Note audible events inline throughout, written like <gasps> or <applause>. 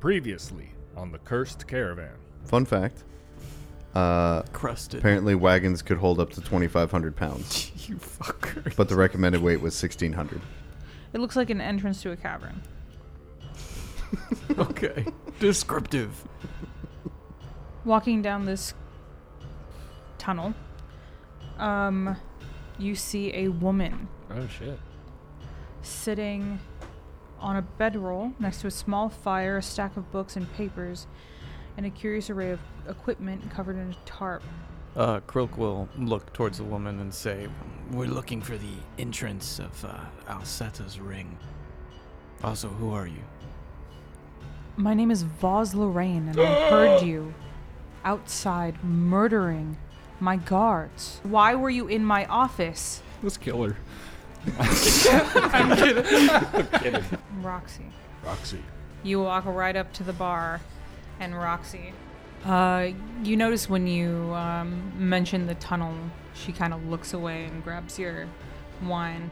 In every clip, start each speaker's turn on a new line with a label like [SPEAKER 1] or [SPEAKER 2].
[SPEAKER 1] Previously on the Cursed Caravan.
[SPEAKER 2] Fun fact. Uh,
[SPEAKER 3] crusted.
[SPEAKER 2] apparently, wagons could hold up to 2,500 pounds,
[SPEAKER 3] <laughs> You fucker.
[SPEAKER 2] but the recommended weight was 1,600.
[SPEAKER 4] It looks like an entrance to a cavern.
[SPEAKER 3] <laughs> okay. Descriptive.
[SPEAKER 4] Walking down this tunnel, um, you see a woman
[SPEAKER 1] Oh shit.
[SPEAKER 4] sitting on a bedroll next to a small fire, a stack of books and papers, and a curious array of equipment covered in a tarp.
[SPEAKER 3] Uh, Krilk will look towards the woman and say, We're looking for the entrance of uh, Alseta's ring. Also, who are you?
[SPEAKER 4] My name is Voz Lorraine, and I heard you outside murdering my guards. Why were you in my office?
[SPEAKER 5] Let's kill her.
[SPEAKER 4] Roxy.
[SPEAKER 1] Roxy.
[SPEAKER 4] You walk right up to the bar, and Roxy. Uh, you notice when you um, mention the tunnel, she kind of looks away and grabs your wine.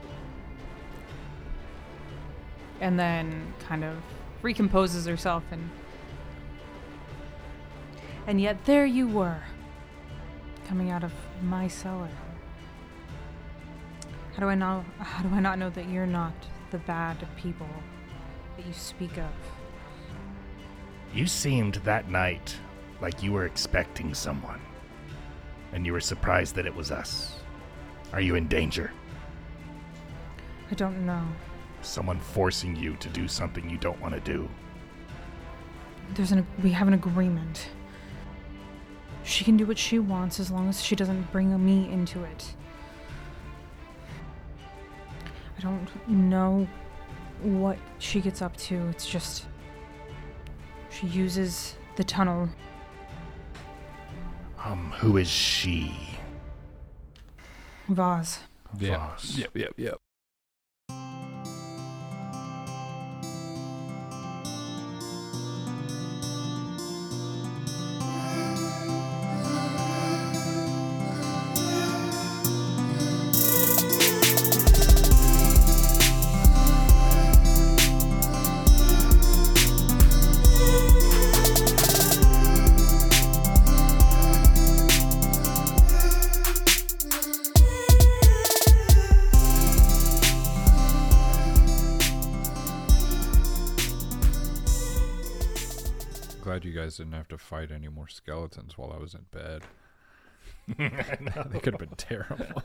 [SPEAKER 4] And then kind of recomposes herself and. And yet there you were, coming out of my cellar. How do I not? How do I not know that you're not the bad people that you speak of?
[SPEAKER 1] You seemed that night like you were expecting someone. And you were surprised that it was us. Are you in danger?
[SPEAKER 4] I don't know.
[SPEAKER 1] Someone forcing you to do something you don't want to do.
[SPEAKER 4] There's an we have an agreement. She can do what she wants as long as she doesn't bring me into it. I don't know what she gets up to. It's just she uses the tunnel.
[SPEAKER 1] Um, who is she?
[SPEAKER 4] Vaz.
[SPEAKER 5] Yeah.
[SPEAKER 1] Voss.
[SPEAKER 5] Yep, yep, yep. Glad you guys didn't have to fight any more skeletons while I was in
[SPEAKER 1] <laughs>
[SPEAKER 5] bed. They could have been terrible.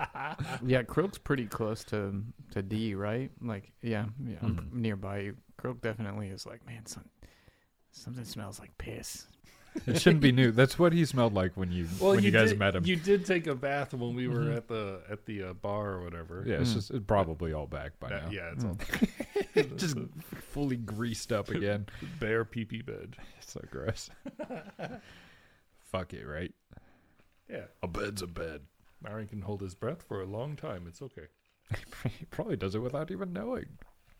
[SPEAKER 3] Yeah, Krilk's pretty close to to D, right? Like, yeah, yeah, I'm
[SPEAKER 5] Mhm.
[SPEAKER 3] nearby. you. Krilk definitely is like, man, son, something smells like piss.
[SPEAKER 5] it shouldn't be new. That's what he smelled like when you when you, guys
[SPEAKER 1] did,
[SPEAKER 5] met him. Mm-hmm.
[SPEAKER 1] You did take a bath when we were
[SPEAKER 3] Mhm.
[SPEAKER 1] at the at the uh, bar or whatever.
[SPEAKER 5] yeah, Oh. it's
[SPEAKER 3] Mm.
[SPEAKER 5] just it's probably all back by
[SPEAKER 1] Uh,
[SPEAKER 5] now.
[SPEAKER 1] Hmm. yeah, it's all <laughs>
[SPEAKER 5] <laughs> just fully greased up again.
[SPEAKER 1] bare pee pee bed.
[SPEAKER 5] It's so
[SPEAKER 1] <laughs>
[SPEAKER 5] gross. Fuck it, right?
[SPEAKER 1] Yeah, a bed's a bed. Myron can hold his breath for a long time. It's
[SPEAKER 3] <laughs>
[SPEAKER 1] okay.
[SPEAKER 5] He probably does it without even knowing.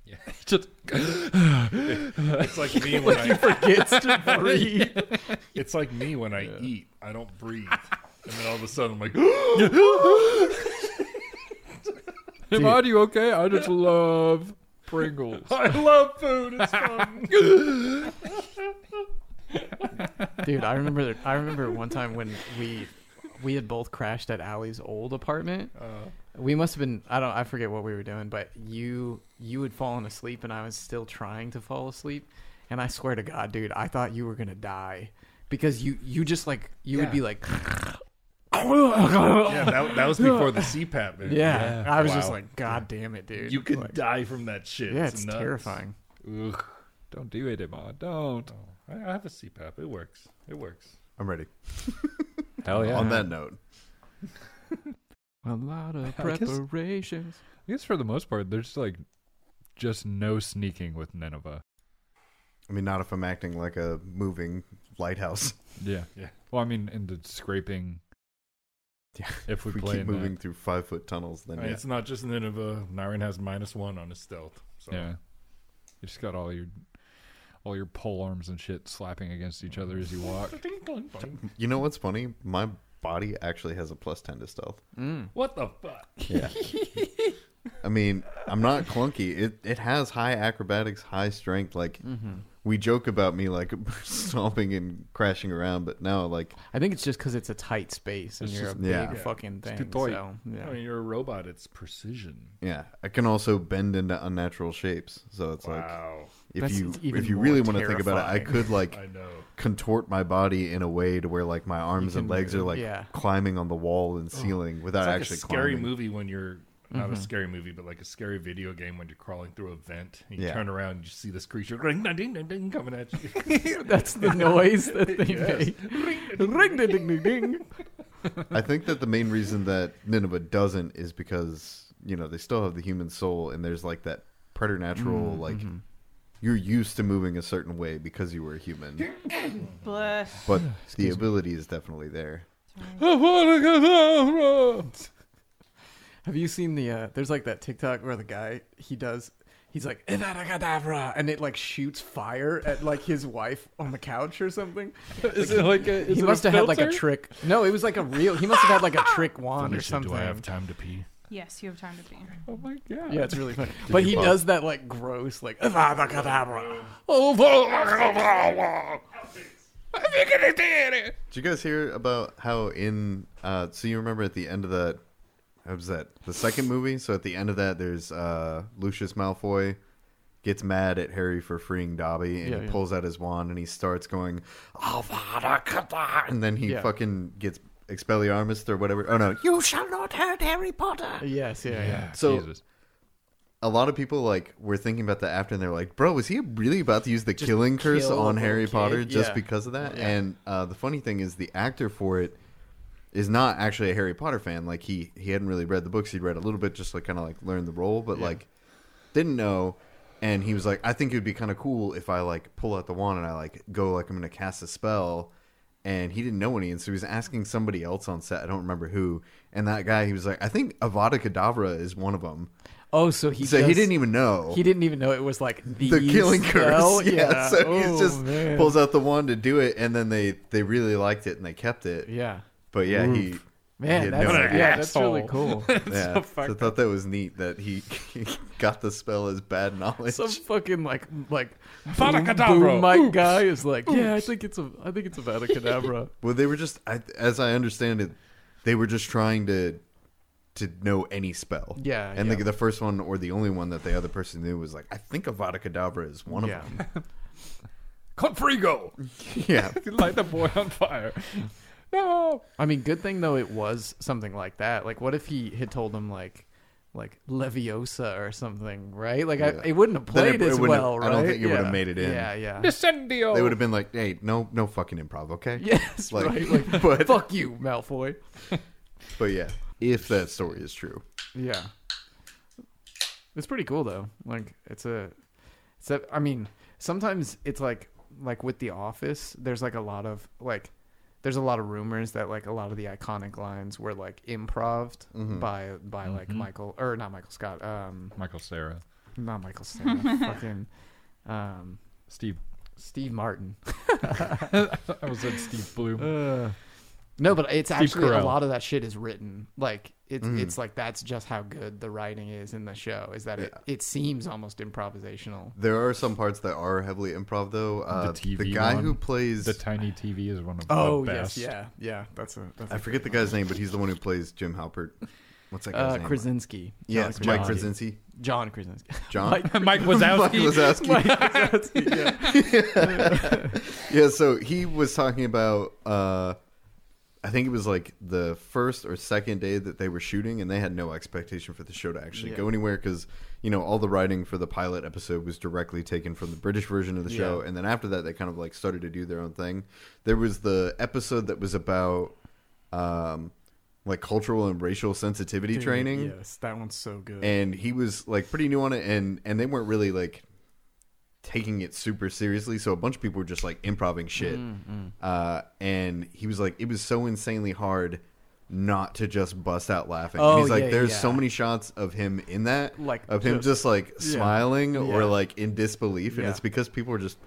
[SPEAKER 5] Yeah, <laughs> just
[SPEAKER 1] <laughs> It's like me when I
[SPEAKER 3] Forgets
[SPEAKER 1] <laughs>
[SPEAKER 3] to breathe.
[SPEAKER 1] It's like me when I eat, I don't breathe.
[SPEAKER 3] <laughs>
[SPEAKER 1] And then all of a sudden I'm like, <gasps>
[SPEAKER 5] Am I you okay? I just love
[SPEAKER 1] <laughs>
[SPEAKER 5] Pringles.
[SPEAKER 1] I love food. It's
[SPEAKER 3] <laughs>
[SPEAKER 1] fun.
[SPEAKER 3] Dude, I remember. That, I remember one time when we we had both crashed at Allie's old apartment.
[SPEAKER 5] Uh.
[SPEAKER 3] we must have been. I don't. I forget what we were doing, but you you had fallen asleep, and I was still trying to fall asleep. And I swear to God, dude, I thought you were gonna die because you you just like you would
[SPEAKER 1] Yeah.
[SPEAKER 3] be
[SPEAKER 5] <laughs>
[SPEAKER 3] like.
[SPEAKER 1] yeah,
[SPEAKER 3] yeah,
[SPEAKER 1] that, that was before the CPAP. Man.
[SPEAKER 5] Yeah.
[SPEAKER 3] I was just
[SPEAKER 1] Wow.
[SPEAKER 3] like, God damn it, dude.
[SPEAKER 1] You could
[SPEAKER 3] Like,
[SPEAKER 1] die from that shit.
[SPEAKER 3] Yeah, it's
[SPEAKER 1] nuts.
[SPEAKER 3] terrifying.
[SPEAKER 1] Ugh.
[SPEAKER 5] Don't do it, Emma. Don't.
[SPEAKER 1] Oh, I I have a CPAP. It works. It works.
[SPEAKER 2] I'm ready.
[SPEAKER 5] Hell yeah.
[SPEAKER 2] On that note,
[SPEAKER 3] A lot of
[SPEAKER 5] I guess-
[SPEAKER 3] preparations.
[SPEAKER 5] I guess for the most part, there's like just no sneaking with Nineveh.
[SPEAKER 2] I mean, not if I'm acting like a moving lighthouse.
[SPEAKER 5] Yeah.
[SPEAKER 1] Yeah.
[SPEAKER 5] Well, I mean, in the scraping.
[SPEAKER 2] Yeah.
[SPEAKER 5] If <laughs> we,
[SPEAKER 2] If we
[SPEAKER 5] play
[SPEAKER 2] keep
[SPEAKER 5] in
[SPEAKER 2] moving through five foot tunnels, then
[SPEAKER 1] I mean,
[SPEAKER 2] yeah.
[SPEAKER 1] It's not just Nineveh. Myron has minus one on his stealth. So
[SPEAKER 5] That, yeah. You just got all your all your pole arms and shit slapping against each other as
[SPEAKER 1] <laughs>
[SPEAKER 5] you walk.
[SPEAKER 2] you know what's funny? My body actually has a plus 10 to stealth.
[SPEAKER 3] Mm.
[SPEAKER 1] What the fuck?
[SPEAKER 2] Yeah. <laughs> I mean, I'm not clunky. It it has high acrobatics, high strength. Like
[SPEAKER 5] Mm-hmm.
[SPEAKER 2] we joke about me like <laughs> stomping and crashing around, but no, like
[SPEAKER 3] I think it's just because it's a tight space and
[SPEAKER 5] It's
[SPEAKER 3] you're
[SPEAKER 5] just-
[SPEAKER 3] a big
[SPEAKER 2] Yeah.
[SPEAKER 3] fucking
[SPEAKER 5] It's
[SPEAKER 3] thing.
[SPEAKER 5] too tight.
[SPEAKER 3] So yeah.
[SPEAKER 1] Oh,
[SPEAKER 5] I mean, you're a robot. It's precision.
[SPEAKER 2] yeah, I can also bend into unnatural shapes. So it's
[SPEAKER 1] Wow.
[SPEAKER 2] like if
[SPEAKER 3] That's
[SPEAKER 2] you
[SPEAKER 3] even
[SPEAKER 2] if you
[SPEAKER 3] more
[SPEAKER 2] really want to think about it, I
[SPEAKER 3] terrifying.
[SPEAKER 2] could
[SPEAKER 1] <laughs>
[SPEAKER 2] like
[SPEAKER 1] I know.
[SPEAKER 2] contort my body in a way to where like my arms and
[SPEAKER 5] can
[SPEAKER 2] legs are
[SPEAKER 5] move,
[SPEAKER 2] like
[SPEAKER 3] uh, yeah.
[SPEAKER 2] climbing on the wall and ceiling without
[SPEAKER 1] It's like
[SPEAKER 2] actually
[SPEAKER 1] a scary
[SPEAKER 2] climbing.
[SPEAKER 1] movie when you're not
[SPEAKER 3] Mm-hmm.
[SPEAKER 1] a scary movie, but like a scary video game when you're crawling through a vent and you
[SPEAKER 2] Yeah.
[SPEAKER 1] turn around and you see this creature ring ding ding ding ding coming at you.
[SPEAKER 3] <laughs> That's the noise that they
[SPEAKER 1] Yes.
[SPEAKER 3] make. Ring ding ding ding ding.
[SPEAKER 2] I think that the main reason that Nineveh doesn't is because you know they still have the human soul, and there's like that preternatural
[SPEAKER 3] Mm,
[SPEAKER 2] like
[SPEAKER 3] mm-hmm.
[SPEAKER 2] you're used to moving a certain way because you were a human,
[SPEAKER 4] Bless.
[SPEAKER 3] <sighs>
[SPEAKER 2] but the ability is definitely there.
[SPEAKER 3] <laughs> Have you seen the? Uh, there's like that TikTok where the guy he does. He's like "Avada-kedavra," and it like shoots fire at like his wife on the couch or something.
[SPEAKER 5] Is it like a? Is
[SPEAKER 3] he
[SPEAKER 5] it
[SPEAKER 3] must
[SPEAKER 5] a
[SPEAKER 3] have had <laughs> like uh, a
[SPEAKER 5] filter?
[SPEAKER 3] trick. No, it was like a real. He must have had like a trick wand or
[SPEAKER 1] Felicia,
[SPEAKER 3] something.
[SPEAKER 1] Do I have time to pee?
[SPEAKER 4] Yes, you have time to pee.
[SPEAKER 5] Oh my god!
[SPEAKER 3] Yeah, it's really funny. but
[SPEAKER 2] you
[SPEAKER 3] he
[SPEAKER 2] pop?
[SPEAKER 3] does that like gross, like "Avada-kedavra."
[SPEAKER 2] Did you guys hear about how in uh, so you remember at the end of that what was that the second movie? So at the end of that, there's uh, Lucius Malfoy gets mad at Harry for freeing Dobby, and
[SPEAKER 3] Yeah,
[SPEAKER 2] he
[SPEAKER 3] yeah.
[SPEAKER 2] pulls out his wand and he starts going "Avada and then he
[SPEAKER 3] Yeah.
[SPEAKER 2] fucking gets Expelliarmus or whatever. Oh no, you shall not hurt Harry Potter.
[SPEAKER 3] Yes, yeah, yeah.
[SPEAKER 2] So-
[SPEAKER 5] Jesus.
[SPEAKER 2] A lot of people like were thinking about that after, and they're like, "Bro, was he really about to use the killing curse
[SPEAKER 3] kill
[SPEAKER 2] on
[SPEAKER 3] the
[SPEAKER 2] Harry
[SPEAKER 3] kid?
[SPEAKER 2] Potter just
[SPEAKER 3] Yeah.
[SPEAKER 2] because of that?"
[SPEAKER 3] Yeah.
[SPEAKER 2] And uh, the funny thing is, the actor for it is not actually a Harry Potter fan. Like he he hadn't really read the books. He'd read a little bit, just like kind of like learned the role, but like didn't know. And he was like, I think it would be kind of cool if I like pull out the wand and I like go like I'm gonna cast a spell. And he didn't know any, and so he was asking somebody else on set. I don't remember who. And that guy, he was like, I think Avada Kedavra is one of them.
[SPEAKER 3] Oh, so he
[SPEAKER 2] so he
[SPEAKER 3] does-
[SPEAKER 2] didn't even know
[SPEAKER 3] he didn't even know it was like the,
[SPEAKER 2] the killing
[SPEAKER 3] spell. <laughs>
[SPEAKER 2] curse. <laughs> Yeah, so
[SPEAKER 3] oh,
[SPEAKER 2] he just
[SPEAKER 3] man.
[SPEAKER 2] pulls out the wand to do it, and then they they really liked it and they kept it.
[SPEAKER 3] Yeah,
[SPEAKER 2] But yeah, he he
[SPEAKER 3] man,
[SPEAKER 2] had
[SPEAKER 3] that's,
[SPEAKER 2] no
[SPEAKER 3] <laughs>
[SPEAKER 1] idea.
[SPEAKER 3] yeah, that's really
[SPEAKER 5] Asshole.
[SPEAKER 3] cool.
[SPEAKER 2] yeah.
[SPEAKER 5] so
[SPEAKER 2] so I
[SPEAKER 5] fucked
[SPEAKER 2] thought that was neat that he, <laughs> he got the spell as bad knowledge.
[SPEAKER 3] <laughs> Some fucking like like boom,
[SPEAKER 5] Avada-kedavra.
[SPEAKER 3] boom mic guy is like, yeah, I think it's a, I think it's a Cadabra.
[SPEAKER 2] Well, they were just, I, as I understand it, they were just trying to to know any spell.
[SPEAKER 3] Yeah,
[SPEAKER 2] and
[SPEAKER 3] yeah.
[SPEAKER 2] The, the first one or the only one that the other person knew was like, I think Avada Kedavra is one
[SPEAKER 3] <laughs> Yeah.
[SPEAKER 2] of them. <laughs>
[SPEAKER 5] Confrigo.
[SPEAKER 2] yeah,
[SPEAKER 5] Light the boy on fire. No.
[SPEAKER 3] I mean, good thing though it was something like that. Like, what if he had told him like. Like Leviosa or something, right? Like
[SPEAKER 2] Yeah.
[SPEAKER 3] I, it wouldn't have
[SPEAKER 2] Then it-
[SPEAKER 3] played
[SPEAKER 2] it
[SPEAKER 3] as
[SPEAKER 2] wouldn't have-
[SPEAKER 3] well,
[SPEAKER 2] I
[SPEAKER 3] right?
[SPEAKER 2] don't think it
[SPEAKER 3] yeah.
[SPEAKER 2] would have made it in.
[SPEAKER 3] Yeah, yeah.
[SPEAKER 5] Descendio.
[SPEAKER 2] they would have been like, Hey, no, no fucking improv, okay?
[SPEAKER 3] Oh. <laughs> yes,
[SPEAKER 2] Like,
[SPEAKER 3] right.
[SPEAKER 2] <laughs>
[SPEAKER 3] Like,
[SPEAKER 2] but
[SPEAKER 3] <laughs> fuck you, Malfoy.
[SPEAKER 2] but yeah, if that story is true.
[SPEAKER 3] Yeah. It's pretty cool though. Like it's a it's a I mean, sometimes it's like like with the office, there's like a lot of like there's a lot of rumors that like a lot of the iconic lines were like improved
[SPEAKER 2] Mm-hmm.
[SPEAKER 3] by by like Michael or not Michael Scott, um
[SPEAKER 5] Michael Sarah.
[SPEAKER 3] not Michael Scott, fucking um
[SPEAKER 5] Steve.
[SPEAKER 3] Steve Martin. Uh,
[SPEAKER 5] I was at Steve Bloom.
[SPEAKER 3] No, but it's
[SPEAKER 5] Steve
[SPEAKER 3] actually a
[SPEAKER 5] Carell.
[SPEAKER 3] lot of that shit is written. Like it's it's like that's just how good the writing is in the show. Is that it, it seems almost improvisational.
[SPEAKER 2] There are some parts that are heavily improv, though. Uh, the,
[SPEAKER 5] TV
[SPEAKER 2] guy
[SPEAKER 5] one.
[SPEAKER 2] who plays
[SPEAKER 5] the tiny TV is one of
[SPEAKER 3] Oh
[SPEAKER 5] the
[SPEAKER 3] yes,
[SPEAKER 5] best.
[SPEAKER 3] yeah, yeah. That's a that's
[SPEAKER 2] I forget the guy's name, but he's the one who plays Jim Halpert. What's that guy's
[SPEAKER 3] uh,
[SPEAKER 2] name?
[SPEAKER 3] Krasinski.
[SPEAKER 2] Yeah,
[SPEAKER 3] John
[SPEAKER 2] it's Mike
[SPEAKER 3] Krasinski.
[SPEAKER 2] Krasinski.
[SPEAKER 3] John Krasinski.
[SPEAKER 2] John.
[SPEAKER 3] <laughs> Mike-
[SPEAKER 1] <laughs>
[SPEAKER 5] Mike
[SPEAKER 2] Mike
[SPEAKER 5] Wazowski.
[SPEAKER 2] Wazowski.
[SPEAKER 3] Krasinski,
[SPEAKER 2] <laughs>
[SPEAKER 3] yeah.
[SPEAKER 2] Yeah, so he was talking about. Uh, I think it was like the first or second day that they were shooting, and they had no expectation for the show to actually
[SPEAKER 3] Yeah.
[SPEAKER 2] go anywhere because you know all the writing for the pilot episode was directly taken from the British version of the show,
[SPEAKER 3] Yeah.
[SPEAKER 2] and then after that they kind of like started to do their own thing. There was the episode that was about um, like cultural and racial sensitivity training,
[SPEAKER 3] Yes, that one's so good.
[SPEAKER 2] and he was like pretty new on it and and they weren't really like taking it super seriously so a bunch of people were just like improvising shit
[SPEAKER 3] Mm,
[SPEAKER 2] uh and he was like it was so insanely hard not to just bust out laughing
[SPEAKER 3] Oh,
[SPEAKER 2] he's like
[SPEAKER 3] yeah,
[SPEAKER 2] there's
[SPEAKER 3] yeah.
[SPEAKER 2] so many shots of him in that
[SPEAKER 3] Like,
[SPEAKER 2] of him
[SPEAKER 3] just-
[SPEAKER 2] just like smiling or
[SPEAKER 3] Yeah.
[SPEAKER 2] like in disbelief and
[SPEAKER 3] Yeah.
[SPEAKER 2] it's because people are just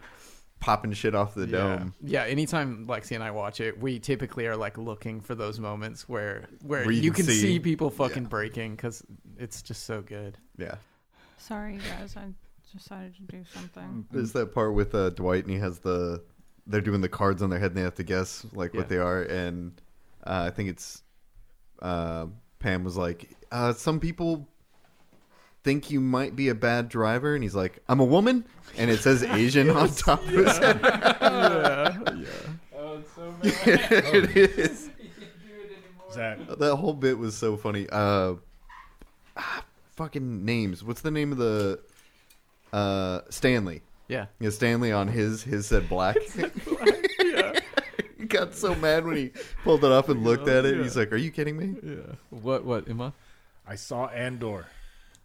[SPEAKER 2] popping shit off the dome.
[SPEAKER 3] Yeah. anytime Lexi and I watch it, we typically are like looking for those moments where where,
[SPEAKER 2] Where
[SPEAKER 3] you, can, see, people
[SPEAKER 2] yeah.
[SPEAKER 3] fucking breaking because it's just so good.
[SPEAKER 2] Yeah.
[SPEAKER 4] Sorry, guys. I decided to do something.
[SPEAKER 2] There's that part with uh, Dwight and he has the they're doing the cards on their head and they have to guess like
[SPEAKER 3] Yeah.
[SPEAKER 2] what they are and uh, I think it's uh, Pam was like uh, some people think you might be a bad driver and he's like I'm a woman and it says
[SPEAKER 5] <laughs>
[SPEAKER 2] Asian on top of his head.
[SPEAKER 5] Oh, it's
[SPEAKER 2] <laughs>
[SPEAKER 5] so <laughs>
[SPEAKER 2] it is. Uh,
[SPEAKER 1] Is that
[SPEAKER 2] That whole bit was so funny. Uh, ah, fucking names. What's the name of the uh, Stanley?
[SPEAKER 3] Yeah.
[SPEAKER 2] Yeah, Stanley on his his said black. <laughs> he got so mad when he pulled it up and looked at it. He's like, "Are you kidding me?"
[SPEAKER 3] Yeah. What? What? Emma?
[SPEAKER 1] I saw Andor.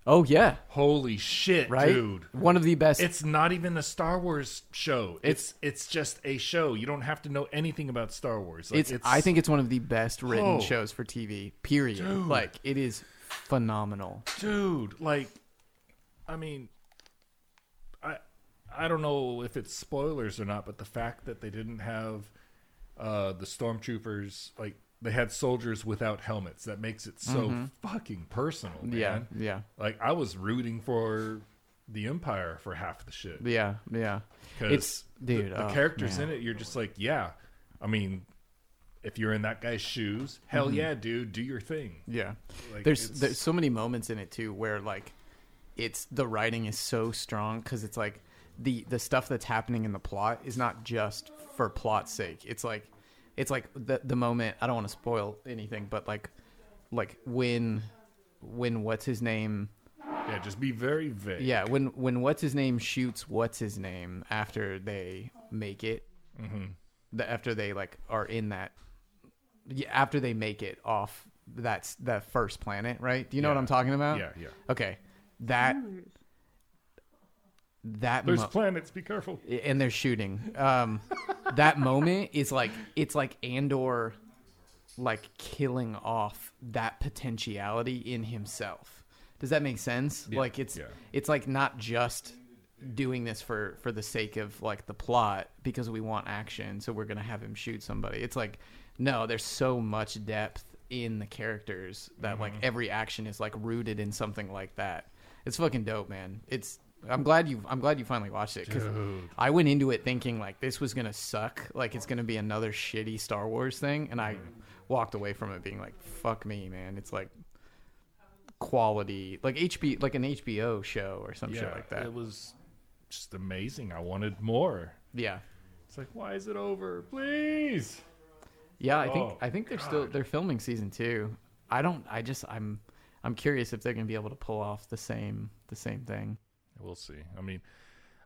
[SPEAKER 3] Oh yeah.
[SPEAKER 1] Holy shit,
[SPEAKER 3] Right.
[SPEAKER 1] dude.
[SPEAKER 3] One of the best.
[SPEAKER 1] It's not even a Star Wars show. It's it's just a show. You don't have to know anything about Star Wars. Like,
[SPEAKER 3] it's, I think it's one of the best written
[SPEAKER 1] Oh.
[SPEAKER 3] shows for TV. Period. Like it is phenomenal.
[SPEAKER 1] dude, like I mean I I don't know if it's spoilers or not, but the fact that they didn't have uh the stormtroopers like they had soldiers without helmets that makes it so fucking personal, man.
[SPEAKER 3] Mm-hmm. Yeah, yeah.
[SPEAKER 1] Like I was rooting for the Empire for half the shit.
[SPEAKER 3] Yeah, yeah.
[SPEAKER 1] because the,
[SPEAKER 3] dude,
[SPEAKER 1] the
[SPEAKER 3] oh,
[SPEAKER 1] characters
[SPEAKER 3] man.
[SPEAKER 1] in it, you're just like, yeah. I mean, if you're in that guy's shoes, hell
[SPEAKER 3] Mm-hmm.
[SPEAKER 1] yeah, dude, do your thing.
[SPEAKER 3] Yeah.
[SPEAKER 1] Like,
[SPEAKER 3] there's
[SPEAKER 1] it's-
[SPEAKER 3] there's so many moments in it too where like it's the writing is so strong cuz it's like the the stuff that's happening in the plot is not just for plot's sake. It's like it's like the the moment I don't want to spoil anything but like like when when what's his name
[SPEAKER 1] Yeah, just be very vague.
[SPEAKER 3] yeah when when what's his name shoots what's his name after they make it
[SPEAKER 1] Mm-hmm.
[SPEAKER 3] the, after they like are in that yeah, after they make it off that's the first planet right do you know what
[SPEAKER 1] Yeah.
[SPEAKER 3] i'm talking about
[SPEAKER 1] Yeah, yeah.
[SPEAKER 3] okay that that
[SPEAKER 1] There's
[SPEAKER 3] mo-
[SPEAKER 1] planets. Be careful.
[SPEAKER 3] and they're shooting. Um, that moment is like it's like Andor, like killing off that potentiality in himself. Does that make sense? Like it's
[SPEAKER 1] yeah.
[SPEAKER 3] it's like not just doing this for for the sake of like the plot because we want action, so we're gonna have him shoot somebody. It's like no, there's so much depth in the characters that like every action is like rooted in something like that. It's fucking dope, man. It's I'm glad you I'm glad you finally watched it because I went into it thinking like this was gonna suck, like it's gonna be another shitty Star Wars thing, and I walked away from it being like, "Fuck me, man!" It's like quality, like HB, like an HBO show or some shit
[SPEAKER 1] Yeah,
[SPEAKER 3] like that.
[SPEAKER 1] it was just amazing. I wanted more.
[SPEAKER 3] yeah,
[SPEAKER 1] It's like, why is it over? Please.
[SPEAKER 3] yeah. I think
[SPEAKER 1] Oh,
[SPEAKER 3] I think they're still
[SPEAKER 1] God.
[SPEAKER 3] they're filming season two. I don't. I just I'm I'm curious if they're gonna be able to pull off the same the same thing.
[SPEAKER 1] We'll see. I mean,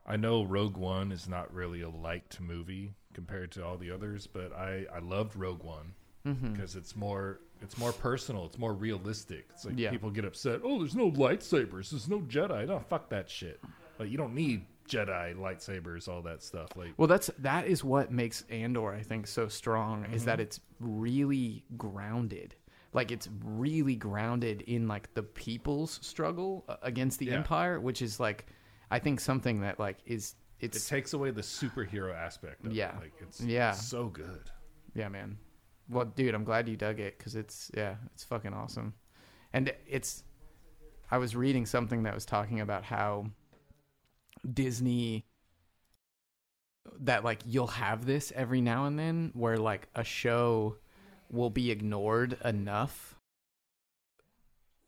[SPEAKER 1] I know Rogue One is not really a liked movie compared to all the others, but I I loved Rogue One
[SPEAKER 3] Mm-hmm.
[SPEAKER 1] because it's more it's more personal, it's more realistic. It's like
[SPEAKER 3] Yeah.
[SPEAKER 1] people get upset. Oh, there's no lightsabers. There's no Jedi. No, fuck that shit. Like you don't need Jedi lightsabers, all that stuff. Like
[SPEAKER 3] Well, that's that is what makes Andor I think so strong is
[SPEAKER 1] Mm-hmm.
[SPEAKER 3] that it's really grounded. Like it's really grounded in like the people's struggle uh, against the
[SPEAKER 1] Yeah.
[SPEAKER 3] empire, which is like I think something that like is
[SPEAKER 1] it
[SPEAKER 3] it's
[SPEAKER 1] takes away the superhero aspect. Of
[SPEAKER 3] Yeah.
[SPEAKER 1] It. Like it's
[SPEAKER 3] Yeah.
[SPEAKER 1] so good.
[SPEAKER 3] yeah, man. Well, dude, I'm glad you dug it cuz it's yeah, it's fucking awesome. And it's I was reading something that was talking about how Disney that like you'll have this every now and then where like a show will be ignored enough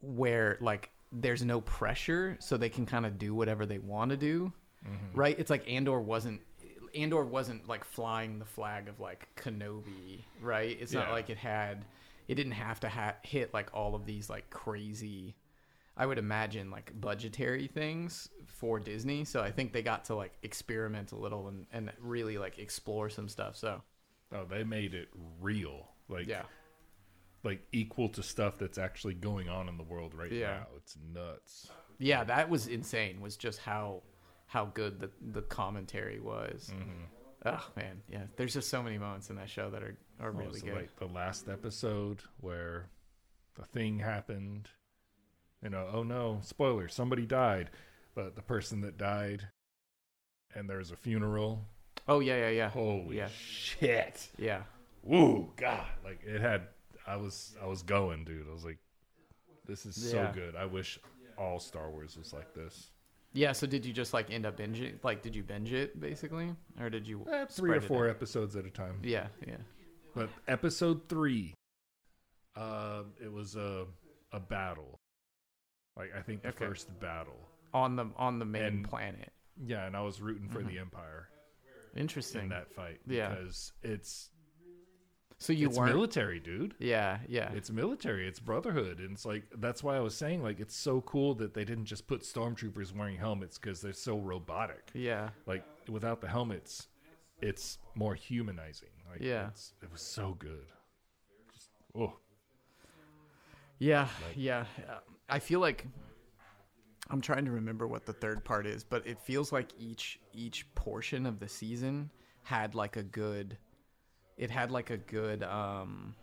[SPEAKER 3] where like there's no pressure so they can kind of do whatever they want to do right it's like andor wasn't andor wasn't like flying the flag of like kenobi right it's not
[SPEAKER 1] Yeah.
[SPEAKER 3] like it had it didn't have to ha- hit like all of these like crazy I would imagine like budgetary things for Disney. So I think they got to like experiment a little and, and really like explore some stuff. So
[SPEAKER 1] Oh, they made it real. Like
[SPEAKER 3] yeah,
[SPEAKER 1] like equal to stuff that's actually going on in the world right
[SPEAKER 3] Yeah.
[SPEAKER 1] now. It's nuts.
[SPEAKER 3] yeah, that was insane. Was just how how good the the commentary was.
[SPEAKER 1] Mm. Mm-hmm.
[SPEAKER 3] Oh man, yeah. There's just so many moments in that show that are are
[SPEAKER 1] What
[SPEAKER 3] really
[SPEAKER 1] was it,
[SPEAKER 3] good.
[SPEAKER 1] Oh, like the last episode where the thing happened. You know, oh no, spoiler, somebody died. But the person that died and there's a funeral
[SPEAKER 3] Oh yeah, yeah, yeah.
[SPEAKER 1] Holy
[SPEAKER 3] yeah,
[SPEAKER 1] shit!
[SPEAKER 3] yeah.
[SPEAKER 1] Woo, God! Like it had. I was I was going, dude. I was like, this is so
[SPEAKER 3] Yeah.
[SPEAKER 1] good. I wish all Star Wars was like this.
[SPEAKER 3] Yeah, so did you just like end up binging? Like, did you binge it basically, or did you
[SPEAKER 1] Eh, three or
[SPEAKER 3] spread it
[SPEAKER 1] four
[SPEAKER 3] out?
[SPEAKER 1] episodes at a time.
[SPEAKER 3] Yeah, yeah.
[SPEAKER 1] But episode three, uh, it was a a battle. Like I think the
[SPEAKER 3] Okay.
[SPEAKER 1] first battle.
[SPEAKER 3] On the on the main
[SPEAKER 1] And-
[SPEAKER 3] planet.
[SPEAKER 1] Yeah, and I was rooting for the Empire in
[SPEAKER 3] Mm-hmm. Interesting.
[SPEAKER 1] that fight
[SPEAKER 3] Yeah.
[SPEAKER 1] because it's
[SPEAKER 3] So you
[SPEAKER 1] it's
[SPEAKER 3] weren't.
[SPEAKER 1] military, dude.
[SPEAKER 3] yeah, yeah,
[SPEAKER 1] It's military. It's brotherhood, and it's like that's why I was saying like it's so cool that they didn't just put stormtroopers wearing helmets because they're so robotic.
[SPEAKER 3] yeah.
[SPEAKER 1] Like without the helmets, it's more humanizing. Like,
[SPEAKER 3] Yeah.
[SPEAKER 1] it's, it was so good. Just- oh,
[SPEAKER 3] Yeah, yeah. Uh, I feel like I'm trying to remember what the third part is, but it feels like each each portion of the season had like a good it had like a good um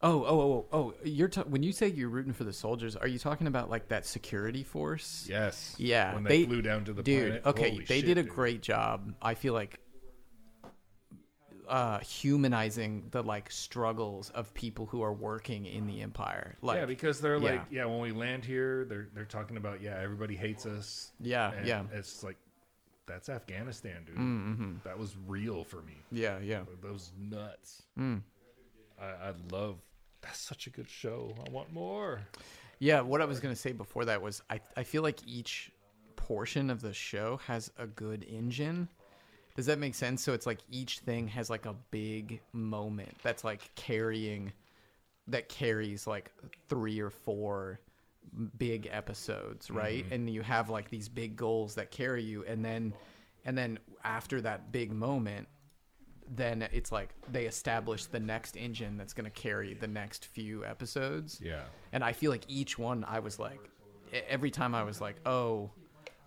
[SPEAKER 3] Oh, oh, oh, oh. oh, You're ta- when you say you're rooting for the soldiers, are you talking about like that security force?
[SPEAKER 1] yes,
[SPEAKER 3] Yeah,
[SPEAKER 1] When they, flew down to the
[SPEAKER 3] dude.
[SPEAKER 1] planet,
[SPEAKER 3] Okay,
[SPEAKER 1] Holy
[SPEAKER 3] they
[SPEAKER 1] shit,
[SPEAKER 3] did a
[SPEAKER 1] dude.
[SPEAKER 3] great job. I feel like uh humanizing the like struggles of people who are working in the empire. Like
[SPEAKER 1] yeah, because they're
[SPEAKER 3] yeah.
[SPEAKER 1] like, yeah, when we land here, they're they're talking about, yeah, everybody hates us.
[SPEAKER 3] Yeah,
[SPEAKER 1] And
[SPEAKER 3] yeah. Mm, mm-hmm.
[SPEAKER 1] It's just like that's Afghanistan, dude. That was real for me.
[SPEAKER 3] yeah, yeah.
[SPEAKER 1] Those nuts.
[SPEAKER 3] Mm.
[SPEAKER 1] I, I love. That's such a good show. I want more.
[SPEAKER 3] Yeah, what I was going to say before that was I I feel like each portion of the show has a good engine. Does that make sense? So it's like each thing has like a big moment that's like carrying that carries like three or four big episodes, right? And you have like these big goals that carry you and then and then after that big moment then it's like they establish the next engine that's going to carry the next few episodes.
[SPEAKER 5] Yeah.
[SPEAKER 3] And I feel like each one I was like e- every time I was like, "Oh,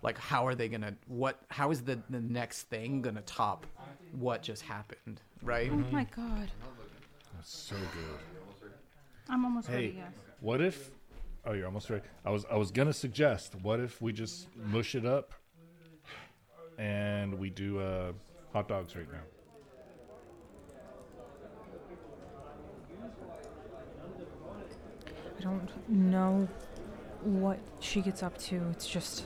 [SPEAKER 3] like how are they going to what how is the the next thing going to top what just happened?" Right?
[SPEAKER 4] Oh my god.
[SPEAKER 1] That's so good.
[SPEAKER 4] I'm almost ready,
[SPEAKER 1] Hey,
[SPEAKER 4] guys.
[SPEAKER 1] what if? Oh, you're almost right. I was I was gonna suggest. What if we just mush it up, and we do uh, hot dogs right now?
[SPEAKER 4] I don't know what she gets up to. It's just.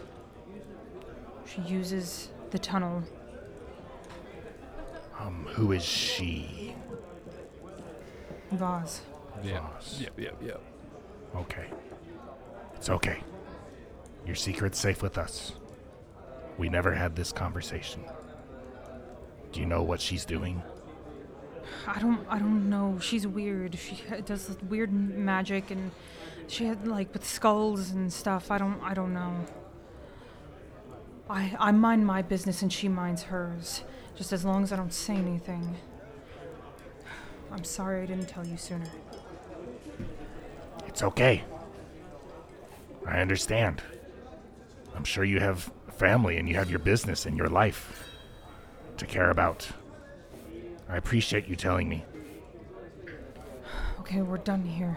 [SPEAKER 4] She uses the tunnel.
[SPEAKER 1] Um, who is she?
[SPEAKER 4] Vaz.
[SPEAKER 5] Yeah. Yeah, yeah, yeah.
[SPEAKER 1] Okay. It's okay. Your secret's safe with us. We never had this conversation. Do you know what she's doing?
[SPEAKER 4] I don't. I don't know. She's weird. She ha- does this weird m- magic, and she had like with skulls and stuff. I don't. I don't know. I I mind my business, and she minds hers. Just as long as I don't say anything. <sighs> I'm sorry I didn't tell you sooner.
[SPEAKER 1] It's okay. I understand. I'm sure you have family and you have your business and your life to care about. I appreciate you telling me.
[SPEAKER 4] Okay, we're done here.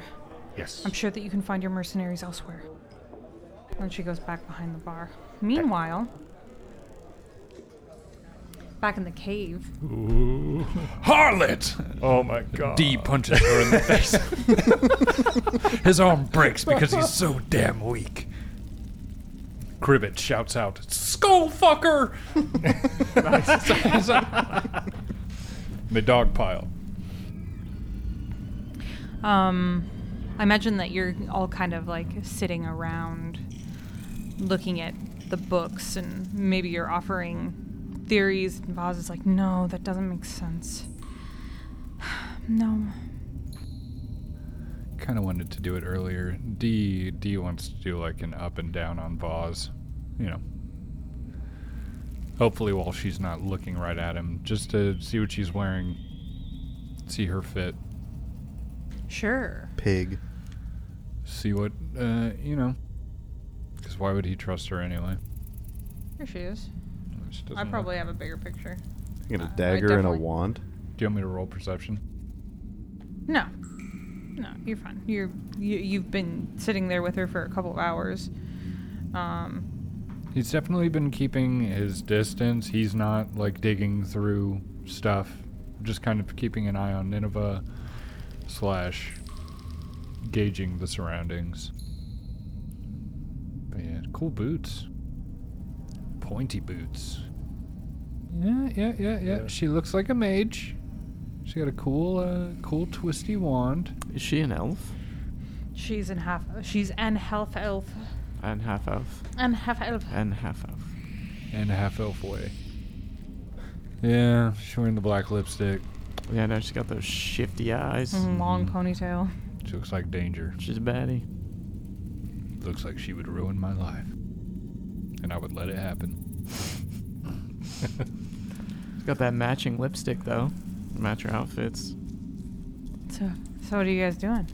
[SPEAKER 1] Yes.
[SPEAKER 4] I'm sure that you can find your mercenaries elsewhere. Then she goes back behind the bar. Meanwhile, back in the cave,
[SPEAKER 5] Harlot!
[SPEAKER 1] Oh my god.
[SPEAKER 5] D punches her in the face. His arm breaks because he's so damn weak. Cribbit shouts out, Skull fucker! <laughs> the dog pile.
[SPEAKER 4] um, I imagine that you're all kind of like sitting around looking at the books and maybe you're offering theories and Vaz is like, no, that doesn't make sense. <sighs> no.
[SPEAKER 5] Kind of wanted to do it earlier. D D wants to do like an up and down on Vaz, you know. Hopefully, while she's not looking right at him, just to see what she's wearing, see her fit,
[SPEAKER 4] Sure.
[SPEAKER 2] Pig.
[SPEAKER 5] see what uh, you know. Because why would he trust her anyway?
[SPEAKER 4] Here she is.
[SPEAKER 5] She doesn't
[SPEAKER 4] I
[SPEAKER 5] look-
[SPEAKER 4] probably have a bigger picture.
[SPEAKER 2] You got a
[SPEAKER 4] I
[SPEAKER 2] dagger and a
[SPEAKER 4] definitely-
[SPEAKER 2] wand.
[SPEAKER 5] Do you want me to roll perception?
[SPEAKER 4] No. No, you're fine. You're you, you've been sitting there with her for a couple of hours. Um
[SPEAKER 5] He's definitely been keeping his distance. He's not like digging through stuff. Just kind of keeping an eye on Nineveh, slash, gauging the surroundings. But yeah, cool boots. Pointy boots. Yeah, yeah, yeah, yeah.
[SPEAKER 1] Yeah.
[SPEAKER 5] She looks like a mage. She got a cool, uh, cool twisty wand.
[SPEAKER 3] Is she an elf?
[SPEAKER 4] She's in half. She's an half elf.
[SPEAKER 3] And half elf.
[SPEAKER 4] An half elf.
[SPEAKER 3] And half elf.
[SPEAKER 5] and a half elf way. Yeah, she's wearing the black lipstick.
[SPEAKER 3] Yeah, no, she's got those shifty eyes.
[SPEAKER 4] Long ponytail.
[SPEAKER 5] She looks like danger.
[SPEAKER 3] She's a baddie.
[SPEAKER 5] Looks like she would ruin my life. And I would let it happen.
[SPEAKER 3] She's got that matching lipstick though. Match her outfits.
[SPEAKER 4] So, so what are you guys doing?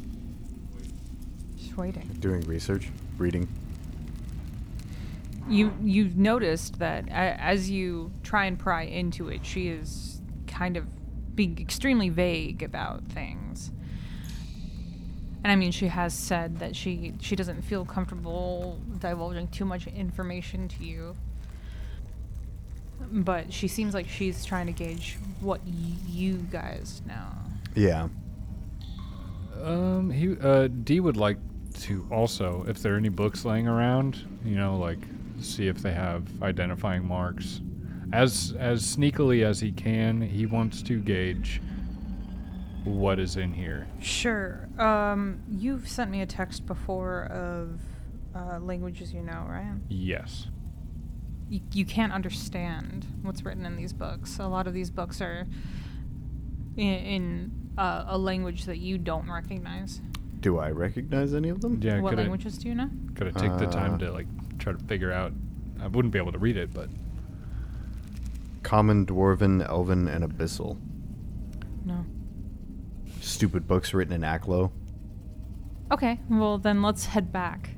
[SPEAKER 4] Just waiting.
[SPEAKER 2] Doing research, reading.
[SPEAKER 4] You you've noticed that a- as you try and pry into it, she is kind of being extremely vague about things. And I mean, she has said that she she doesn't feel comfortable divulging too much information to you. But she seems like she's trying to gauge what y- you guys know.
[SPEAKER 2] Yeah.
[SPEAKER 5] Um, he uh D would like to also, if there are any books laying around, you know, like see if they have identifying marks. As as sneakily as he can, he wants to gauge what is in here.
[SPEAKER 4] Sure. Um, you've sent me a text before of uh, languages you know, right?
[SPEAKER 5] Yes.
[SPEAKER 4] You, you can't understand what's written in these books. A lot of these books are in, in uh, a language that you don't recognize.
[SPEAKER 2] Do I recognize any of them?
[SPEAKER 5] Yeah,
[SPEAKER 4] what
[SPEAKER 5] coulda-
[SPEAKER 4] languages do you know?
[SPEAKER 5] Gotta take the time
[SPEAKER 2] Uh,
[SPEAKER 5] to like try to figure out. I wouldn't be able to read it, but
[SPEAKER 2] Common, Dwarven, Elven, and Abyssal.
[SPEAKER 4] No.
[SPEAKER 2] Stupid books written in Aklo.
[SPEAKER 4] Okay. Well, then let's head back.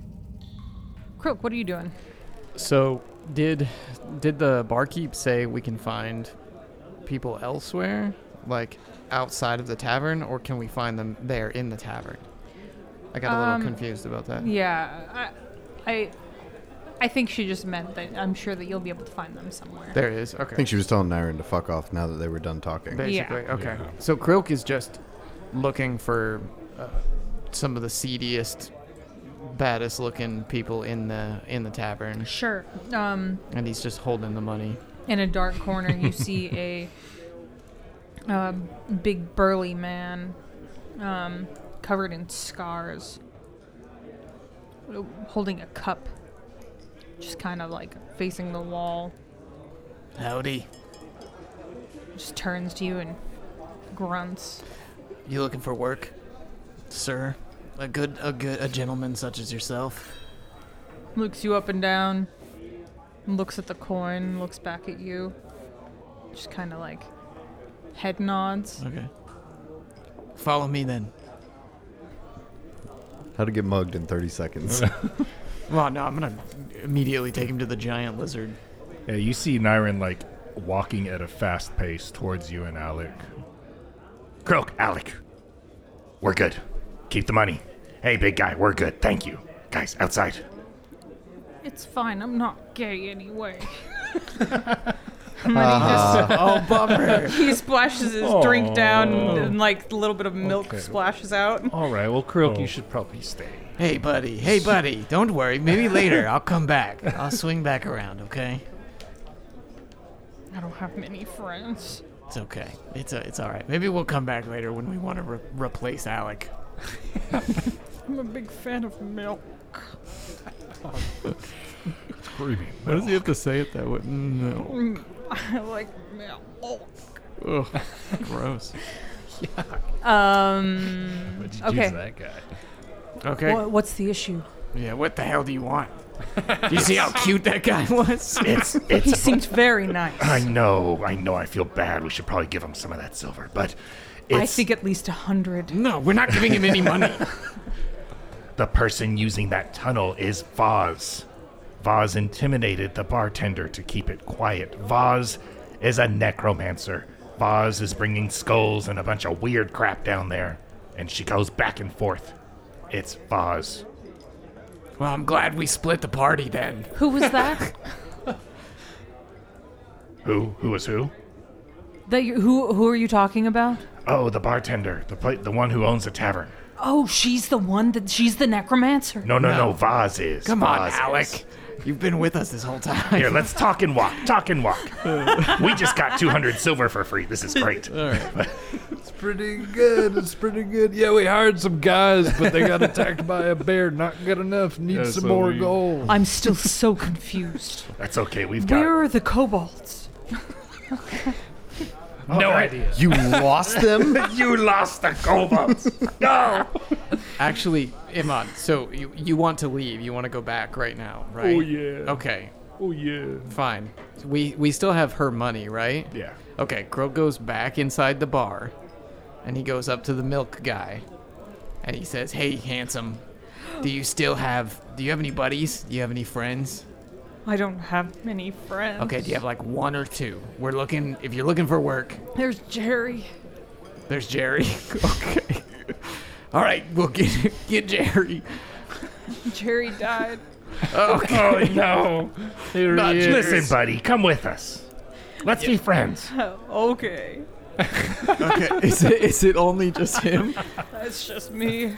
[SPEAKER 4] Crook, what are you doing?
[SPEAKER 3] So did did the barkeep say we can find people elsewhere? Like outside of the tavern, or can we find them there in the tavern? I got a little
[SPEAKER 4] Um,
[SPEAKER 3] confused about that.
[SPEAKER 4] Yeah. I, I, I think she just meant that I'm sure that you'll be able to find them somewhere.
[SPEAKER 3] There it is. Okay.
[SPEAKER 2] I think she was telling Nyrin to fuck off now that they were done talking.
[SPEAKER 3] basically. Okay. So Krilk is just looking for uh, some of the seediest, baddest looking people in the in the tavern,
[SPEAKER 4] Sure. Um,
[SPEAKER 3] and he's just holding the money.
[SPEAKER 4] in a dark corner you see <laughs> a uh, big burly man um, covered in scars uh, holding a cup just kind of like facing the wall
[SPEAKER 3] Howdy.
[SPEAKER 4] just turns to you and grunts
[SPEAKER 3] You looking for work, sir? A good, a good, a gentleman such as yourself.
[SPEAKER 4] looks you up and down looks at the coin looks back at you just kind of like head nods
[SPEAKER 3] Okay. Follow me then.
[SPEAKER 2] How to get mugged in 30 <laughs> seconds.
[SPEAKER 3] Well, Oh, no, I'm gonna immediately take him to the giant lizard.
[SPEAKER 1] Yeah, you see Nyrin like walking at a fast pace towards you and Alec. Croak, Alec, we're good. Keep the money. Hey, big guy, we're good. Thank you, guys. Outside.
[SPEAKER 4] it's fine i'm not gay
[SPEAKER 6] <laughs>
[SPEAKER 4] anyway
[SPEAKER 6] Uh-huh.
[SPEAKER 3] <laughs> Oh, bummer. Oh.
[SPEAKER 4] he splashes his drink down and, and, like a little bit of milk
[SPEAKER 1] Okay.
[SPEAKER 4] splashes out.
[SPEAKER 1] All right. Well, Croak,
[SPEAKER 5] Oh.
[SPEAKER 1] you should probably stay.
[SPEAKER 3] hey, buddy. Hey, buddy. Don't worry. <laughs> Maybe later I'll come back. I'll swing back around. Okay.
[SPEAKER 4] I don't have many friends.
[SPEAKER 3] It's okay. It's a, it's all right. Maybe we'll come back later when we want to re- replace Alec.
[SPEAKER 4] I'm a big fan of milk.
[SPEAKER 5] screaming.
[SPEAKER 3] Why does he have to say it that way? No.
[SPEAKER 4] Mm, I like milk.
[SPEAKER 3] <laughs> Ugh, gross.
[SPEAKER 4] Um. Okay.
[SPEAKER 5] that guy.
[SPEAKER 3] Okay.
[SPEAKER 4] what's the issue?
[SPEAKER 3] Yeah. What the hell do you <laughs> want? you see how cute that guy <laughs> was?
[SPEAKER 6] It's
[SPEAKER 4] He
[SPEAKER 6] it's.
[SPEAKER 4] seems
[SPEAKER 6] <laughs>
[SPEAKER 4] very nice.
[SPEAKER 6] I know, I know. I feel bad. We should probably give him some of that silver, but it's
[SPEAKER 4] I think at least a hundred.
[SPEAKER 3] No, we're not giving him any money.
[SPEAKER 6] the person using that tunnel is Vaz. Vaz intimidated the bartender to keep it quiet. Vaz is a necromancer. Vaz is bringing skulls and a bunch of weird crap down there, and she goes back and forth. It's Vaz.
[SPEAKER 3] <laughs> Well, I'm glad we split the party then.
[SPEAKER 4] Who was that?
[SPEAKER 6] Who? Who was who?
[SPEAKER 4] that you, who who are you talking about?
[SPEAKER 6] Oh, the bartender, the pla- the one who owns the tavern.
[SPEAKER 4] Oh, she's the one that she's the necromancer.
[SPEAKER 6] No, no, no. Vaz is.
[SPEAKER 3] Come on,
[SPEAKER 6] Vaz is.
[SPEAKER 3] Alec. You've been with us this whole time. <laughs>
[SPEAKER 6] Here, let's talk and walk. Talk and walk. we just got 200 silver for free. This is great.
[SPEAKER 5] pretty good. It's pretty good. Yeah, we hired some guys, but they got attacked by a bear. Not good enough. Need
[SPEAKER 1] Yeah,
[SPEAKER 5] some
[SPEAKER 1] so
[SPEAKER 5] more
[SPEAKER 1] we-
[SPEAKER 5] gold.
[SPEAKER 4] I'm still
[SPEAKER 2] <laughs>
[SPEAKER 4] so confused.
[SPEAKER 6] That's okay. We've got
[SPEAKER 4] Where are the kobolds?
[SPEAKER 6] no idea.
[SPEAKER 2] You lost them?
[SPEAKER 6] <laughs> You lost the kobolds. no.
[SPEAKER 3] Actually, Iman, so you, you want to leave. You want to go back right now, right?
[SPEAKER 1] Oh, yeah.
[SPEAKER 3] Okay,
[SPEAKER 1] Oh yeah.
[SPEAKER 3] fine. We we still have her money, right?
[SPEAKER 1] Yeah.
[SPEAKER 3] Okay, Grog goes back inside the bar and he goes up to the milk guy and he says, Hey handsome, do you still have do you have any buddies? Do you have any friends?
[SPEAKER 4] I don't have many friends.
[SPEAKER 3] Okay, do you have like one or two? We're looking if you're looking for work,
[SPEAKER 4] There's Jerry.
[SPEAKER 3] there's Jerry. <laughs> okay. Alright, we'll get get Jerry.
[SPEAKER 4] Jerry died.
[SPEAKER 6] Oh no.
[SPEAKER 5] Here
[SPEAKER 3] Not
[SPEAKER 5] he is.
[SPEAKER 6] Listen, buddy. Come with us. Let's be friends.
[SPEAKER 4] <laughs> okay.
[SPEAKER 3] Okay. <laughs> is it is it only just him?
[SPEAKER 4] That's just me.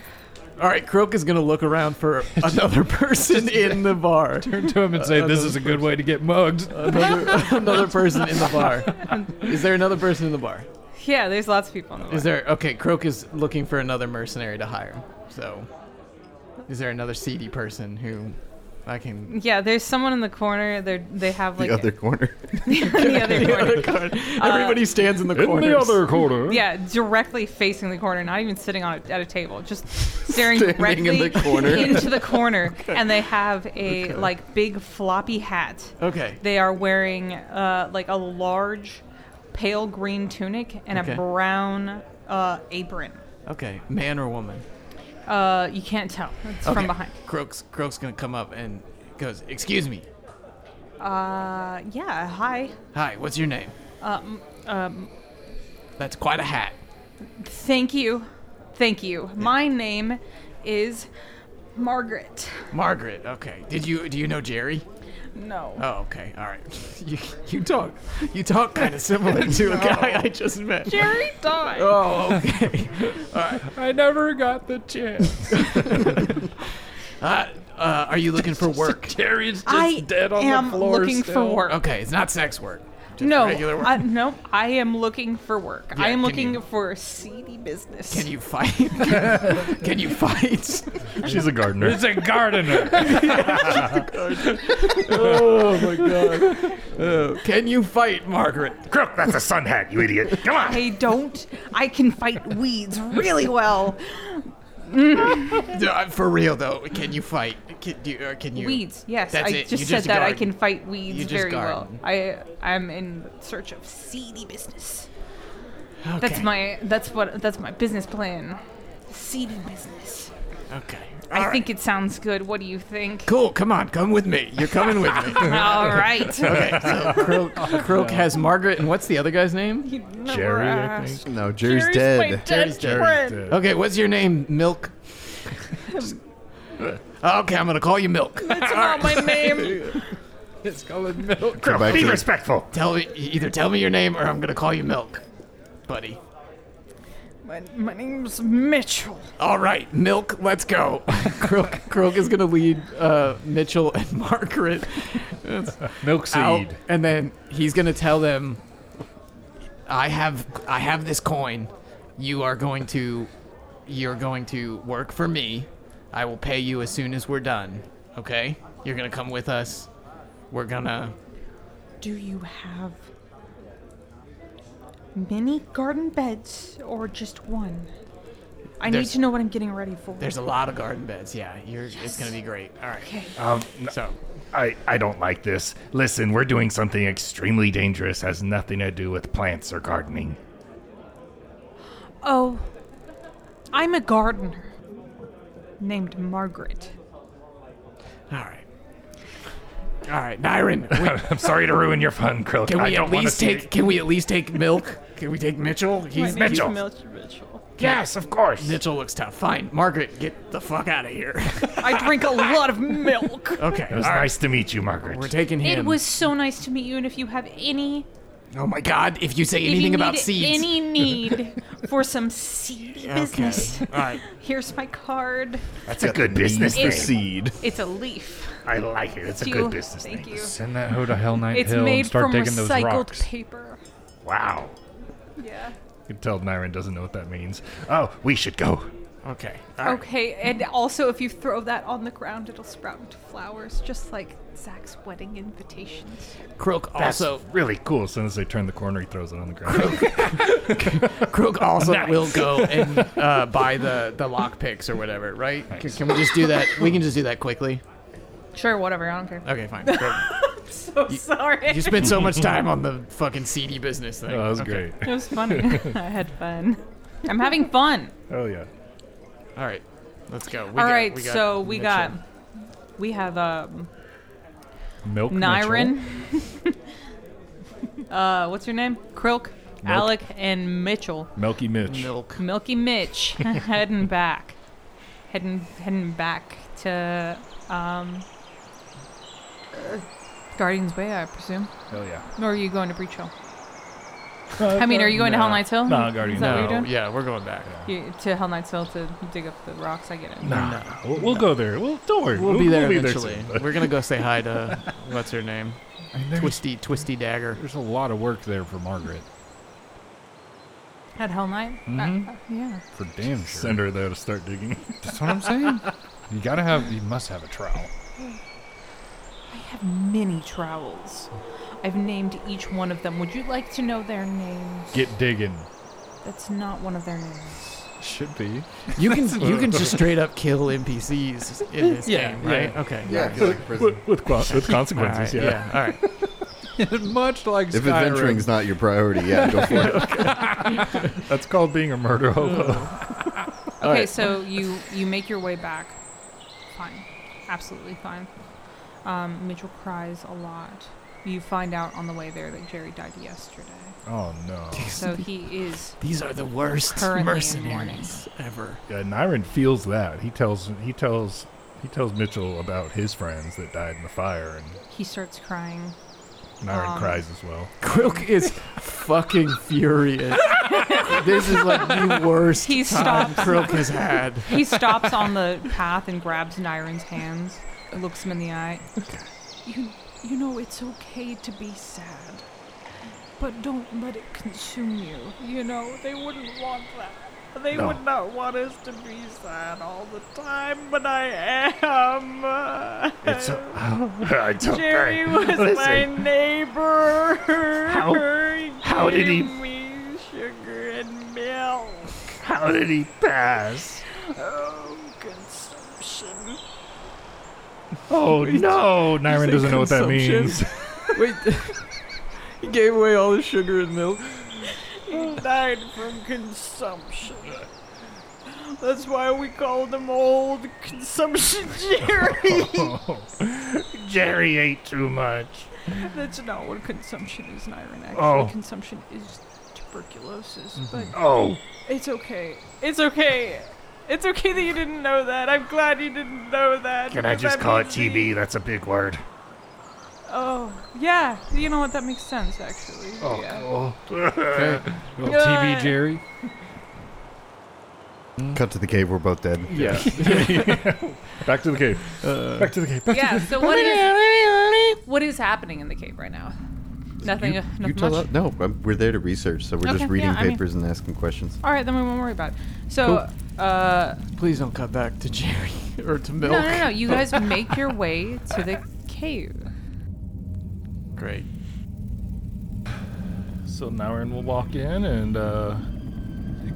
[SPEAKER 3] Alright, Croak is gonna look around <laughs> for another person in the bar.
[SPEAKER 5] Turn to him and say, "This is a good way to get
[SPEAKER 6] <laughs>
[SPEAKER 5] mugged."
[SPEAKER 3] Another, another person in the <laughs> bar. Is there another person in the bar?
[SPEAKER 4] <laughs> Yeah, there's lots of people in the
[SPEAKER 3] Is there okay? Croak is looking for another mercenary to hire. So, is there another seedy person who I can?
[SPEAKER 4] Yeah, there's someone in the corner. They they have
[SPEAKER 2] the
[SPEAKER 4] like
[SPEAKER 2] other corner. <laughs>
[SPEAKER 4] the other corner.
[SPEAKER 3] Everybody stands in the
[SPEAKER 5] In
[SPEAKER 3] corner.
[SPEAKER 5] the other <laughs> corner.
[SPEAKER 4] Yeah, directly facing the corner, not even sitting on a, at a table, just staring
[SPEAKER 2] Standing
[SPEAKER 4] directly
[SPEAKER 2] in the corner.
[SPEAKER 4] <laughs> into
[SPEAKER 2] <laughs>
[SPEAKER 4] the corner. And they have a like big floppy hat.
[SPEAKER 3] Okay.
[SPEAKER 4] They are wearing uh, like a large pale green tunic and
[SPEAKER 3] Okay.
[SPEAKER 4] a brown uh, apron.
[SPEAKER 3] Okay. Man or woman?
[SPEAKER 4] Uh, you can't tell. It's
[SPEAKER 3] Okay.
[SPEAKER 4] from behind.
[SPEAKER 3] Croak's Croak's gonna come up and goes, "Excuse me.
[SPEAKER 4] Uh, yeah. Hi.
[SPEAKER 3] Hi. What's your name?
[SPEAKER 4] Um, um,
[SPEAKER 3] That's quite a hat.
[SPEAKER 4] thank you. Thank you. My name is Margaret.
[SPEAKER 3] Margaret. Okay. Did you do you know Jerry?
[SPEAKER 4] No.
[SPEAKER 3] Oh, okay. All right. <laughs> You you talk you talk kind of similar <laughs> to a guy I just met. <laughs>
[SPEAKER 4] Jerry died.
[SPEAKER 3] Oh, okay. <laughs>
[SPEAKER 5] I never got the chance.
[SPEAKER 3] Uh, uh, are you looking for work?
[SPEAKER 5] Terry's just
[SPEAKER 4] I
[SPEAKER 5] dead on
[SPEAKER 4] am
[SPEAKER 5] the floor.
[SPEAKER 4] looking
[SPEAKER 5] still.
[SPEAKER 4] for work.
[SPEAKER 3] Okay, it's not sex work. Just
[SPEAKER 4] No,
[SPEAKER 3] regular work.
[SPEAKER 4] I, no, I am looking for work.
[SPEAKER 3] Yeah,
[SPEAKER 4] I am
[SPEAKER 3] can
[SPEAKER 4] looking
[SPEAKER 3] you-
[SPEAKER 4] for seedy business.
[SPEAKER 3] Can you fight? <laughs> Can you fight?
[SPEAKER 1] She's a gardener.
[SPEAKER 5] It's a gardener.
[SPEAKER 3] Can you fight, Margaret?
[SPEAKER 6] Crook, that's a sun hat, you idiot. Come on.
[SPEAKER 4] I don't. I can fight weeds really well.
[SPEAKER 3] No, I'm- for real though, can you fight? Can you? Or can you
[SPEAKER 4] Weeds, yes.
[SPEAKER 3] That's
[SPEAKER 4] I
[SPEAKER 3] it.
[SPEAKER 4] just
[SPEAKER 3] you
[SPEAKER 4] said
[SPEAKER 3] just
[SPEAKER 4] that I
[SPEAKER 3] guard.
[SPEAKER 4] can fight weeds
[SPEAKER 3] You just
[SPEAKER 4] very
[SPEAKER 3] garden.
[SPEAKER 4] well. I I'm in search of seedy business.
[SPEAKER 3] Okay.
[SPEAKER 4] That's my that's what that's my business plan. Seedy business.
[SPEAKER 3] Okay.
[SPEAKER 4] I
[SPEAKER 3] All
[SPEAKER 4] think
[SPEAKER 3] right.
[SPEAKER 4] it sounds good. What do you think?
[SPEAKER 3] <laughs> Cool. Come on, come with me. You're coming with me.
[SPEAKER 4] All right.
[SPEAKER 3] <laughs> Okay. So Croak, Croak has Margaret, and what's the other guy's name?
[SPEAKER 4] You never
[SPEAKER 1] Jerry, I
[SPEAKER 4] asked.
[SPEAKER 1] think.
[SPEAKER 2] No, Jerry's,
[SPEAKER 4] Jerry's
[SPEAKER 2] dead.
[SPEAKER 4] my dead
[SPEAKER 3] Jerry's dead.
[SPEAKER 4] friend.
[SPEAKER 3] Okay, what's your name? Milk. Just- uh, okay, I'm gonna call you Milk.
[SPEAKER 4] That's not my
[SPEAKER 3] <laughs>
[SPEAKER 4] name.
[SPEAKER 5] it's called milk.
[SPEAKER 6] Crook,
[SPEAKER 2] back
[SPEAKER 6] be
[SPEAKER 2] to the-
[SPEAKER 6] respectful.
[SPEAKER 3] Tell me e-, either tell me your name or I'm gonna call you Milk, buddy.
[SPEAKER 4] My, my name's Mitchell.
[SPEAKER 3] All right, Milk, let's <laughs> go. Croak, Croak is going to lead uh, Mitchell and <laughs> Margaret out,
[SPEAKER 5] Milkseed.
[SPEAKER 3] and then he's going to tell them, "I have, I have this coin. You are going to, you're going to work for me. I will pay you as soon as we're done. Okay? You're going to come with us. We're gonna.
[SPEAKER 4] Do you have many garden beds or just one? I
[SPEAKER 3] There's-
[SPEAKER 4] need to know what I'm getting ready for.
[SPEAKER 3] There's a lot of garden beds. Yeah, you're. It's going to be great. All right.
[SPEAKER 4] Okay.
[SPEAKER 6] Um, n-
[SPEAKER 3] So,
[SPEAKER 6] I, I don't like this. Listen, we're doing something extremely dangerous. Has nothing to do with plants or gardening.
[SPEAKER 4] Oh, I'm a gardener named Margaret.
[SPEAKER 3] all right. All right, Nyrin. We,
[SPEAKER 6] I'm sorry to ruin your fun, Crook.
[SPEAKER 3] Can
[SPEAKER 6] I
[SPEAKER 3] we
[SPEAKER 6] don't
[SPEAKER 3] at
[SPEAKER 6] wanna
[SPEAKER 3] least
[SPEAKER 6] see
[SPEAKER 3] take? Can we at least take milk? Can we take Mitchell? He's
[SPEAKER 6] Mitch- Mitchell.
[SPEAKER 7] Mitchell.
[SPEAKER 6] Yes, of course.
[SPEAKER 3] Mitchell looks tough. Fine, Margaret, get the fuck out of here.
[SPEAKER 7] I drink a lot of
[SPEAKER 3] <laughs>
[SPEAKER 7] milk.
[SPEAKER 3] okay,
[SPEAKER 6] It was
[SPEAKER 3] all right.
[SPEAKER 6] nice to meet you, Margaret.
[SPEAKER 3] We're taking him.
[SPEAKER 4] It was so nice to meet you, and if you have any
[SPEAKER 3] Oh my god! If you say
[SPEAKER 4] if you
[SPEAKER 3] anything about
[SPEAKER 4] need
[SPEAKER 3] seeds, <laughs>
[SPEAKER 4] any need for some seedy business,
[SPEAKER 3] all right.
[SPEAKER 4] <laughs> here's my card.
[SPEAKER 6] That's a good business
[SPEAKER 4] Ew.
[SPEAKER 6] name. <laughs>
[SPEAKER 2] Seed.
[SPEAKER 4] It's a leaf.
[SPEAKER 6] I like it. It's a
[SPEAKER 4] Thank
[SPEAKER 6] good
[SPEAKER 4] you.
[SPEAKER 6] business
[SPEAKER 4] Thank
[SPEAKER 6] name.
[SPEAKER 4] you.
[SPEAKER 5] Send that hoe to Hell Knight
[SPEAKER 4] It's
[SPEAKER 5] Hill
[SPEAKER 4] made
[SPEAKER 5] and start
[SPEAKER 4] from
[SPEAKER 5] digging those
[SPEAKER 4] recycled
[SPEAKER 5] rocks.
[SPEAKER 4] paper.
[SPEAKER 6] Wow.
[SPEAKER 4] Yeah.
[SPEAKER 6] You can tell Nyrin doesn't know what that means. Oh, we should go.
[SPEAKER 3] Okay. All right.
[SPEAKER 4] Okay, and also if you throw that on the ground, it'll sprout into flowers, just like Zach's wedding invitations.
[SPEAKER 3] Croak
[SPEAKER 6] That's
[SPEAKER 3] also
[SPEAKER 6] really cool. As soon as they turn the corner, he throws it on
[SPEAKER 4] <laughs>
[SPEAKER 6] the ground.
[SPEAKER 3] Crook also
[SPEAKER 6] Nice.
[SPEAKER 3] will go and uh, buy the the lock picks or whatever, right? C- Can, we just do that? We can just do that quickly.
[SPEAKER 4] Sure, whatever. I don't
[SPEAKER 7] Uh,
[SPEAKER 4] <laughs> care.
[SPEAKER 3] Okay, fine. Croak.
[SPEAKER 4] So sorry.
[SPEAKER 3] You spent so much time on the fucking seedy business thing.
[SPEAKER 5] Oh, that was
[SPEAKER 3] Okay.
[SPEAKER 5] great.
[SPEAKER 4] <laughs>
[SPEAKER 5] <laughs>
[SPEAKER 4] It was funny. <laughs> I had fun. I'm having fun.
[SPEAKER 5] Oh yeah.
[SPEAKER 3] All right, let's go. We
[SPEAKER 4] All
[SPEAKER 3] got-
[SPEAKER 4] right,
[SPEAKER 3] we got
[SPEAKER 4] so we
[SPEAKER 3] Mitchell.
[SPEAKER 4] got we have um
[SPEAKER 5] Milk
[SPEAKER 4] Nyrin. uh what's your name? Krilk, Alec, and Mitchell.
[SPEAKER 5] Mitchell. Milky Mitch.
[SPEAKER 3] milk.
[SPEAKER 4] Milky Mitch <laughs> heading back. Heading heading back to um uh, Guardian's Way, I presume.
[SPEAKER 3] Oh,
[SPEAKER 5] Hell yeah.
[SPEAKER 4] Or are you going to Breach Hill?
[SPEAKER 1] Uh,
[SPEAKER 4] I mean, are you going to Hell Knight's Hill?
[SPEAKER 5] No, Guardian.
[SPEAKER 4] Is that what
[SPEAKER 5] No.
[SPEAKER 4] you're doing?
[SPEAKER 3] Yeah, we're going back.
[SPEAKER 4] You, to Hell Knight's Hill to dig up the rocks. I get it.
[SPEAKER 6] nah, we'll, we'll go there. We'll don't worry.
[SPEAKER 3] We'll, be there
[SPEAKER 6] we'll
[SPEAKER 3] eventually.
[SPEAKER 6] soon.
[SPEAKER 3] we're gonna go say hi to what's her name,
[SPEAKER 5] I mean, there's,
[SPEAKER 3] Twisty Twisty Dagger.
[SPEAKER 5] there's a lot of work there for Margaret.
[SPEAKER 4] At Hell Knight?
[SPEAKER 5] Mhm.
[SPEAKER 3] Mm-hmm.
[SPEAKER 4] Uh, uh, yeah.
[SPEAKER 5] For damn sure.
[SPEAKER 6] Send her there to start digging. <laughs>
[SPEAKER 5] That's what I'm saying. You gotta have. You must have a trowel.
[SPEAKER 4] I have many trowels. I've named each one of them. Would you like to know their names?
[SPEAKER 5] Get digging.
[SPEAKER 4] That's not one of their names.
[SPEAKER 5] Should be.
[SPEAKER 3] You can you can just straight up kill NPCs in this
[SPEAKER 5] Yeah,
[SPEAKER 3] game, right?
[SPEAKER 5] yeah.
[SPEAKER 3] Okay.
[SPEAKER 2] <laughs> Yeah, 'cause, <laughs> like prison.
[SPEAKER 5] With with, qua- <laughs> with
[SPEAKER 3] All right.
[SPEAKER 5] consequences. yeah.
[SPEAKER 3] yeah. All right.
[SPEAKER 5] Much like
[SPEAKER 2] If
[SPEAKER 5] Skyrim.
[SPEAKER 2] adventuring's not your priority, yeah, <laughs> go for it.
[SPEAKER 5] That's called being a murder hobo.
[SPEAKER 4] Okay, so you you make your way back. Fine, absolutely fine. Um, Mitchell cries a lot. You find out on the way there that Jerry died yesterday,
[SPEAKER 5] Oh no.
[SPEAKER 4] so he is.
[SPEAKER 3] These are the worst
[SPEAKER 4] Currently in
[SPEAKER 3] mercenaries ever.
[SPEAKER 6] Yeah, Nyrin feels that. He tells he tells he tells Mitchell about his friends that died in the fire, and
[SPEAKER 4] He starts crying.
[SPEAKER 6] Nyrin
[SPEAKER 4] Um.
[SPEAKER 6] cries as well.
[SPEAKER 3] Crook is fucking furious. this is like the worst
[SPEAKER 4] He
[SPEAKER 3] time
[SPEAKER 4] stops.
[SPEAKER 3] Crook has had.
[SPEAKER 4] He stops on the path and grabs Nyron's hands, looks him in the eye. You, you know, it's okay to be sad, but don't let it consume you. You know, they wouldn't want that. They
[SPEAKER 6] No.
[SPEAKER 4] would not want us to be sad all the time, but I am.
[SPEAKER 6] It's a, I don't-
[SPEAKER 4] Jerry was my
[SPEAKER 6] Listen,
[SPEAKER 4] neighbor.
[SPEAKER 6] How-
[SPEAKER 4] He
[SPEAKER 6] how did he-
[SPEAKER 4] gave Me sugar and milk.
[SPEAKER 6] how did he pass?
[SPEAKER 4] Oh, consumption.
[SPEAKER 6] Oh no, Nyrin
[SPEAKER 3] say
[SPEAKER 6] doesn't know what that
[SPEAKER 3] consumption?
[SPEAKER 6] means.
[SPEAKER 3] <laughs> Wait, he gave away all the sugar and milk.
[SPEAKER 7] He died from consumption. That's why we called him old consumption
[SPEAKER 4] <laughs>
[SPEAKER 7] Jerry.
[SPEAKER 6] Jerry ate too much.
[SPEAKER 7] That's not what consumption is, Niren. Actually,
[SPEAKER 6] Oh.
[SPEAKER 7] consumption is tuberculosis.
[SPEAKER 6] Oh,
[SPEAKER 7] But it's okay. It's okay. It's okay that you didn't know that. I'm glad you didn't know that.
[SPEAKER 6] can I
[SPEAKER 7] because
[SPEAKER 6] just
[SPEAKER 7] that
[SPEAKER 6] call it
[SPEAKER 7] means that
[SPEAKER 6] TB? That's a big word.
[SPEAKER 7] Oh, yeah. You know what? That makes sense, actually.
[SPEAKER 6] Oh,
[SPEAKER 7] yeah.
[SPEAKER 6] cool.
[SPEAKER 5] Little TV Jerry.
[SPEAKER 2] Cut to the cave, we're both dead.
[SPEAKER 5] Yeah.
[SPEAKER 6] Back to the cave. Back to the cave.
[SPEAKER 4] Yeah. So what is what is happening in the cave right now? Nothing.
[SPEAKER 2] You,
[SPEAKER 4] nothing
[SPEAKER 2] you tell
[SPEAKER 4] much.
[SPEAKER 2] us. No, um, we're there to research, so we're
[SPEAKER 4] Okay,
[SPEAKER 2] just reading
[SPEAKER 4] yeah, I mean-
[SPEAKER 2] papers and asking questions.
[SPEAKER 4] All right, then we won't worry about it. So, uh,
[SPEAKER 3] Please don't cut back to Jerry <laughs> or to milk.
[SPEAKER 4] no, no, no. You guys make
[SPEAKER 6] <laughs>
[SPEAKER 4] your way to the cave.
[SPEAKER 3] Great.
[SPEAKER 5] So Nyrin will walk in, and uh,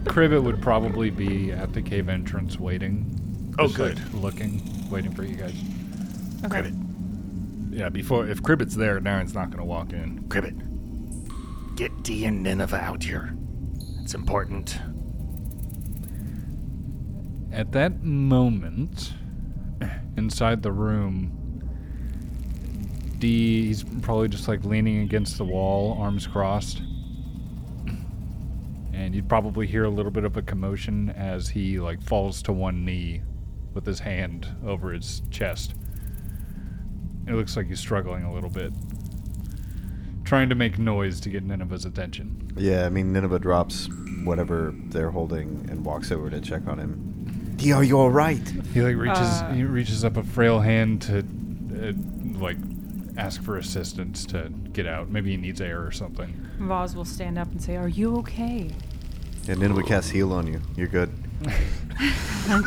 [SPEAKER 5] Cribbit would probably be at the cave entrance waiting.
[SPEAKER 6] Oh,
[SPEAKER 5] Just, like, looking, waiting for you guys.
[SPEAKER 4] Okay.
[SPEAKER 6] Yeah, before if Cribbit's there, Naren's not gonna walk in. Cribbit, get D and Nineveh out here. It's important.
[SPEAKER 5] At that moment, inside the room, D he's probably just like leaning against the wall, arms crossed. and you'd probably hear a little bit of a commotion as he like falls to one knee with his hand over his chest. It looks like he's struggling a little bit, trying to make noise to get Nineveh's attention.
[SPEAKER 2] Yeah, I mean, Nineveh drops whatever they're holding and walks over to check on him. D, are you all right?
[SPEAKER 5] He like reaches
[SPEAKER 7] Uh.
[SPEAKER 5] he reaches up a frail hand to uh, like ask for assistance to get out. Maybe he needs air or something.
[SPEAKER 4] Voz will stand up and say, Are you okay?
[SPEAKER 2] And Nineveh casts heal on you. You're good.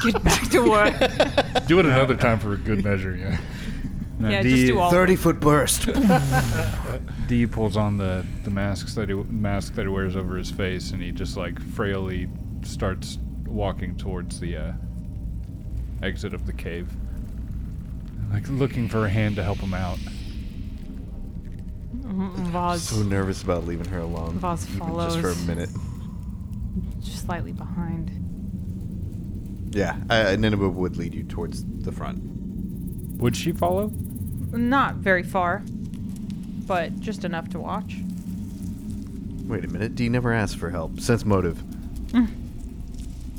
[SPEAKER 4] Get back to
[SPEAKER 6] <laughs>
[SPEAKER 4] work.
[SPEAKER 5] Do it <laughs> another time for a good measure, <laughs> yeah.
[SPEAKER 4] Yeah, just do all of it.
[SPEAKER 2] foot burst.
[SPEAKER 5] D pulls on the, the masks that he mask that he wears over his face, and he just like frailly starts walking towards the uh, exit of the cave, like looking for a hand to help him out.
[SPEAKER 2] so
[SPEAKER 4] Voz
[SPEAKER 2] nervous about leaving her alone.
[SPEAKER 4] Voss
[SPEAKER 2] even Just for
[SPEAKER 4] follows.
[SPEAKER 2] a minute.
[SPEAKER 4] just slightly behind.
[SPEAKER 2] Yeah, uh, Nineveh would lead you towards the front.
[SPEAKER 5] Would she follow?
[SPEAKER 4] Not very far, but just enough to watch.
[SPEAKER 2] Wait a minute. D never asked for help. Sense motive.
[SPEAKER 4] Mm.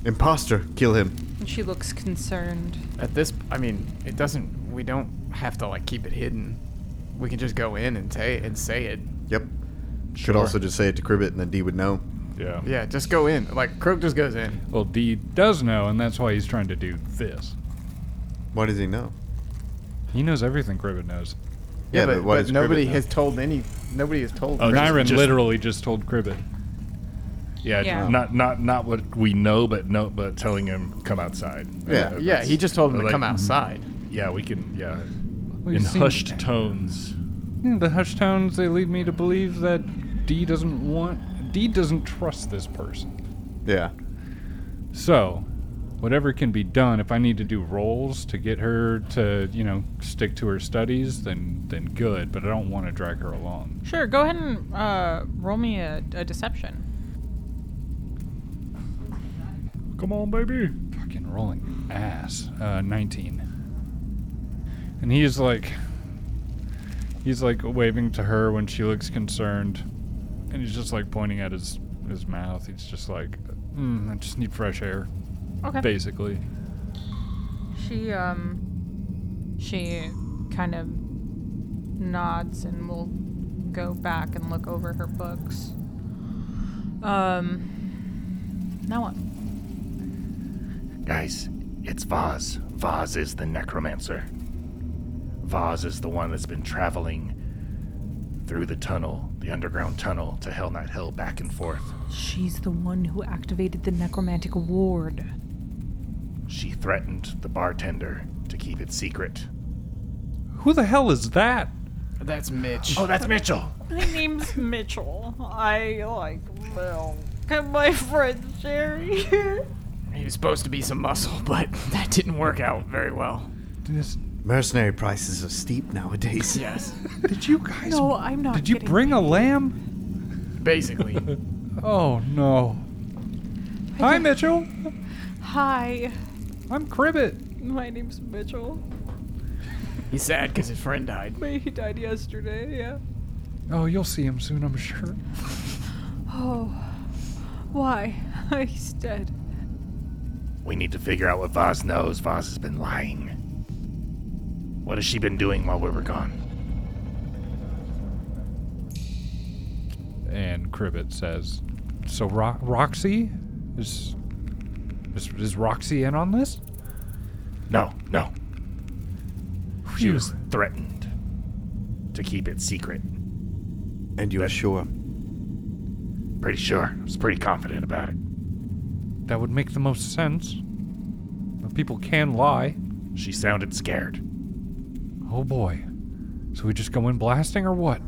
[SPEAKER 2] Imposter. Kill him.
[SPEAKER 4] And she looks concerned.
[SPEAKER 3] At this, I mean, it doesn't. We don't have to like keep it hidden. We can just go in and say and say it.
[SPEAKER 2] Yep. Could also just say it to Cribbit and then D would know.
[SPEAKER 5] Yeah.
[SPEAKER 3] Yeah, just go in. Like Croak just goes in.
[SPEAKER 5] Well, D does know, and that's why he's trying to do this.
[SPEAKER 2] Why does he know?
[SPEAKER 5] He knows everything Cribbit knows.
[SPEAKER 2] Yeah,
[SPEAKER 3] but,
[SPEAKER 2] but why does Cribbit
[SPEAKER 3] nobody
[SPEAKER 2] know?
[SPEAKER 3] has told any. Nobody has told.
[SPEAKER 5] Oh,
[SPEAKER 3] Croak.
[SPEAKER 5] Nyrin
[SPEAKER 1] just-
[SPEAKER 5] literally just told Cribbit.
[SPEAKER 1] Yeah,
[SPEAKER 4] Yeah.
[SPEAKER 1] not not not what we know, but no, but telling him come outside.
[SPEAKER 2] Yeah.
[SPEAKER 1] Uh,
[SPEAKER 3] Yeah, he just told him to
[SPEAKER 1] like-
[SPEAKER 3] come outside.
[SPEAKER 1] yeah, we can. Yeah,
[SPEAKER 5] We've
[SPEAKER 1] in
[SPEAKER 5] seen-
[SPEAKER 1] hushed tones.
[SPEAKER 5] Yeah, the hush tones they lead me to believe that D doesn't want D doesn't trust this person.
[SPEAKER 2] Yeah.
[SPEAKER 5] So, whatever can be done, if I need to do rolls to get her to, you know, stick to her studies, then then good, but I don't want to drag her along.
[SPEAKER 4] Sure, go ahead and uh, roll me a, a deception.
[SPEAKER 5] Come on, baby. Fucking rolling ass. Uh 19. And he's like he's like waving to her when she looks concerned. And he's just like pointing at his his mouth. He's just like, mm, I just need fresh air,
[SPEAKER 4] Okay.
[SPEAKER 5] basically.
[SPEAKER 4] She um she kind of nods and will go back and look over her books. Um now what?
[SPEAKER 6] Guys, it's Vaz. Vaz is the necromancer. Vaz is the one that's been traveling through the tunnel, the underground tunnel to Hell Not Hell, back and forth.
[SPEAKER 4] She's the one who activated the necromantic ward.
[SPEAKER 6] She threatened the bartender to keep it secret.
[SPEAKER 5] Who the hell is that?
[SPEAKER 3] That's Mitch.
[SPEAKER 6] Oh, that's Mitchell.
[SPEAKER 7] My name's Mitchell. I like milk. Can my friend Sherry here?
[SPEAKER 3] He was supposed to be some muscle, but <laughs> that didn't work out very well.
[SPEAKER 5] This,
[SPEAKER 2] Mercenary prices are steep nowadays.
[SPEAKER 3] Yes,
[SPEAKER 5] did you guys?
[SPEAKER 4] No, I'm not.
[SPEAKER 5] did you
[SPEAKER 4] kidding.
[SPEAKER 5] bring a lamb?
[SPEAKER 3] basically.
[SPEAKER 5] Oh no. Hi, Mitchell.
[SPEAKER 4] Hi.
[SPEAKER 5] I'm Cribbit.
[SPEAKER 7] My name's Mitchell.
[SPEAKER 3] <laughs> He's sad because his friend died.
[SPEAKER 7] Wait, he died yesterday, yeah.
[SPEAKER 5] Oh, you'll see him soon, I'm sure.
[SPEAKER 4] Oh.
[SPEAKER 7] <laughs>
[SPEAKER 4] Why? He's dead.
[SPEAKER 6] We need to figure out what Vaz knows. Vaz has been lying. What has she been doing while we were gone?
[SPEAKER 5] And Cribbit says, "So Ro- Roxy is, is is Roxy in on this?
[SPEAKER 6] No, no. She
[SPEAKER 5] Phew.
[SPEAKER 6] was threatened to keep it secret.
[SPEAKER 2] And you are sure?
[SPEAKER 6] Pretty sure. I was pretty confident about it.
[SPEAKER 5] That would make the most sense. But people can lie.
[SPEAKER 6] She sounded scared.
[SPEAKER 5] Oh boy. So we just go in blasting or what?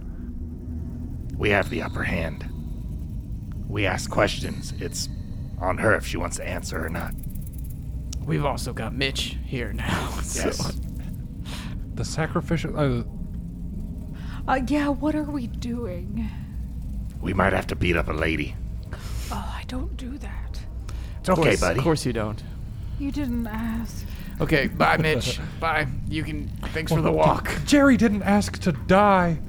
[SPEAKER 6] We have the upper hand. We ask questions. It's on her if she wants to answer or not.
[SPEAKER 3] We've also got Mitch here <laughs> now. so-
[SPEAKER 6] Yes.
[SPEAKER 5] The sacrificial. Uh,
[SPEAKER 4] Uh, yeah, what are we doing?
[SPEAKER 6] We might have to beat up a lady.
[SPEAKER 4] Oh, I don't do that.
[SPEAKER 6] It's okay,
[SPEAKER 3] course-
[SPEAKER 6] buddy.
[SPEAKER 3] Of course you don't.
[SPEAKER 4] You didn't ask.
[SPEAKER 3] Okay, bye, <laughs> Mitch. bye. You can. Thanks for the <laughs> walk.
[SPEAKER 5] Jerry didn't ask to die.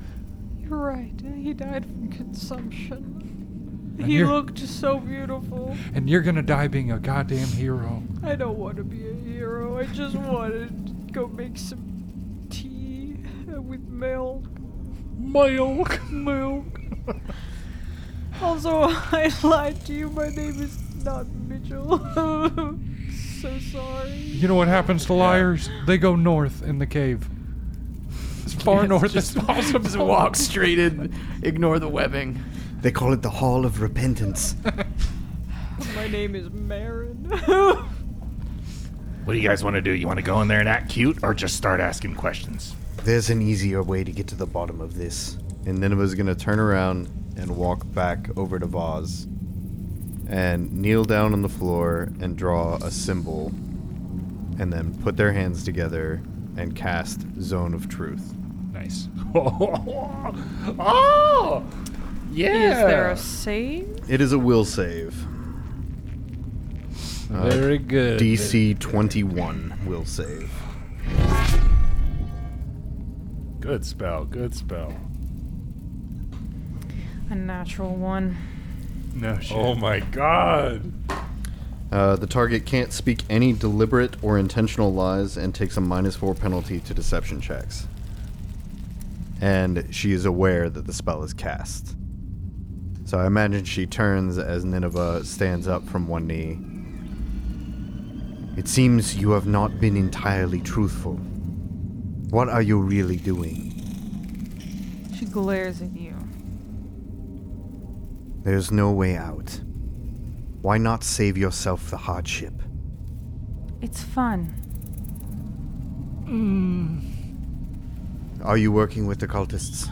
[SPEAKER 4] You're right. He died from consumption.
[SPEAKER 7] He
[SPEAKER 5] you're-
[SPEAKER 7] looked so beautiful.
[SPEAKER 5] And you're gonna die being a goddamn hero.
[SPEAKER 7] I don't want to be a hero. I just want to go make some tea with milk. Milk. Milk. also, I lied to you. My name is not Mitchell. <laughs> so sorry.
[SPEAKER 5] You know what happens to liars? They go north in the cave. As far north as possible.
[SPEAKER 3] Just walk straight in, ignore the webbing.
[SPEAKER 2] They call it the Hall of Repentance.
[SPEAKER 7] My name is Marin.
[SPEAKER 6] What do you guys want to do? You want to go in there and act cute or just start asking questions?
[SPEAKER 2] There's an easier way to get to the bottom of this. And Nineveh's gonna turn around and walk back over to Vaz and kneel down on the floor and draw a symbol and then put their hands together and cast Zone of Truth.
[SPEAKER 6] <laughs>
[SPEAKER 5] Nice.
[SPEAKER 1] <laughs> oh, yeah.
[SPEAKER 4] Is there a save?
[SPEAKER 2] It is a will save. Uh,
[SPEAKER 5] Very good.
[SPEAKER 2] DC 21 will save.
[SPEAKER 1] good spell? Good spell.
[SPEAKER 4] A natural one.
[SPEAKER 5] No shit.
[SPEAKER 1] Oh my god.
[SPEAKER 2] Uh, the target can't speak any deliberate or intentional lies and takes a minus four penalty to deception checks. And she is aware that the spell is cast. So I imagine she turns as Nineveh stands up from one knee. It seems you have not been entirely truthful. What are you really doing?
[SPEAKER 4] She glares at you.
[SPEAKER 2] There's no way out. Why not save yourself the hardship?
[SPEAKER 4] It's fun.
[SPEAKER 2] Are you working with the cultists?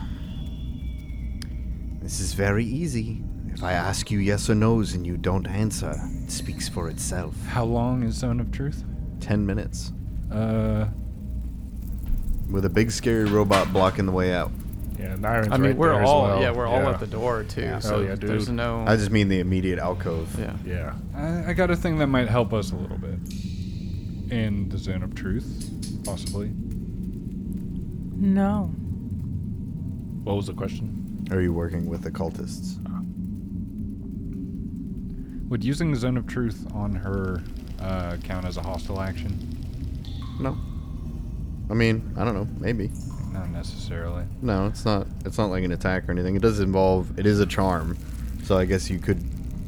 [SPEAKER 2] This is very easy. If I ask you yes or no's and you don't answer, it speaks for itself.
[SPEAKER 5] How long is Zone of Truth?
[SPEAKER 2] Ten minutes.
[SPEAKER 5] Uh,
[SPEAKER 2] With a big scary robot blocking the way out.
[SPEAKER 1] Yeah, Niren's
[SPEAKER 3] I mean,
[SPEAKER 1] right
[SPEAKER 3] we're
[SPEAKER 1] there as
[SPEAKER 3] all
[SPEAKER 1] well.
[SPEAKER 3] yeah, we're all
[SPEAKER 1] Yeah.
[SPEAKER 3] at the door too.
[SPEAKER 2] Yeah.
[SPEAKER 3] So
[SPEAKER 1] Oh, yeah, dude.
[SPEAKER 3] there's no
[SPEAKER 2] I just mean the immediate alcove.
[SPEAKER 3] yeah.
[SPEAKER 1] Yeah.
[SPEAKER 5] I, I got a thing that might help us a little bit. In the Zone of Truth, possibly.
[SPEAKER 4] No.
[SPEAKER 1] What was the question?
[SPEAKER 2] Are you working with the cultists?
[SPEAKER 5] Would using the Zone of Truth on her uh, count as a hostile action?
[SPEAKER 2] No. I mean, I don't know, maybe.
[SPEAKER 5] Not necessarily.
[SPEAKER 2] No, it's not it's not like an attack or anything. It does involve it is a charm. So I guess you could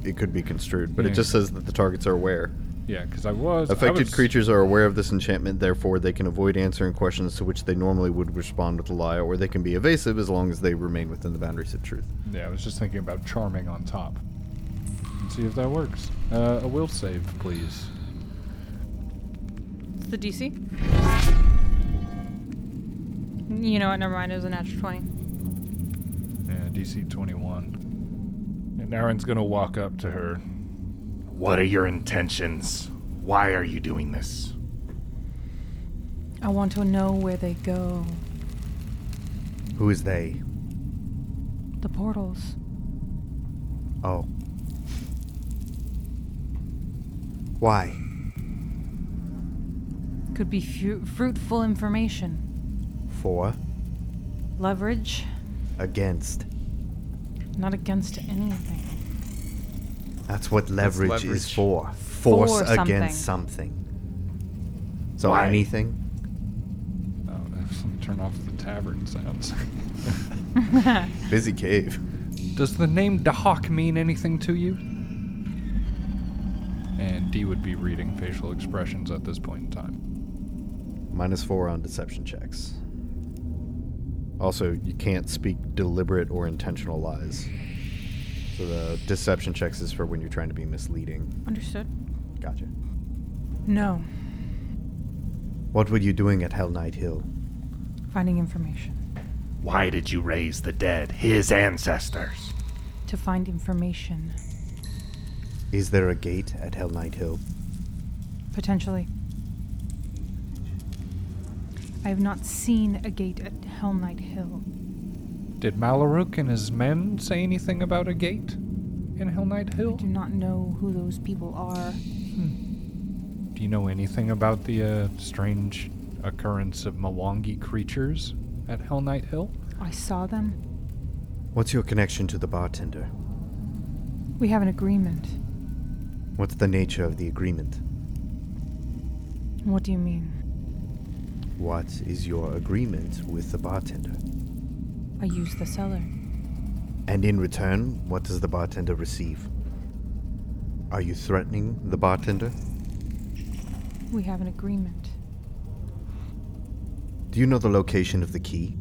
[SPEAKER 2] it could be construed, but
[SPEAKER 5] Yeah.
[SPEAKER 2] it just says that the targets are aware.
[SPEAKER 5] Yeah, because I was I
[SPEAKER 2] Affected
[SPEAKER 5] was-
[SPEAKER 2] creatures are aware of this enchantment, therefore they can avoid answering questions to which they normally would respond with a lie, or they can be evasive as long as they remain within the boundaries of truth.
[SPEAKER 5] Yeah, I was just thinking about charming on top. Let's see if that works. Uh, a will save, please.
[SPEAKER 4] It's the DC. You know what? Never mind. It was a natural 20.
[SPEAKER 5] Yeah, DC 21.
[SPEAKER 1] And Niren's gonna walk up to her.
[SPEAKER 6] What are your intentions? Why are you doing this?
[SPEAKER 4] I want to know where they go.
[SPEAKER 2] Who is they?
[SPEAKER 4] The portals.
[SPEAKER 2] Oh. Why?
[SPEAKER 4] Could be fu- fruitful information.
[SPEAKER 2] For?
[SPEAKER 4] Leverage.
[SPEAKER 2] Against.
[SPEAKER 4] Not against anything.
[SPEAKER 2] That's what leverage, is
[SPEAKER 3] leverage.
[SPEAKER 2] for. Force
[SPEAKER 4] For
[SPEAKER 2] against something. So
[SPEAKER 6] Why?
[SPEAKER 2] anything?
[SPEAKER 5] Oh, <laughs> turn off the tavern sounds. <laughs>
[SPEAKER 2] Busy cave.
[SPEAKER 5] Does the name Dahawk mean anything to you? And D would be reading facial expressions at this point in time.
[SPEAKER 2] Minus four on deception checks. Also, you can't speak deliberate or intentional lies. So the deception checks is for when you're trying to be misleading.
[SPEAKER 4] Understood?
[SPEAKER 2] Gotcha.
[SPEAKER 4] No.
[SPEAKER 2] What were you doing at Hell Knight Hill?
[SPEAKER 4] Finding information.
[SPEAKER 6] Why did you raise the dead, his ancestors?
[SPEAKER 4] To find information.
[SPEAKER 2] Is there a gate at Hell Knight Hill?
[SPEAKER 4] Potentially. I have not seen a gate at Hell Knight Hill.
[SPEAKER 5] Did Malaruk and his men say anything about a gate in Hell Knight Hill?
[SPEAKER 4] Do not know who those people are.
[SPEAKER 5] Do you know anything about the uh, strange occurrence of Mwangi creatures at Hell Knight Hill?
[SPEAKER 4] I saw them.
[SPEAKER 2] What's your connection to the bartender?
[SPEAKER 4] We have an agreement.
[SPEAKER 2] What's the nature of the agreement?
[SPEAKER 4] What do you mean?
[SPEAKER 2] What is your agreement with the bartender?
[SPEAKER 4] I use the cellar.
[SPEAKER 2] And in return, what does the bartender receive? Are you threatening the bartender?
[SPEAKER 4] We have an agreement.
[SPEAKER 2] Do you know the location of the key?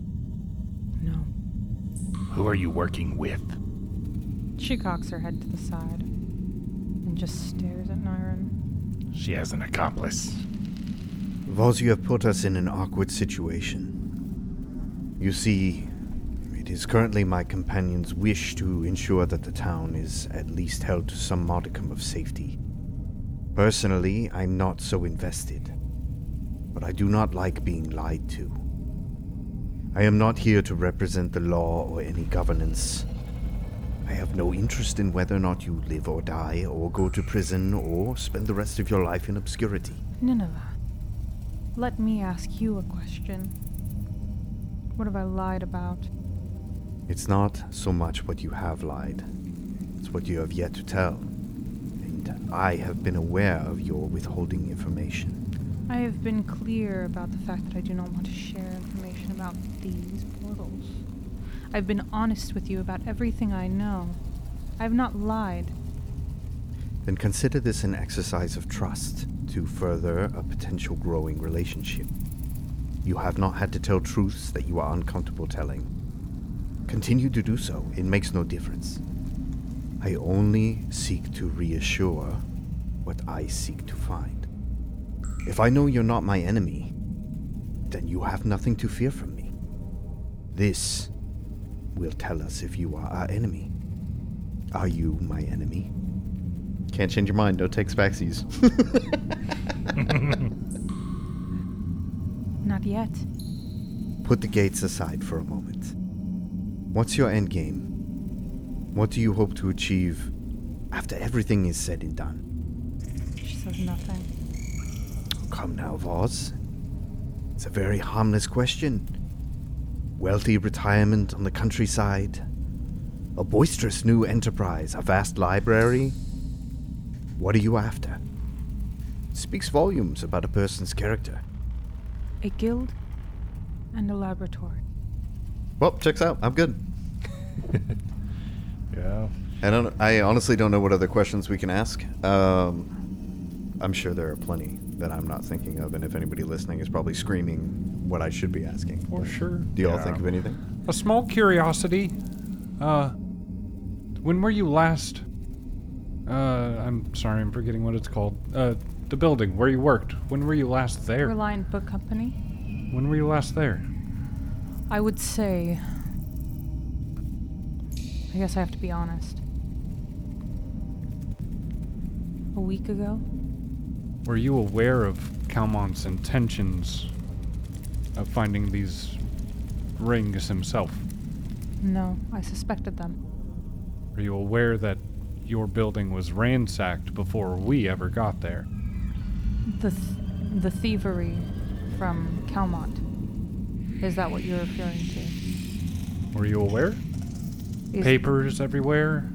[SPEAKER 4] No.
[SPEAKER 6] Who are you working with?
[SPEAKER 4] She cocks her head to the side and just stares at Nyrin.
[SPEAKER 6] She has an accomplice.
[SPEAKER 2] Voz, you have put us in an awkward situation. You see, it is currently my companion's wish to ensure that the town is at least held to some modicum of safety. Personally, I'm not so invested, but I do not like being lied to. I am not here to represent the law or any governance. I have no interest in whether or not you live or die, or go to prison, or spend the rest of your life in obscurity.
[SPEAKER 4] Nineveh, let me ask you a question. What have I lied about?
[SPEAKER 2] It's not so much what you have lied, it's what you have yet to tell. And I have been aware of your withholding information.
[SPEAKER 4] I have been clear about the fact that I do not want to share information about these portals. I've been honest with you about everything I know. I have not lied.
[SPEAKER 2] Then consider this an exercise of trust to further a potential growing relationship. You have not had to tell truths that you are uncomfortable telling. Continue to do so, it makes no difference. I only seek to reassure what I seek to find. If I know you're not my enemy, then you have nothing to fear from me. This will tell us if you are our enemy. Are you my enemy? Can't change your mind. No takes backsies.
[SPEAKER 4] Not yet.
[SPEAKER 2] Put the gates aside for a moment. What's your end game? What do you hope to achieve after everything is said and done?
[SPEAKER 4] She says nothing.
[SPEAKER 2] Come now, Voz. It's a very harmless question. Wealthy retirement on the countryside, a boisterous new enterprise, a vast library. What are you after? Speaks volumes about a person's character.
[SPEAKER 4] A guild and a laboratory.
[SPEAKER 2] Well, checks out. I'm good.
[SPEAKER 5] Yeah.
[SPEAKER 2] I don't. I honestly don't know what other questions we can ask. Um, I'm sure there are plenty that I'm not thinking of, and if anybody listening is probably screaming what I should be asking.
[SPEAKER 5] For sure.
[SPEAKER 2] Do y'all
[SPEAKER 5] Yeah.
[SPEAKER 2] think of anything?
[SPEAKER 5] A small curiosity. Uh, when were you last? Uh, I'm sorry, I'm forgetting what it's called. Uh, the building where you worked. When were you last there?
[SPEAKER 4] Reliant Book Company.
[SPEAKER 5] When were you last there?
[SPEAKER 4] I would say. I guess I have to be honest. A week ago?
[SPEAKER 5] Were you aware of Calmont's intentions of finding these rings himself?
[SPEAKER 4] No, I suspected them.
[SPEAKER 5] Are you aware that your building was ransacked before we ever got there?
[SPEAKER 4] The, th- the thievery from Calmont. Is that what you're referring to?
[SPEAKER 5] Were you aware?
[SPEAKER 4] Is
[SPEAKER 5] Papers everywhere?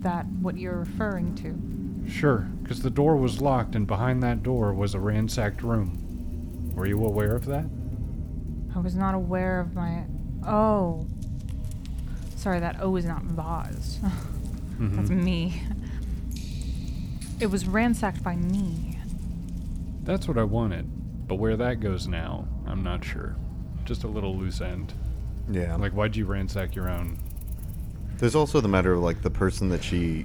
[SPEAKER 4] that what you're referring to?
[SPEAKER 5] Sure, because the door was locked and behind that door was a ransacked room. Were you aware of that?
[SPEAKER 4] I was not aware of my. Oh. Sorry, that O is not Vaz. <laughs> That's me. It was ransacked by me.
[SPEAKER 5] That's what I wanted. But where that goes now, I'm not sure. Just a little loose end.
[SPEAKER 2] Yeah.
[SPEAKER 5] Like, why'd you ransack your own?
[SPEAKER 2] There's also the matter of like the person that she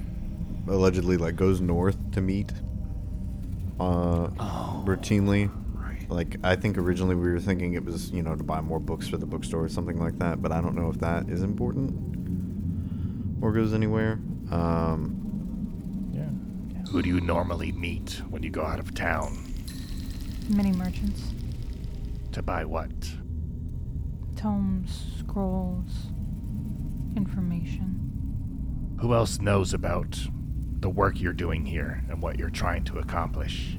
[SPEAKER 2] allegedly like goes north to meet uh routinely. Right. Like I think originally we were thinking it was, you know, to buy more books for the bookstore or something like that, but I don't know if that is important or goes anywhere. Um
[SPEAKER 1] Yeah.
[SPEAKER 6] Who do you normally meet when you go out of town?
[SPEAKER 4] Many merchants.
[SPEAKER 6] To buy what?
[SPEAKER 4] Tomes, scrolls, information.
[SPEAKER 6] Who else knows about the work you're doing here and what you're trying to accomplish?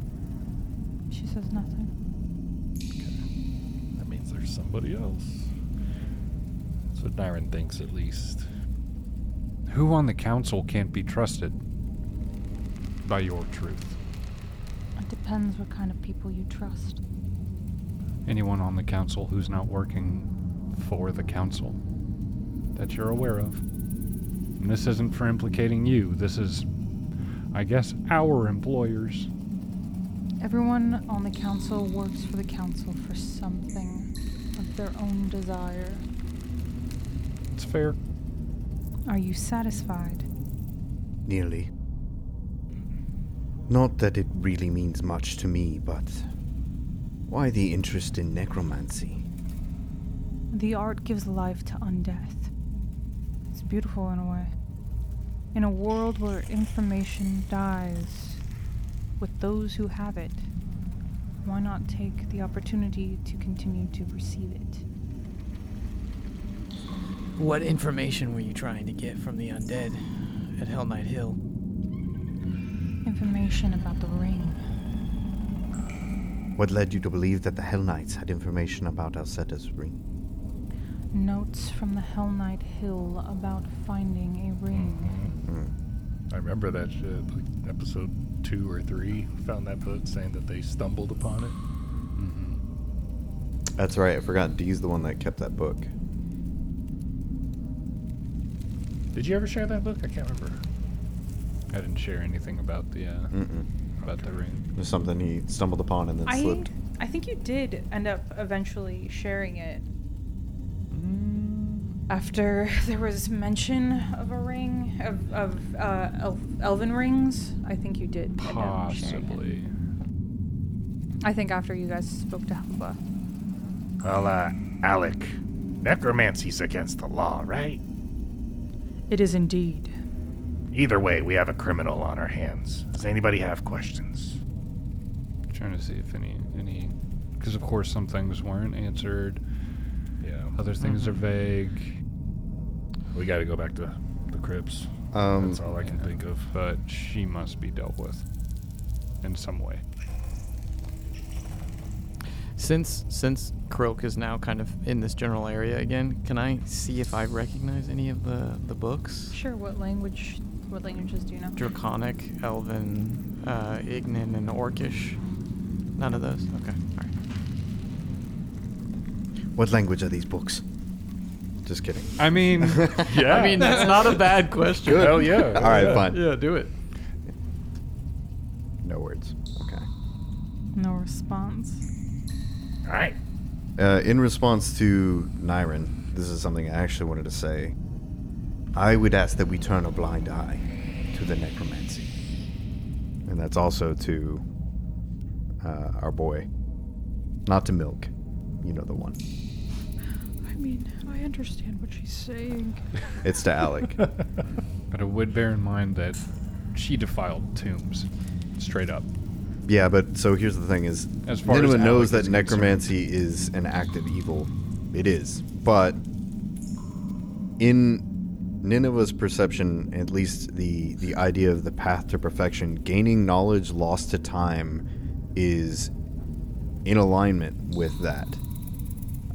[SPEAKER 4] She says nothing.
[SPEAKER 1] That means there's somebody else. That's what Nyrin thinks, at least.
[SPEAKER 5] Who on the council can't be trusted by your truth?
[SPEAKER 4] It depends what kind of people you trust.
[SPEAKER 5] Anyone on the council who's not working for the council that you're aware of. And this isn't for implicating you. This is, I guess, our employers.
[SPEAKER 4] Everyone on the council works for the council for something of their own desire.
[SPEAKER 5] It's fair.
[SPEAKER 4] Are you satisfied?
[SPEAKER 2] Nearly. Not that it really means much to me, but why the interest in necromancy?
[SPEAKER 4] The art gives life to undeath. It's beautiful in a way. In a world where information dies with those who have it, why not take the opportunity to continue to receive it?
[SPEAKER 3] What information were you trying to get from the undead at Hell Knight Hill?
[SPEAKER 4] Information about the ring.
[SPEAKER 2] What led you to believe that the Hell Knights had information about Alcetta's ring?
[SPEAKER 4] Notes from the Hell Knight Hill about finding a
[SPEAKER 3] Hmm.
[SPEAKER 4] ring.
[SPEAKER 2] Hmm.
[SPEAKER 1] I remember that shit, like episode two or three. Found that book saying that they stumbled upon it.
[SPEAKER 2] That's right, I forgot Dee's the one that kept that book.
[SPEAKER 1] Did you ever share that book? I can't
[SPEAKER 6] <laughs>
[SPEAKER 1] remember.
[SPEAKER 5] I didn't share anything about the uh,
[SPEAKER 2] Mm-mm.
[SPEAKER 5] about the ring.
[SPEAKER 2] It was something he stumbled upon and then
[SPEAKER 4] I,
[SPEAKER 2] slipped.
[SPEAKER 4] I think you did end up eventually sharing it.
[SPEAKER 5] Mm.
[SPEAKER 4] After <laughs> there was mention of a ring, of, of uh, elf, elven rings, I think you did. end up sharing it.
[SPEAKER 5] Possibly.
[SPEAKER 4] I think after you guys spoke to Helba.
[SPEAKER 6] Well, uh, Alec, necromancy's against the law, right?
[SPEAKER 4] It is indeed.
[SPEAKER 6] Either way, we have a criminal on our hands. Does anybody have questions?
[SPEAKER 5] Trying to see if any any, because of course some things weren't answered.
[SPEAKER 1] Yeah.
[SPEAKER 5] Other things
[SPEAKER 4] Mm-hmm.
[SPEAKER 5] are vague.
[SPEAKER 1] We got to go back to the crypts.
[SPEAKER 2] Um,
[SPEAKER 1] That's all I can think of.
[SPEAKER 5] But she must be dealt with in some way.
[SPEAKER 3] Since since Croak is now kind of in this general area again, can I see if I recognize any of the the books?
[SPEAKER 4] Sure, what language, what languages do you know?
[SPEAKER 3] Draconic, Elven, uh, Ignan, and Orcish. None of those. Okay. All right.
[SPEAKER 2] what language are these books? Just kidding.
[SPEAKER 5] I mean, yeah.
[SPEAKER 3] I mean, that's not a bad question.
[SPEAKER 2] Good.
[SPEAKER 1] Hell yeah.
[SPEAKER 2] <laughs> All right,
[SPEAKER 1] Yeah.
[SPEAKER 2] fine.
[SPEAKER 3] Oh, Yeah, do it.
[SPEAKER 2] No words. Okay.
[SPEAKER 4] No response.
[SPEAKER 6] All right.
[SPEAKER 2] Uh, in response to Niren, this is something I actually wanted to say. I would ask that we turn a blind eye to the necromancy. And that's also to uh, our boy. Not to Milk. You know the one.
[SPEAKER 7] I mean, I understand what she's saying.
[SPEAKER 2] It's to Alec.
[SPEAKER 5] But I would bear in mind that she defiled tombs, straight up.
[SPEAKER 2] yeah, but so here's the thing is
[SPEAKER 5] As far as
[SPEAKER 2] Nineveh knows
[SPEAKER 5] Alec
[SPEAKER 2] that
[SPEAKER 5] is
[SPEAKER 2] necromancy is an act of evil. It is. But in Nineveh's perception, at least the the idea of the path to perfection, gaining knowledge lost to time, is in alignment with that.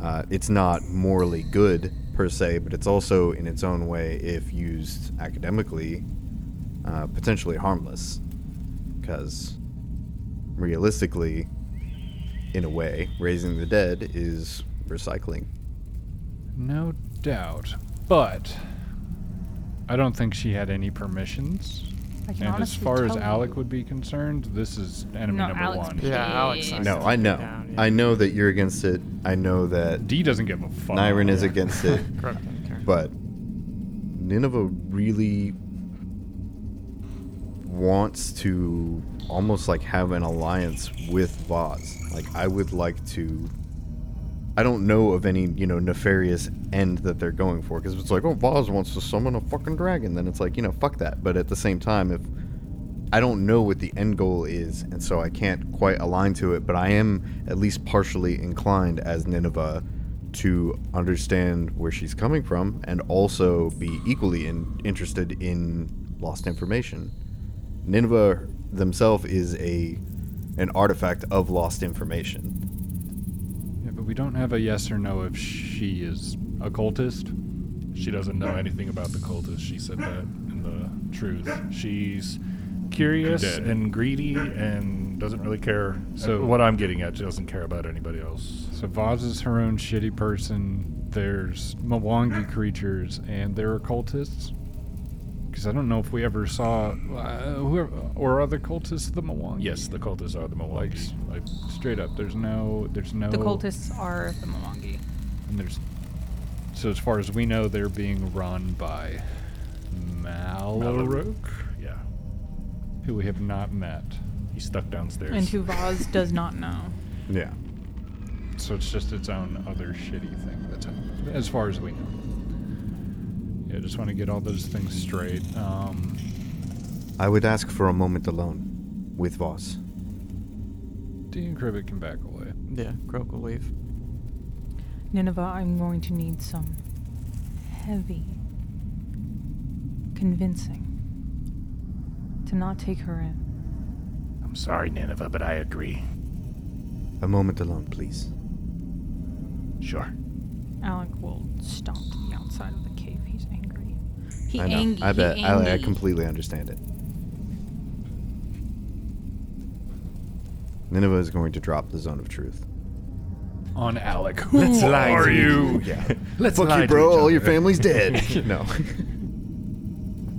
[SPEAKER 2] Uh, it's not morally good per se, but it's also in its own way, if used academically, uh, potentially harmless. Because realistically, in a way, raising the dead is recycling.
[SPEAKER 5] No doubt. But I don't think she had any permissions.
[SPEAKER 4] I can
[SPEAKER 5] And as
[SPEAKER 4] honestly
[SPEAKER 5] far as
[SPEAKER 4] tell
[SPEAKER 5] Alec
[SPEAKER 4] you-
[SPEAKER 5] would be concerned, this is enemy
[SPEAKER 4] No,
[SPEAKER 5] number
[SPEAKER 4] Alec's
[SPEAKER 5] one.
[SPEAKER 3] Yeah, Alex.
[SPEAKER 4] Yeah.
[SPEAKER 3] signed
[SPEAKER 2] No,
[SPEAKER 3] it
[SPEAKER 2] I know.
[SPEAKER 3] down, yeah.
[SPEAKER 2] I know that you're against it. I know that
[SPEAKER 5] D doesn't give a fuck.
[SPEAKER 2] Niren is against
[SPEAKER 3] <laughs>
[SPEAKER 2] it,
[SPEAKER 3] Correct. Okay.
[SPEAKER 2] but Nineveh really wants to almost like have an alliance with Vaz. Like I would like to I don't know of any, you know, nefarious end that they're going for because it's like, oh, Vaz wants to summon a fucking dragon, then it's like, you know, fuck that. But at the same time, if I don't know what the end goal is, and so I can't quite align to it, but I am at least partially inclined as Nineveh to understand where she's coming from and also be equally in, interested in lost information. Nineveh themselves is a an artifact of lost information.
[SPEAKER 5] Yeah, but we don't have a yes or no if she is a cultist She doesn't know anything about the cultists. She said that in the truth. She's curious
[SPEAKER 1] Dead.
[SPEAKER 5] and greedy and doesn't really care.
[SPEAKER 1] So-
[SPEAKER 5] So what I'm getting at, she doesn't care about anybody else.
[SPEAKER 1] So Vaz is her own shitty person.
[SPEAKER 5] There's Mwangi creatures and there are cultists. Because I don't know if we ever saw uh, whoever or other cultists of the Mwangi.
[SPEAKER 1] Yes, the cultists are the
[SPEAKER 5] like,
[SPEAKER 1] Milwaukee's.
[SPEAKER 5] like straight up. There's no. There's no.
[SPEAKER 4] The cultists are the Milwaukee.
[SPEAKER 5] And there's. So as far as we know, they're being run by Malorok,
[SPEAKER 1] Yeah,
[SPEAKER 5] who we have not met.
[SPEAKER 1] he's stuck downstairs.
[SPEAKER 4] And who Vaz does not know.
[SPEAKER 2] Yeah.
[SPEAKER 5] So it's just its own other shitty thing. That's happened, as far as we know. Yeah, just want to get all those things straight. Um,
[SPEAKER 2] I would ask for a moment alone with Voss.
[SPEAKER 5] Dean Cribbit can back away.
[SPEAKER 3] <laughs> Yeah, Croak will leave.
[SPEAKER 4] Nineveh, I'm going to need some heavy convincing to not take her in.
[SPEAKER 6] I'm sorry, Nineveh, but I agree.
[SPEAKER 2] A moment alone, please.
[SPEAKER 6] Sure.
[SPEAKER 4] Alec will stomp to the outside of the cave. He's angry. He
[SPEAKER 2] I know.
[SPEAKER 4] angry.
[SPEAKER 2] I
[SPEAKER 4] he
[SPEAKER 2] bet. I, I
[SPEAKER 4] angry.
[SPEAKER 2] completely understand it. Nineveh is going to drop the zone of truth.
[SPEAKER 5] On Alec.
[SPEAKER 6] Let's
[SPEAKER 5] Who
[SPEAKER 6] lie to
[SPEAKER 5] are you?
[SPEAKER 4] <laughs>
[SPEAKER 2] Yeah.
[SPEAKER 6] Let's
[SPEAKER 2] Fuck
[SPEAKER 6] lie
[SPEAKER 2] you,
[SPEAKER 6] to
[SPEAKER 2] bro.
[SPEAKER 6] each
[SPEAKER 2] All your
[SPEAKER 6] other.
[SPEAKER 2] family's <laughs> dead. no.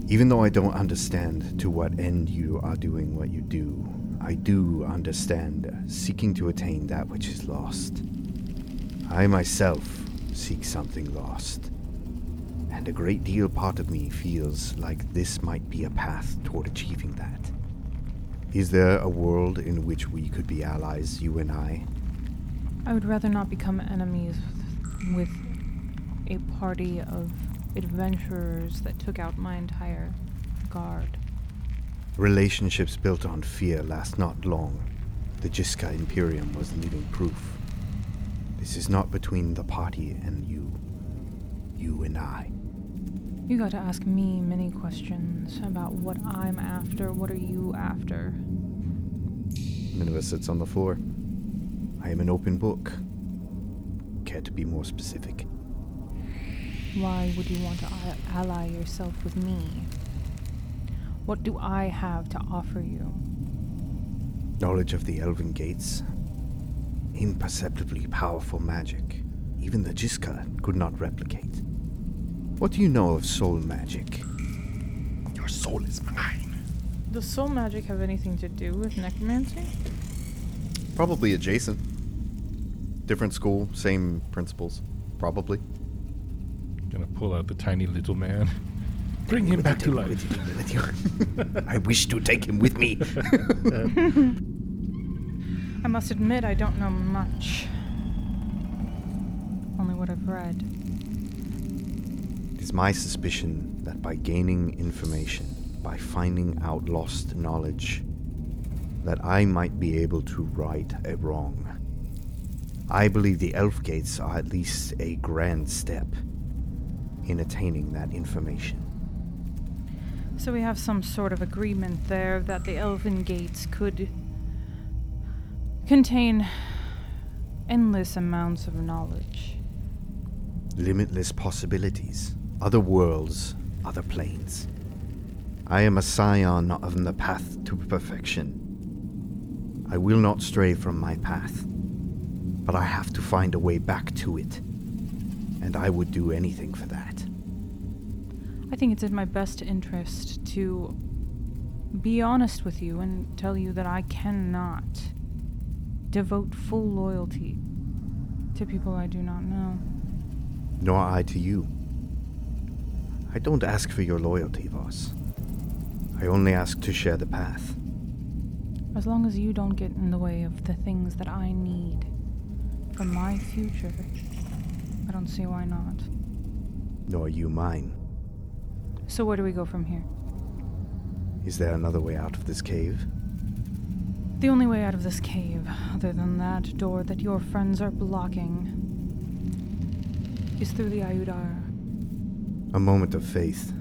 [SPEAKER 2] Even though I don't understand to what end you are doing what you do, I do understand seeking to attain that which is lost. I myself seek something lost. And a great deal part of me feels like this might be a path toward achieving that. Is there a world in which we could be allies, you and I?
[SPEAKER 4] I would rather not become enemies with a party of adventurers that took out my entire guard.
[SPEAKER 2] Relationships built on fear last not long. The Jiska Imperium was living proof. This is not between the party and you. You and I.
[SPEAKER 4] You got to ask me many questions about what I'm after. What are you after?
[SPEAKER 2] Nineveh sits on the floor. I am an open book. Care to be more specific?
[SPEAKER 4] Why would you want to al- ally yourself with me? What do I have to offer you?
[SPEAKER 2] Knowledge of the Elven Gates. Imperceptibly powerful magic. Even the Jiska could not replicate. What do you know of soul magic?
[SPEAKER 6] Your soul is mine.
[SPEAKER 4] Does soul magic have anything to do with necromancy?
[SPEAKER 2] Probably adjacent. Different school, same principles. Probably.
[SPEAKER 5] Gonna pull out the tiny little man.
[SPEAKER 6] Bring him back to
[SPEAKER 2] Take
[SPEAKER 6] life.
[SPEAKER 2] him with you. <laughs> I wish to take him with me.
[SPEAKER 4] I must admit, I don't know much. Only what I've read.
[SPEAKER 2] It is my suspicion that by gaining information, by finding out lost knowledge, that I might be able to right a wrong. I believe the Elf Gates are at least a grand step in attaining that information.
[SPEAKER 4] So we have some sort of agreement there that the elven gates could contain endless amounts of knowledge.
[SPEAKER 2] Limitless possibilities, other worlds, other planes. I am a scion of the path to perfection. I will not stray from my path, but I have to find a way back to it, and I would do anything for that.
[SPEAKER 4] I think it's in my best interest to be honest with you and tell you that I cannot devote full loyalty to people I do not know.
[SPEAKER 2] Nor I to you. I don't ask for your loyalty, Voss. I only ask to share the path.
[SPEAKER 4] As long as you don't get in the way of the things that I need for my future, I don't see why not.
[SPEAKER 2] Nor you mine.
[SPEAKER 4] So, where do we go from here?
[SPEAKER 2] Is there another way out of this cave?
[SPEAKER 4] The only way out of this cave, other than that door that your friends are blocking, is through the Ayudar.
[SPEAKER 2] A moment of faith.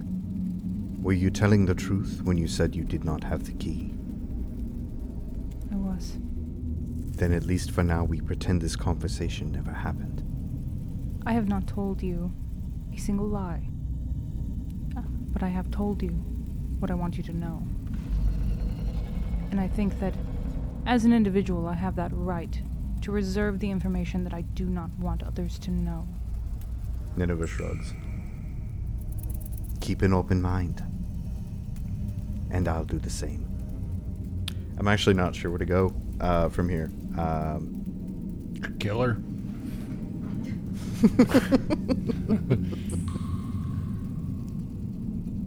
[SPEAKER 2] Were you telling the truth when you said you did not have the key?
[SPEAKER 4] I was.
[SPEAKER 2] Then at least for now we pretend this conversation never happened.
[SPEAKER 4] I have not told you a single lie. Uh, But I have told you what I want you to know. And I think that as an individual, I have that right to reserve the information that I do not want others to know.
[SPEAKER 2] Nineveh shrugs. Keep an open mind. And I'll do the same. I'm actually not sure where to go uh, from here. Um,
[SPEAKER 5] Killer. <laughs>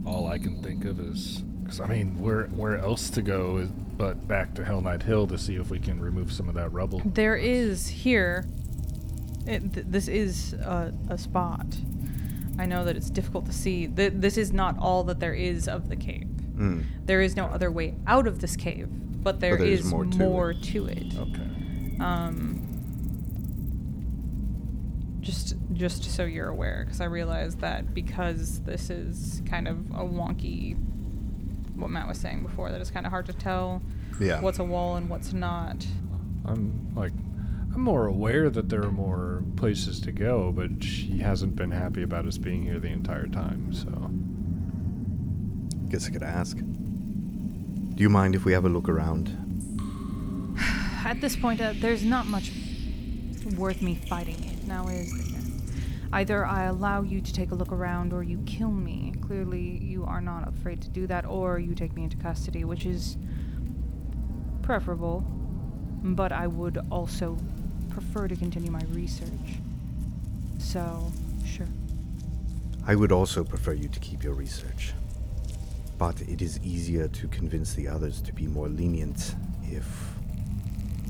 [SPEAKER 1] All I can think of is because I mean, where where else to go is, but back to Hell Knight Hill to see if we can remove some of that rubble.
[SPEAKER 7] There is here. It, th- this is a, a spot. I know that it's difficult to see. Th- this is not all that there is of the cave.
[SPEAKER 2] mm.
[SPEAKER 7] There is no other way out of this cave, Hmm. but there
[SPEAKER 2] there's
[SPEAKER 7] is
[SPEAKER 2] more
[SPEAKER 7] more
[SPEAKER 2] to
[SPEAKER 7] to it.
[SPEAKER 1] Okay.
[SPEAKER 7] Um, just just so you're aware, because I realize that because this is kind of a wonky, what Matt was saying before, that it's kind of hard to tell
[SPEAKER 2] Yeah.
[SPEAKER 7] what's a wall and what's not.
[SPEAKER 5] I'm like, I'm more aware that there are more places to go, but she hasn't been happy about us being here the entire time. So
[SPEAKER 2] Guess I could ask. Do you mind if we have a look around?
[SPEAKER 4] At this point, uh, there's not much worth me fighting it now, is there? Either I allow you to take a look around or you kill me. Clearly, you are not afraid to do that, or you take me into custody, which is preferable. But I would also prefer to continue my research. So, sure.
[SPEAKER 2] I would also prefer you to keep your research. But it is easier to convince the others to be more lenient if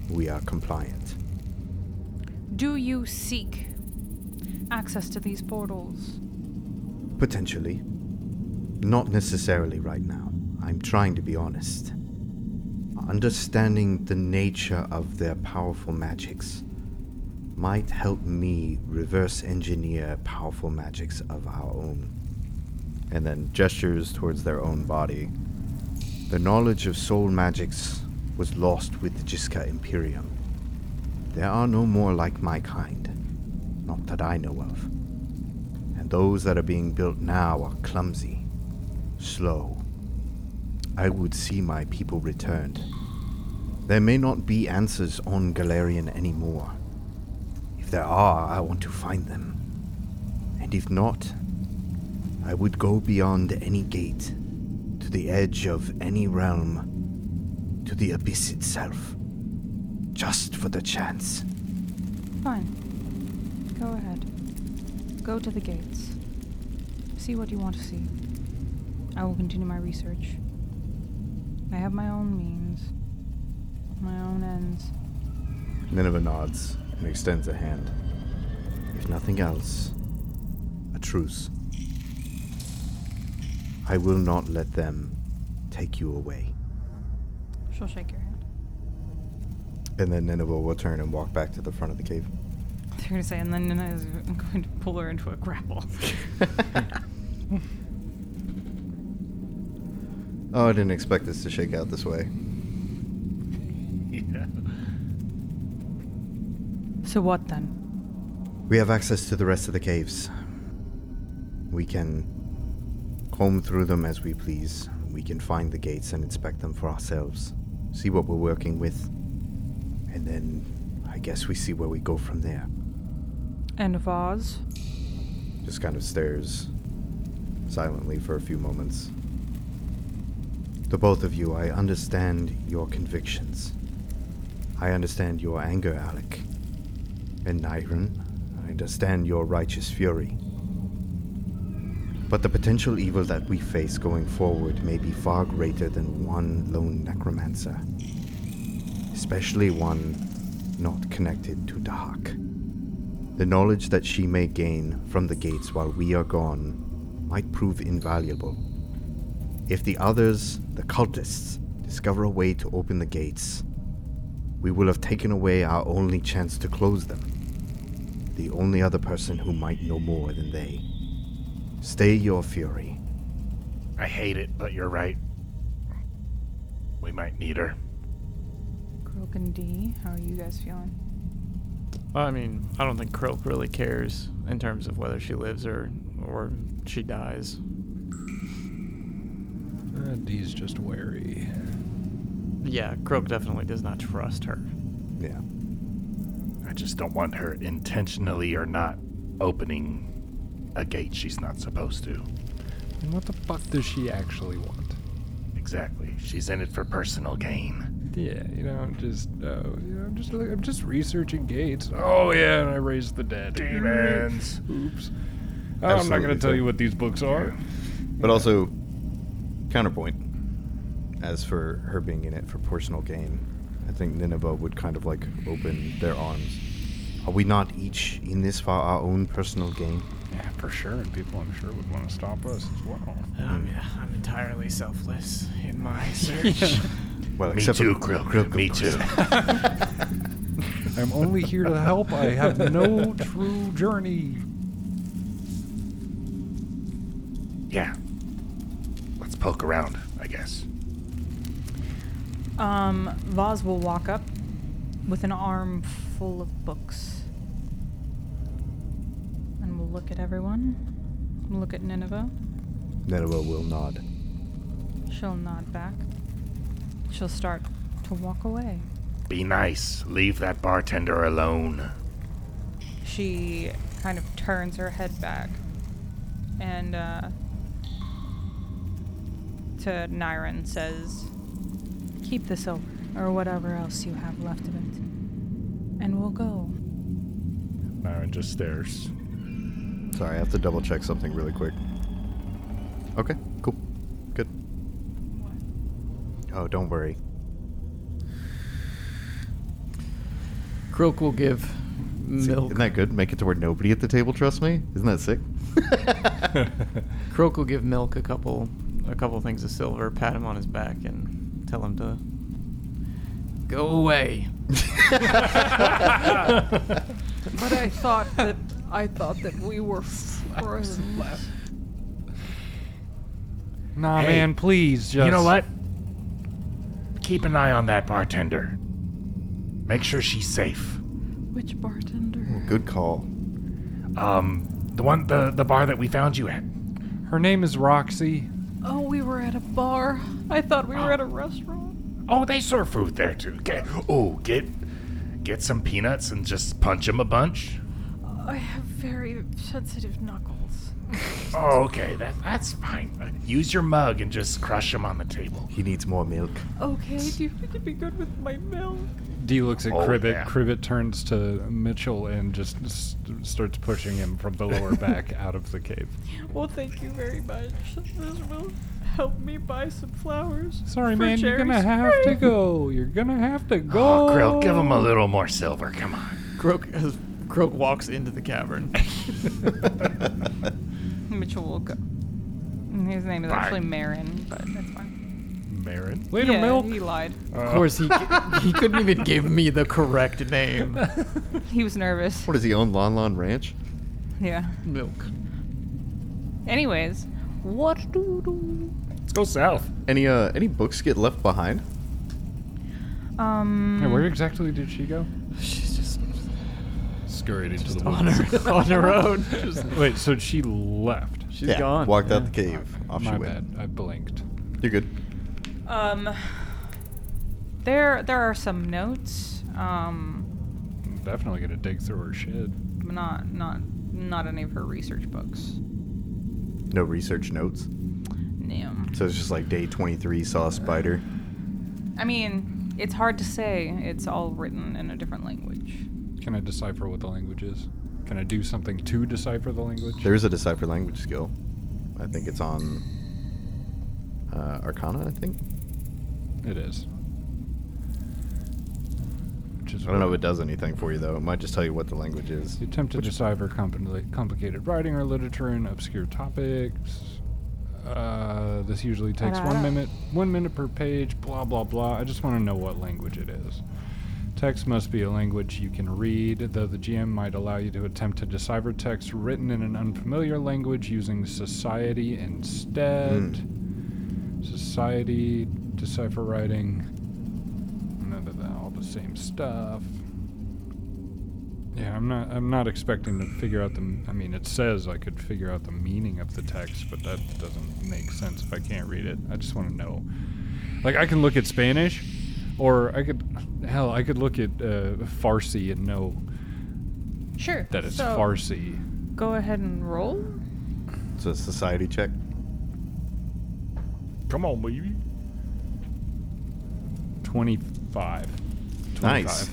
[SPEAKER 2] we are compliant.
[SPEAKER 4] Do you seek access to these portals?
[SPEAKER 2] Potentially. Not necessarily right now. I'm trying to be honest. Understanding the nature of their powerful magics might help me reverse engineer powerful magics of our own. And then gestures towards their own body. The knowledge of soul magics was lost with the Jiska Imperium. There are no more like my kind. Not that I know of. And those that are being built now are clumsy, slow. I would see my people returned. There may not be answers on Galarian anymore. If there are, I want to find them. And if not, I would go beyond any gate, to the edge of any realm, to the abyss itself, just for the chance.
[SPEAKER 4] Fine. Go ahead. Go to the gates. See what you want to see. I will continue my research. I have my own means, my own ends.
[SPEAKER 2] Nineveh nods and extends a hand. If nothing else, a truce. I will not let them take you away.
[SPEAKER 4] She'll shake your hand.
[SPEAKER 2] And then Nineveh will turn and walk back to the front of the cave.
[SPEAKER 7] <laughs> They're gonna say, and then Nina is <laughs> going to pull her into a grapple.
[SPEAKER 2] Oh, I didn't expect this to shake out this way.
[SPEAKER 1] Yeah.
[SPEAKER 4] So what then?
[SPEAKER 2] We have access to the rest of the caves. We can comb through them as we please. We can find the gates and inspect them for ourselves. See what we're working with. And then I guess we see where we go from there.
[SPEAKER 4] And Vaz?
[SPEAKER 2] just kind of stares silently for a few moments. To both of you, I understand your convictions. I understand your anger, Alec. And Nyron, I understand your righteous fury. But the potential evil that we face going forward may be far greater than one lone necromancer. Especially one not connected to Dahak. The knowledge that she may gain from the gates while we are gone might prove invaluable. If the others, the cultists, discover a way to open the gates, we will have taken away our only chance to close them. The only other person who might know more than they. Stay your fury.
[SPEAKER 6] I hate it, but you're right. We might need her.
[SPEAKER 4] Croak and D, how are you guys feeling?
[SPEAKER 3] Well, I mean, I don't think Croak really cares in terms of whether she lives or or she dies.
[SPEAKER 5] Uh, D's just wary.
[SPEAKER 3] Yeah, Croak definitely does not trust her.
[SPEAKER 2] Yeah.
[SPEAKER 6] I just don't want her intentionally or not opening a gate she's not supposed to.
[SPEAKER 5] And what the fuck does she actually want?
[SPEAKER 6] Exactly. She's in it for personal gain.
[SPEAKER 5] Yeah, you know, I'm just, uh, you know, I'm just, look- I'm just researching gates. Oh yeah, and I raised the dead.
[SPEAKER 6] Demons.
[SPEAKER 5] Oops. I'm not
[SPEAKER 2] Absolutely.
[SPEAKER 5] gonna tell you what these books are.
[SPEAKER 2] But also, counterpoint. As for her being in it for personal gain, I think Nineveh would kind of like open their arms. Are we not each in this for our own personal gain?
[SPEAKER 5] Yeah, for sure. And people, I'm sure, would want to stop us as well.
[SPEAKER 3] I'm, I'm entirely selfless in my search.
[SPEAKER 2] Well,
[SPEAKER 6] Me too, Krill. Me too.
[SPEAKER 5] I'm only here to help. I have no true journey.
[SPEAKER 6] yeah. Let's poke around, I guess.
[SPEAKER 4] Um, Vaz will walk up with an arm full of books. And we'll look at everyone. We'll look at Nineveh.
[SPEAKER 2] <laughs> Nineveh will nod.
[SPEAKER 4] She'll nod back. She'll start to walk away.
[SPEAKER 6] Be nice. Leave that bartender alone.
[SPEAKER 4] She kind of turns her head back. And, uh, to Niren says, Keep the silver, or whatever else you have left of it. And we'll go.
[SPEAKER 6] Myron just stares.
[SPEAKER 2] Sorry, I have to double check something really quick. Okay, cool. Good. Oh, don't worry.
[SPEAKER 3] Croak will give
[SPEAKER 2] See,
[SPEAKER 3] milk.
[SPEAKER 2] Isn't that good? Make it to where nobody at the table trusts me? Isn't that sick?
[SPEAKER 3] Croak will give milk a couple, a couple things of silver. Pat him on his back and tell him to go <laughs> away.
[SPEAKER 7] But I thought that I thought that we were frozen.
[SPEAKER 5] Nah,
[SPEAKER 6] Hey,
[SPEAKER 5] man, please. Just
[SPEAKER 6] You know what? Keep an eye on that bartender. Make sure she's safe.
[SPEAKER 7] Which bartender?
[SPEAKER 2] Good call.
[SPEAKER 6] Um, the one, the the bar that we found you at.
[SPEAKER 5] Her name is Roxy.
[SPEAKER 7] Oh, we were at a bar. I thought we were at a restaurant.
[SPEAKER 6] Oh, they serve food there too. Get oh, get get some peanuts and just punch them a bunch.
[SPEAKER 7] I have very sensitive knuckles.
[SPEAKER 6] Oh, okay, that that's fine. Uh, Use your mug and just crush them on the table.
[SPEAKER 2] He needs more milk.
[SPEAKER 7] Okay, do you think it'd be good with my milk?
[SPEAKER 5] D looks at
[SPEAKER 6] Oh,
[SPEAKER 5] Cribbit.
[SPEAKER 6] yeah.
[SPEAKER 5] Cribbit turns to Mitchell and just s starts pushing him from the lower back out of the cave.
[SPEAKER 7] Well, thank you very much. This will help me buy some flowers.
[SPEAKER 5] Sorry,
[SPEAKER 7] for
[SPEAKER 5] man. You're
[SPEAKER 7] Jerry's
[SPEAKER 5] gonna have to
[SPEAKER 7] friend.
[SPEAKER 5] go. You're gonna have to go.
[SPEAKER 6] Oh, Krill, give him a little more silver. Come on.
[SPEAKER 3] Croak, Croak walks into the cavern.
[SPEAKER 4] Mitchell will go. His name is
[SPEAKER 6] Fine.
[SPEAKER 4] actually Marin, but that's fine.
[SPEAKER 6] Marin.
[SPEAKER 5] Later,
[SPEAKER 4] yeah,
[SPEAKER 5] milk.
[SPEAKER 4] he lied.
[SPEAKER 3] Of course, he he couldn't even give me the correct name.
[SPEAKER 4] He was nervous.
[SPEAKER 5] <laughs>
[SPEAKER 2] What does he own? Lon Lon Ranch?
[SPEAKER 4] Yeah.
[SPEAKER 3] Milk.
[SPEAKER 4] Anyways, what do do?
[SPEAKER 6] Let's go south.
[SPEAKER 2] Any uh any books get left behind?
[SPEAKER 4] Um.
[SPEAKER 5] Hey, where exactly did she go?
[SPEAKER 3] She's just
[SPEAKER 1] Scurried into the
[SPEAKER 3] on her <laughs> on her own. Just,
[SPEAKER 5] Wait, so she left.
[SPEAKER 3] she's gone.
[SPEAKER 2] Walked out the cave. Off
[SPEAKER 5] My
[SPEAKER 2] she went.
[SPEAKER 5] bad. I blinked.
[SPEAKER 2] You're good.
[SPEAKER 4] Um. There, there are some notes. Um,
[SPEAKER 5] I'm definitely gonna dig through her shit.
[SPEAKER 4] not, not, not any of her research books.
[SPEAKER 2] No research notes.
[SPEAKER 4] Damn.
[SPEAKER 2] So it's just like day 23 saw a spider.
[SPEAKER 4] I mean, it's hard to say. It's all written in a different language.
[SPEAKER 5] Can I decipher what the language is? Can I do something to decipher the language?
[SPEAKER 2] There is a decipher language skill. I think it's on uh, Arcana, I think.
[SPEAKER 5] It is. Which is
[SPEAKER 2] I don't
[SPEAKER 5] what-
[SPEAKER 2] know if it does anything for you though. It might just tell you what the language is.
[SPEAKER 5] The attempt to decipher compli- complicated writing or literature in obscure topics. Uh, this usually takes one minute, one minute per page. Blah blah blah. I just want to know what language it is. Text must be a language you can read, though the GM might allow you to attempt to decipher text written in an unfamiliar language using society instead. Society, decipher writing, none of that, all the same stuff. Yeah, I'm not. I'm not expecting to figure out the. m- I mean, it says I could figure out the meaning of the text, but that doesn't make sense if I can't read it. I just want to know. Like, I can look at Spanish, or I could. Hell, I could look at uh, Farsi and know
[SPEAKER 4] Sure.
[SPEAKER 5] that it's
[SPEAKER 4] so
[SPEAKER 5] Farsi.
[SPEAKER 4] Go ahead and roll.
[SPEAKER 2] It's a society check.
[SPEAKER 1] Come on, baby.
[SPEAKER 5] Twenty-five. 25.
[SPEAKER 2] Nice.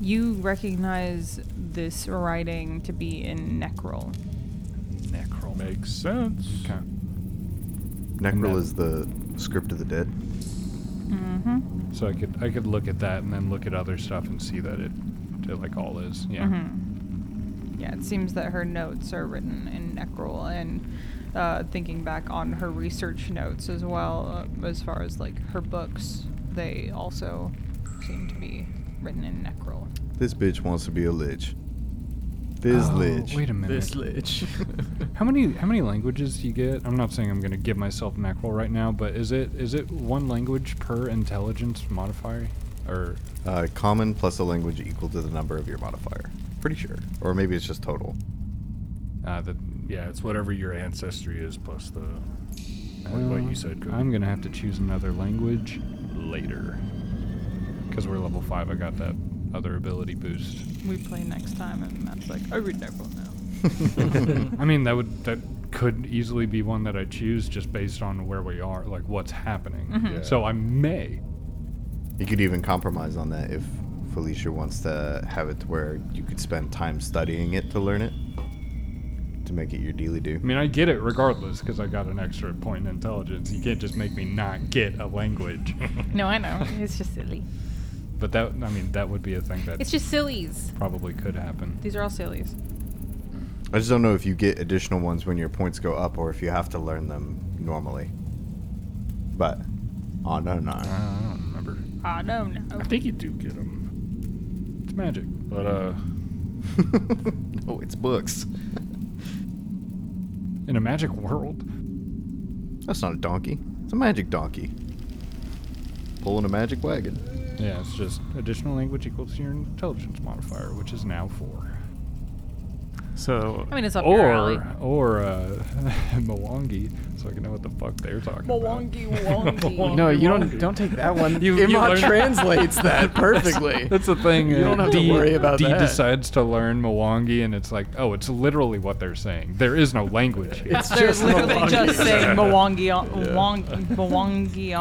[SPEAKER 4] You recognize this writing to be in Necrol.
[SPEAKER 5] Necro.
[SPEAKER 1] Makes sense.
[SPEAKER 5] Okay.
[SPEAKER 2] Necrol is the script of the dead.
[SPEAKER 4] Mm-hmm.
[SPEAKER 5] So I could I could look at that and then look at other stuff and see that it, it like all is. Yeah.
[SPEAKER 4] Mm-hmm. Yeah, it seems that her notes are written in Necrol, and uh, thinking back on her research notes as well, uh, as far as like her books, they also seem to be written in Necrol.
[SPEAKER 2] This bitch wants to be a lich. This
[SPEAKER 5] Oh,
[SPEAKER 2] lich.
[SPEAKER 5] Wait a minute.
[SPEAKER 3] This lich.
[SPEAKER 5] How many how many languages do you get? I'm not saying I'm gonna give myself an mackerel right now, but is it is it one language per intelligence modifier? Or
[SPEAKER 2] Uh, common plus a language equal to the number of your modifier. Pretty sure. Or maybe it's just total.
[SPEAKER 5] uh, the
[SPEAKER 1] Yeah, it's whatever your ancestry is plus the like what
[SPEAKER 5] well,
[SPEAKER 1] you said. Cody.
[SPEAKER 5] I'm gonna have to choose another language later because we're level five. I got that other ability boost.
[SPEAKER 4] We play next time, and Matt's like, I read Necrol now.
[SPEAKER 5] I mean, that would that could easily be one that I choose just based on where we are, like what's happening.
[SPEAKER 1] Yeah.
[SPEAKER 5] So I may.
[SPEAKER 2] You could even compromise on that if Felicia wants to have it to where you could spend time studying it to learn it. To make it your dealy do.
[SPEAKER 5] I mean, I get it regardless because I got an extra point in intelligence. You can't just make me not get a language.
[SPEAKER 4] No, I know. It's just silly.
[SPEAKER 5] But that, I mean, that would be a thing that
[SPEAKER 4] It's just sillies.
[SPEAKER 5] probably could happen.
[SPEAKER 4] These are all sillies.
[SPEAKER 2] I just don't know if you get additional ones when your points go up or if you have to learn them normally. But oh no no.
[SPEAKER 5] I don't remember.
[SPEAKER 4] I don't know.
[SPEAKER 1] I think you do get them,
[SPEAKER 5] It's magic.
[SPEAKER 1] but uh,
[SPEAKER 2] oh, it's books.
[SPEAKER 5] In a magic world,
[SPEAKER 2] That's not a donkey. It's a magic donkey. Pulling a magic wagon.
[SPEAKER 5] yeah, it's just additional language equals your intelligence modifier, which is now four.
[SPEAKER 3] so
[SPEAKER 4] I mean, it's up your alley.
[SPEAKER 5] Or, or uh, <laughs> Mwangi, so I can know what the fuck they're talking
[SPEAKER 7] Mwangi
[SPEAKER 5] about.
[SPEAKER 7] wongi.
[SPEAKER 3] <laughs> no, you don't don't take that one.
[SPEAKER 5] You-
[SPEAKER 3] You,
[SPEAKER 5] you learned-
[SPEAKER 3] <laughs> translates that perfectly.
[SPEAKER 5] That's the thing.
[SPEAKER 3] You
[SPEAKER 5] uh,
[SPEAKER 3] don't have to
[SPEAKER 5] D,
[SPEAKER 3] worry about
[SPEAKER 5] D
[SPEAKER 3] that.
[SPEAKER 5] decides to learn Mwangi, and it's like, oh, it's literally what they're saying. There is no language here.
[SPEAKER 3] It's
[SPEAKER 4] They're
[SPEAKER 3] just
[SPEAKER 4] literally <laughs>
[SPEAKER 3] Mwangi.
[SPEAKER 4] just saying Mwangi, uh, Mwangi,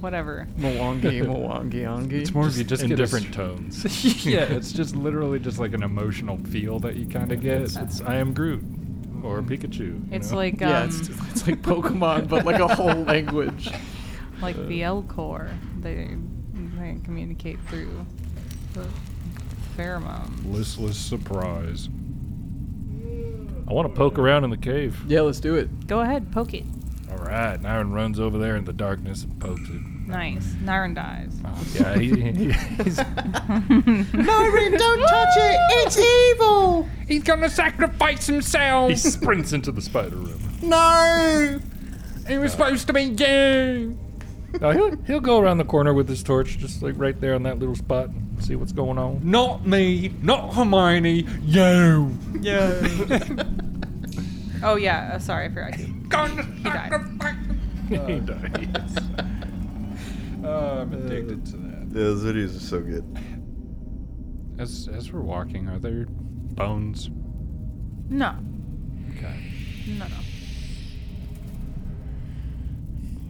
[SPEAKER 4] whatever.
[SPEAKER 3] <laughs> Mwangi, Mwangi, Ongi.
[SPEAKER 5] It's more of you just
[SPEAKER 1] in
[SPEAKER 5] get a s-
[SPEAKER 1] different tones. <laughs>
[SPEAKER 5] <laughs> yeah, it's just literally just like an emotional feel that you kind of get.
[SPEAKER 1] It's, it's I am Groot or
[SPEAKER 5] Mm-hmm.
[SPEAKER 1] Pikachu. you
[SPEAKER 4] It's
[SPEAKER 1] know?
[SPEAKER 4] like um,
[SPEAKER 3] yeah, it's, it's like Pokemon, but like a whole language.
[SPEAKER 4] like
[SPEAKER 3] uh,
[SPEAKER 4] the Elcor. They they communicate through the pheromone.
[SPEAKER 5] listless surprise.
[SPEAKER 1] I want to poke around in the cave.
[SPEAKER 3] Yeah, let's do it.
[SPEAKER 4] Go ahead, poke it.
[SPEAKER 1] All right, Niren runs over there in the darkness and pokes it.
[SPEAKER 4] Nice. Niren dies.
[SPEAKER 5] Oh,
[SPEAKER 1] Yeah, he,
[SPEAKER 5] <laughs>
[SPEAKER 1] he-
[SPEAKER 4] <laughs>
[SPEAKER 1] he's
[SPEAKER 4] don't touch it. It's
[SPEAKER 5] He's gonna sacrifice himself.
[SPEAKER 1] he sprints into the spider room.
[SPEAKER 2] No!
[SPEAKER 5] he was supposed to be gay.
[SPEAKER 1] Now Uh, he'll he'll go around the corner with his torch, just like right there on that little spot, and see what's going on.
[SPEAKER 5] Not me. Not Hermione. You.
[SPEAKER 4] Oh yeah. Uh, sorry, I forgot. He, he died.
[SPEAKER 1] he dies.
[SPEAKER 5] Uh, I'm addicted to that.
[SPEAKER 2] Those videos are so good. <laughs>
[SPEAKER 5] As as we're walking, are there bones?
[SPEAKER 4] No.
[SPEAKER 5] Okay.
[SPEAKER 4] No.
[SPEAKER 3] <laughs>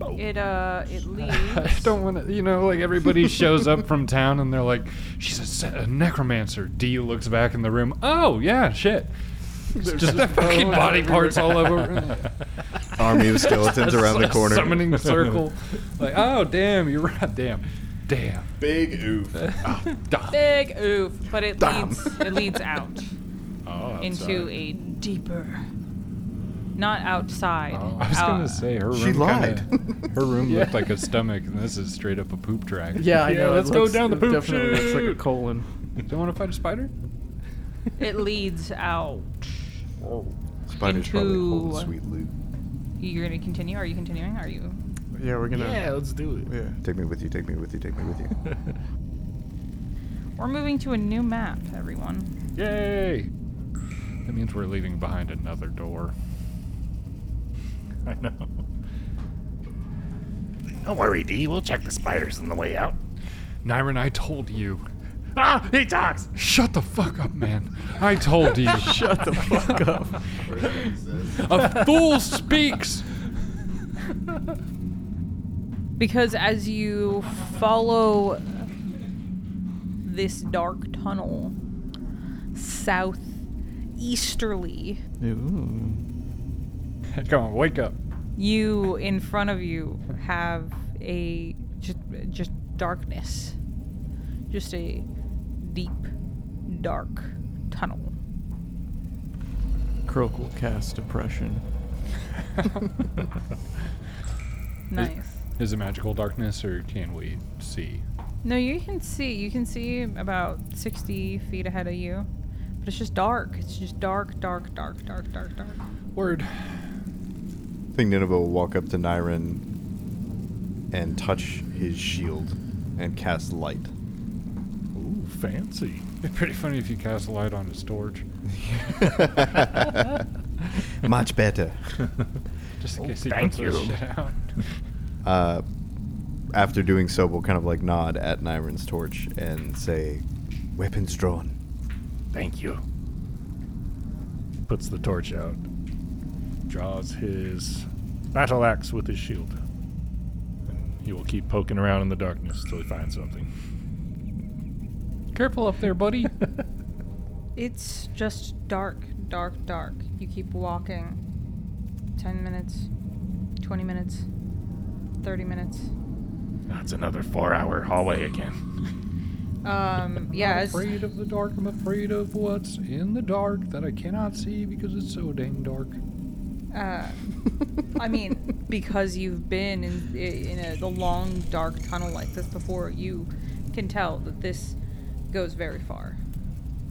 [SPEAKER 4] No. It uh.
[SPEAKER 3] <laughs>
[SPEAKER 4] It leaves.
[SPEAKER 5] <laughs> I don't want to, you know, like <laughs> everybody shows up from town and they're like, she's a, se- a necromancer. D looks back in the room. Oh, yeah, shit. It's just <laughs> fucking body parts all over.
[SPEAKER 2] Army of <laughs> skeletons around
[SPEAKER 5] <laughs>
[SPEAKER 2] the corner.
[SPEAKER 5] Summoning
[SPEAKER 2] <laughs>
[SPEAKER 5] circle. Like, oh, damn, you're right. Damn. Damn.
[SPEAKER 2] Big oof.
[SPEAKER 4] Big oof. But it
[SPEAKER 2] Damn.
[SPEAKER 4] leads. It leads
[SPEAKER 5] <laughs>
[SPEAKER 4] out
[SPEAKER 1] Oh,
[SPEAKER 4] into a deeper. Not outside.
[SPEAKER 5] Oh.
[SPEAKER 4] uh,
[SPEAKER 5] I was
[SPEAKER 4] out-
[SPEAKER 3] Ah.
[SPEAKER 5] gonna say her room.
[SPEAKER 2] She lied. <laughs>
[SPEAKER 5] Kinda, her room looked like a stomach, and this is straight up a poop track.
[SPEAKER 3] Yeah, I
[SPEAKER 1] Yeah,
[SPEAKER 3] know. it
[SPEAKER 1] let's go
[SPEAKER 3] looks-
[SPEAKER 1] down the
[SPEAKER 3] it
[SPEAKER 1] poop
[SPEAKER 3] Definitely looks like a
[SPEAKER 1] chute.
[SPEAKER 3] colon.
[SPEAKER 5] Don't want to fight a spider.
[SPEAKER 4] It leads out.
[SPEAKER 2] Spider Charlie holding
[SPEAKER 4] Into-
[SPEAKER 2] sweet loot.
[SPEAKER 4] You're gonna continue? Are you continuing? Are you?
[SPEAKER 3] Yeah, we're gonna.
[SPEAKER 1] yeah, let's do it.
[SPEAKER 3] Yeah.
[SPEAKER 2] Take me with you, take me with you, take me with you.
[SPEAKER 4] We're moving to a new map, everyone.
[SPEAKER 5] Yay! That means we're leaving behind another door.
[SPEAKER 6] I know. Don't worry, D. We'll check the spiders on the way out.
[SPEAKER 5] Nyron, I told you.
[SPEAKER 6] Ah, he talks.
[SPEAKER 5] Shut the fuck up, man. I told you.
[SPEAKER 3] <laughs> Shut the fuck up.
[SPEAKER 5] <laughs> A fool speaks.
[SPEAKER 4] Because as you follow this dark tunnel south easterly,
[SPEAKER 3] Ooh.
[SPEAKER 5] Come on, wake up.
[SPEAKER 4] you in front of you have a just, just darkness. Just a deep dark tunnel.
[SPEAKER 3] Croak will cast depression.
[SPEAKER 4] Nice.
[SPEAKER 5] Is it magical darkness or can we see?
[SPEAKER 4] No, you can see. You can see about 60 feet ahead of you. But it's just dark. It's just dark, dark, dark, dark, dark, dark.
[SPEAKER 5] Word.
[SPEAKER 2] I think Nineveh will walk up to Niren and touch his shield and cast light.
[SPEAKER 1] Ooh, fancy.
[SPEAKER 5] It'd be pretty funny if you cast a light on his torch.
[SPEAKER 2] Much better.
[SPEAKER 5] Just in
[SPEAKER 6] Oh,
[SPEAKER 5] case he
[SPEAKER 6] thank
[SPEAKER 5] puts this
[SPEAKER 6] you.
[SPEAKER 5] shit out.
[SPEAKER 2] Uh, after doing so, we'll kind of like nod at Niren's torch and say, "Weapons drawn."
[SPEAKER 6] Thank you.
[SPEAKER 1] Puts the torch out. Draws his battle axe with his shield. And he will keep poking around in the darkness till he finds something.
[SPEAKER 5] Careful up there, buddy.
[SPEAKER 4] It's just dark, dark, dark. You keep walking. 10 minutes, 20 minutes, 30 minutes.
[SPEAKER 6] That's another four-hour hallway again. <laughs>
[SPEAKER 4] Um, yeah, as,
[SPEAKER 5] afraid of the dark. I'm afraid of what's in the dark that I cannot see because it's so dang dark.
[SPEAKER 4] uh, I mean, because you've been in, in a, the long, dark tunnel like this before, you can tell that this goes very far.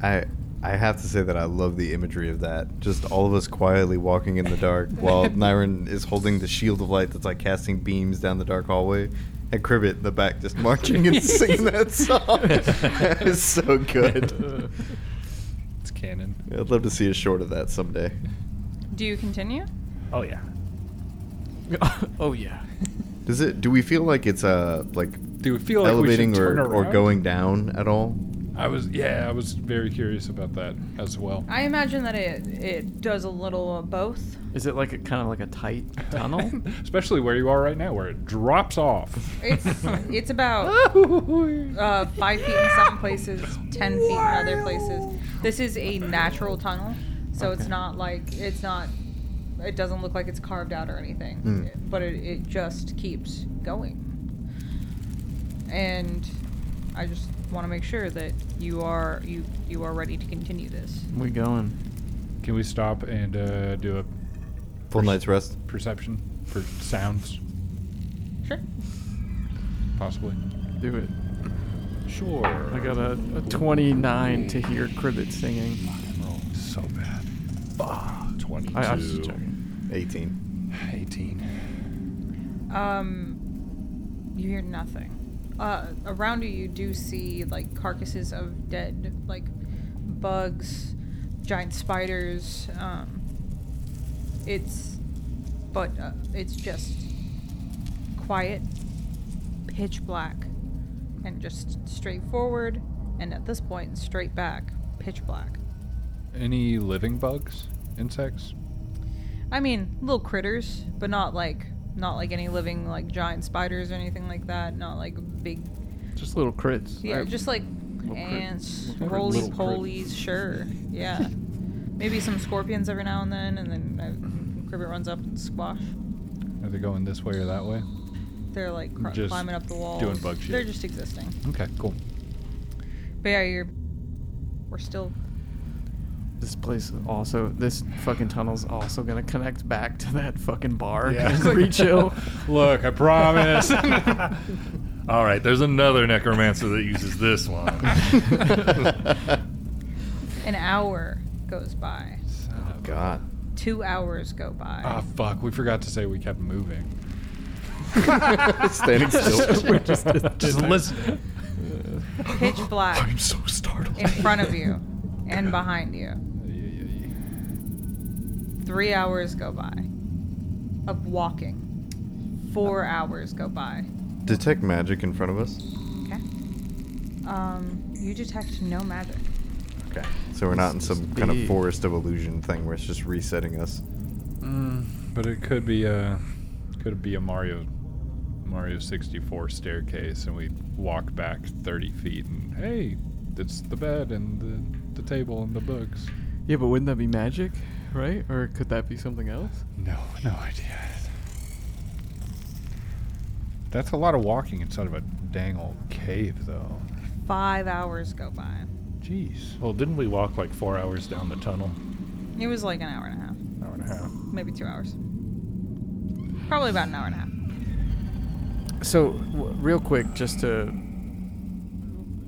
[SPEAKER 2] I I have to say that I love the imagery of that. Just all of us quietly walking in the dark while Niren is holding the shield of light that's like casting beams down the dark hallway. And Cribbit in the back just marching and singing that song. <laughs> that is so good.
[SPEAKER 5] It's canon.
[SPEAKER 2] I'd love to see a short of that someday.
[SPEAKER 4] Do you continue?
[SPEAKER 6] Oh yeah.
[SPEAKER 3] oh yeah.
[SPEAKER 2] Does it? Do we feel like it's uh like
[SPEAKER 5] Do we feel like we
[SPEAKER 2] elevating
[SPEAKER 5] should turn
[SPEAKER 2] or, or
[SPEAKER 5] around?
[SPEAKER 2] going down at all?
[SPEAKER 5] I was yeah, I was very curious about that as well.
[SPEAKER 4] I imagine that it it does a little of both.
[SPEAKER 3] Is it like a kind of like a <laughs> tight tunnel?
[SPEAKER 5] Especially where you are right now, where it
[SPEAKER 4] <laughs>
[SPEAKER 5] drops off.
[SPEAKER 4] It's
[SPEAKER 6] <laughs>
[SPEAKER 4] it's about uh, five feet in some places, ten feet in other places. This is a natural tunnel, so it's not like it's not. It doesn't look like it's carved out or anything,
[SPEAKER 2] Mm.
[SPEAKER 4] but it, it just keeps going. And I just want to make sure that you are you you are ready to continue this.
[SPEAKER 3] we going.
[SPEAKER 5] Can we stop and uh, do a
[SPEAKER 2] Full night's rest.
[SPEAKER 5] perception for sounds,
[SPEAKER 4] Sure.
[SPEAKER 5] possibly?
[SPEAKER 3] Do it.
[SPEAKER 5] Sure.
[SPEAKER 3] I got a, a 29 to hear Cribbit singing.
[SPEAKER 1] So bad. Fuck. 22.
[SPEAKER 3] I, I was just joking. <laughs>
[SPEAKER 2] 18.
[SPEAKER 5] 18.
[SPEAKER 4] Um, you hear nothing. Uh, around you, you do see like carcasses of dead, like bugs, giant spiders. Um, it's, but uh, it's just quiet, pitch black, and just straight forward, and at this point, straight back, pitch black.
[SPEAKER 5] Any living bugs, insects?
[SPEAKER 4] I mean, little critters, but not like not like any living like giant spiders or anything like that. Not like big
[SPEAKER 3] Just little crits.
[SPEAKER 4] Yeah,
[SPEAKER 3] I-
[SPEAKER 4] just like
[SPEAKER 3] crit-
[SPEAKER 4] ants,
[SPEAKER 3] little crit-
[SPEAKER 4] roly
[SPEAKER 3] little crit.
[SPEAKER 4] polies, sure. Yeah. Maybe some scorpions every now and then, and then uh, Cribbit runs up and squash.
[SPEAKER 5] Are they going this way or that way?
[SPEAKER 4] They're like cr-
[SPEAKER 5] Just
[SPEAKER 4] climbing up the walls.
[SPEAKER 5] doing bug shit.
[SPEAKER 4] They're just existing.
[SPEAKER 5] Okay, cool.
[SPEAKER 4] But yeah, you're. We're still.
[SPEAKER 3] <laughs> This place also, this fucking tunnel's also gonna connect back to that fucking bar.
[SPEAKER 1] Yeah.
[SPEAKER 3] Yeah. Reach hill.
[SPEAKER 1] Look, I
[SPEAKER 3] <laughs>
[SPEAKER 1] promise. All right, there's another necromancer that uses this one.
[SPEAKER 4] An hour goes by.
[SPEAKER 5] Son of a-
[SPEAKER 2] God.
[SPEAKER 4] Two hours go by.
[SPEAKER 5] <laughs> Ah, fuck. We forgot to say we kept moving. <laughs>
[SPEAKER 2] Standing still.
[SPEAKER 5] <laughs> Just listen.
[SPEAKER 6] <laughs>
[SPEAKER 4] pitch black
[SPEAKER 6] I'm so startled.
[SPEAKER 4] in front of you and behind you. Three hours go by of walking. Four
[SPEAKER 6] Oh.
[SPEAKER 4] hours go by.
[SPEAKER 2] <laughs> Detect magic in front of us.
[SPEAKER 4] Okay. Um, you detect no magic.
[SPEAKER 2] Okay. So we're not in some kind of forest of illusion thing where it's just resetting us.
[SPEAKER 5] But it could be a could be a Mario Mario 64 staircase, and we walk back 30 feet, and hey, it's the bed and the, the table and the books.
[SPEAKER 3] Yeah, but wouldn't that be magic, right? Or could that be something else?
[SPEAKER 5] No, no idea. That's a lot of walking inside of a dang old cave, though.
[SPEAKER 4] Five hours go by.
[SPEAKER 5] Jeez.
[SPEAKER 1] Well, didn't we walk like four hours down the tunnel?
[SPEAKER 4] It was like an hour and a half,
[SPEAKER 1] Hour and a half.
[SPEAKER 4] maybe two hours. Probably about an hour and a half.
[SPEAKER 3] So, w- real quick, just to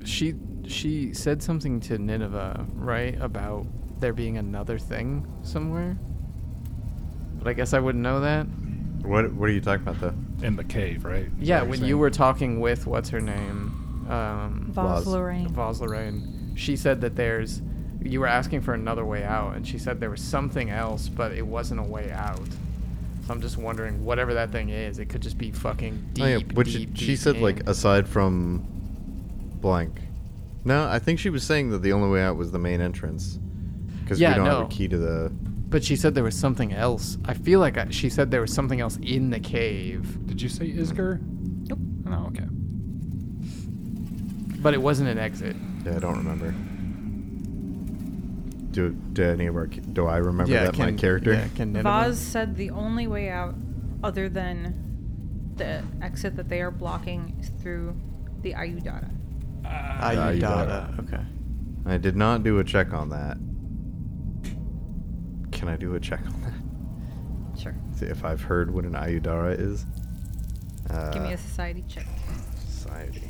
[SPEAKER 3] she she said something to Nineveh, right, about there being another thing somewhere. But I guess I wouldn't know that.
[SPEAKER 2] What What are you talking about though?
[SPEAKER 1] In the cave, right? Is
[SPEAKER 3] Yeah,
[SPEAKER 1] what you're
[SPEAKER 3] when you
[SPEAKER 1] saying?
[SPEAKER 3] were talking with what's her name, um,
[SPEAKER 2] Vaz.
[SPEAKER 4] Vaz Lorraine.
[SPEAKER 3] Vos Lorraine, she said that there's you were asking for another way out, and she said there was something else, but it wasn't a way out. So I'm just wondering, whatever that thing is, it could just be fucking deep.
[SPEAKER 2] Oh, yeah, which
[SPEAKER 3] deep,
[SPEAKER 2] she
[SPEAKER 3] deep
[SPEAKER 2] said
[SPEAKER 3] in.
[SPEAKER 2] like aside from blank. No, I think she was saying that the only way out was the main entrance because
[SPEAKER 3] Yeah,
[SPEAKER 2] we don't
[SPEAKER 3] no.
[SPEAKER 2] have a key to the.
[SPEAKER 3] But she said there was something else. I feel like I, she said there was something else in the cave,
[SPEAKER 5] Did you say Isger?
[SPEAKER 4] Nope.
[SPEAKER 5] Oh, okay.
[SPEAKER 3] but it wasn't an exit.
[SPEAKER 2] Yeah, I don't remember. Do, do any of our ca- do I remember that my character?
[SPEAKER 3] Yeah, can Nineveh-
[SPEAKER 4] Vaz said the only way out, other than the exit that they are blocking, is through the Ayudara.
[SPEAKER 2] Ah, you got
[SPEAKER 3] Ayudara. Okay.
[SPEAKER 2] I did not do a check on that. Can I do a check on that? <laughs>
[SPEAKER 4] Sure.
[SPEAKER 2] See if I've heard what an Ayudara is. Uh,
[SPEAKER 4] Give me a society check.
[SPEAKER 2] society.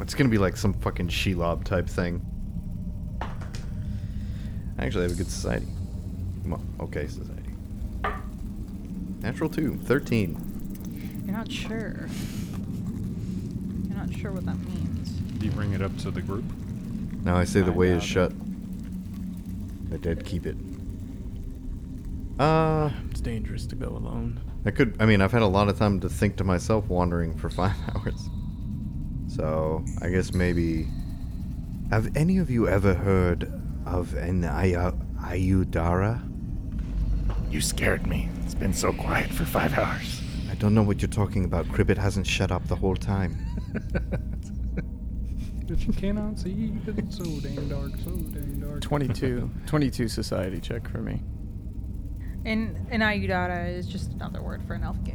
[SPEAKER 2] It's gonna be like some fucking Shelob type thing. I actually have a good society. Come on, okay, society. Natural 2, 13.
[SPEAKER 4] You're not sure. You're not sure what that means.
[SPEAKER 5] Do you bring it up to the group?
[SPEAKER 2] Now I say the
[SPEAKER 5] I
[SPEAKER 2] way
[SPEAKER 5] doubt
[SPEAKER 2] is
[SPEAKER 5] it.
[SPEAKER 2] shut. The dead keep it. Uh,
[SPEAKER 3] It's dangerous to go alone.
[SPEAKER 2] I could. I mean, I've had a lot of time to think to myself wandering for <laughs> five hours. So I guess maybe. Have any of you ever heard of an Aya- Ayudara?
[SPEAKER 6] You scared me. It's been so quiet for five hours.
[SPEAKER 2] I don't know what you're talking about. Cribbit hasn't shut up the whole
[SPEAKER 5] <laughs>
[SPEAKER 2] time.
[SPEAKER 5] That you cannot see. 'cause It's so damn dark, so damn dark.
[SPEAKER 3] 22, 22 society check for me.
[SPEAKER 4] And an Ayudara is just another word for an elf gate.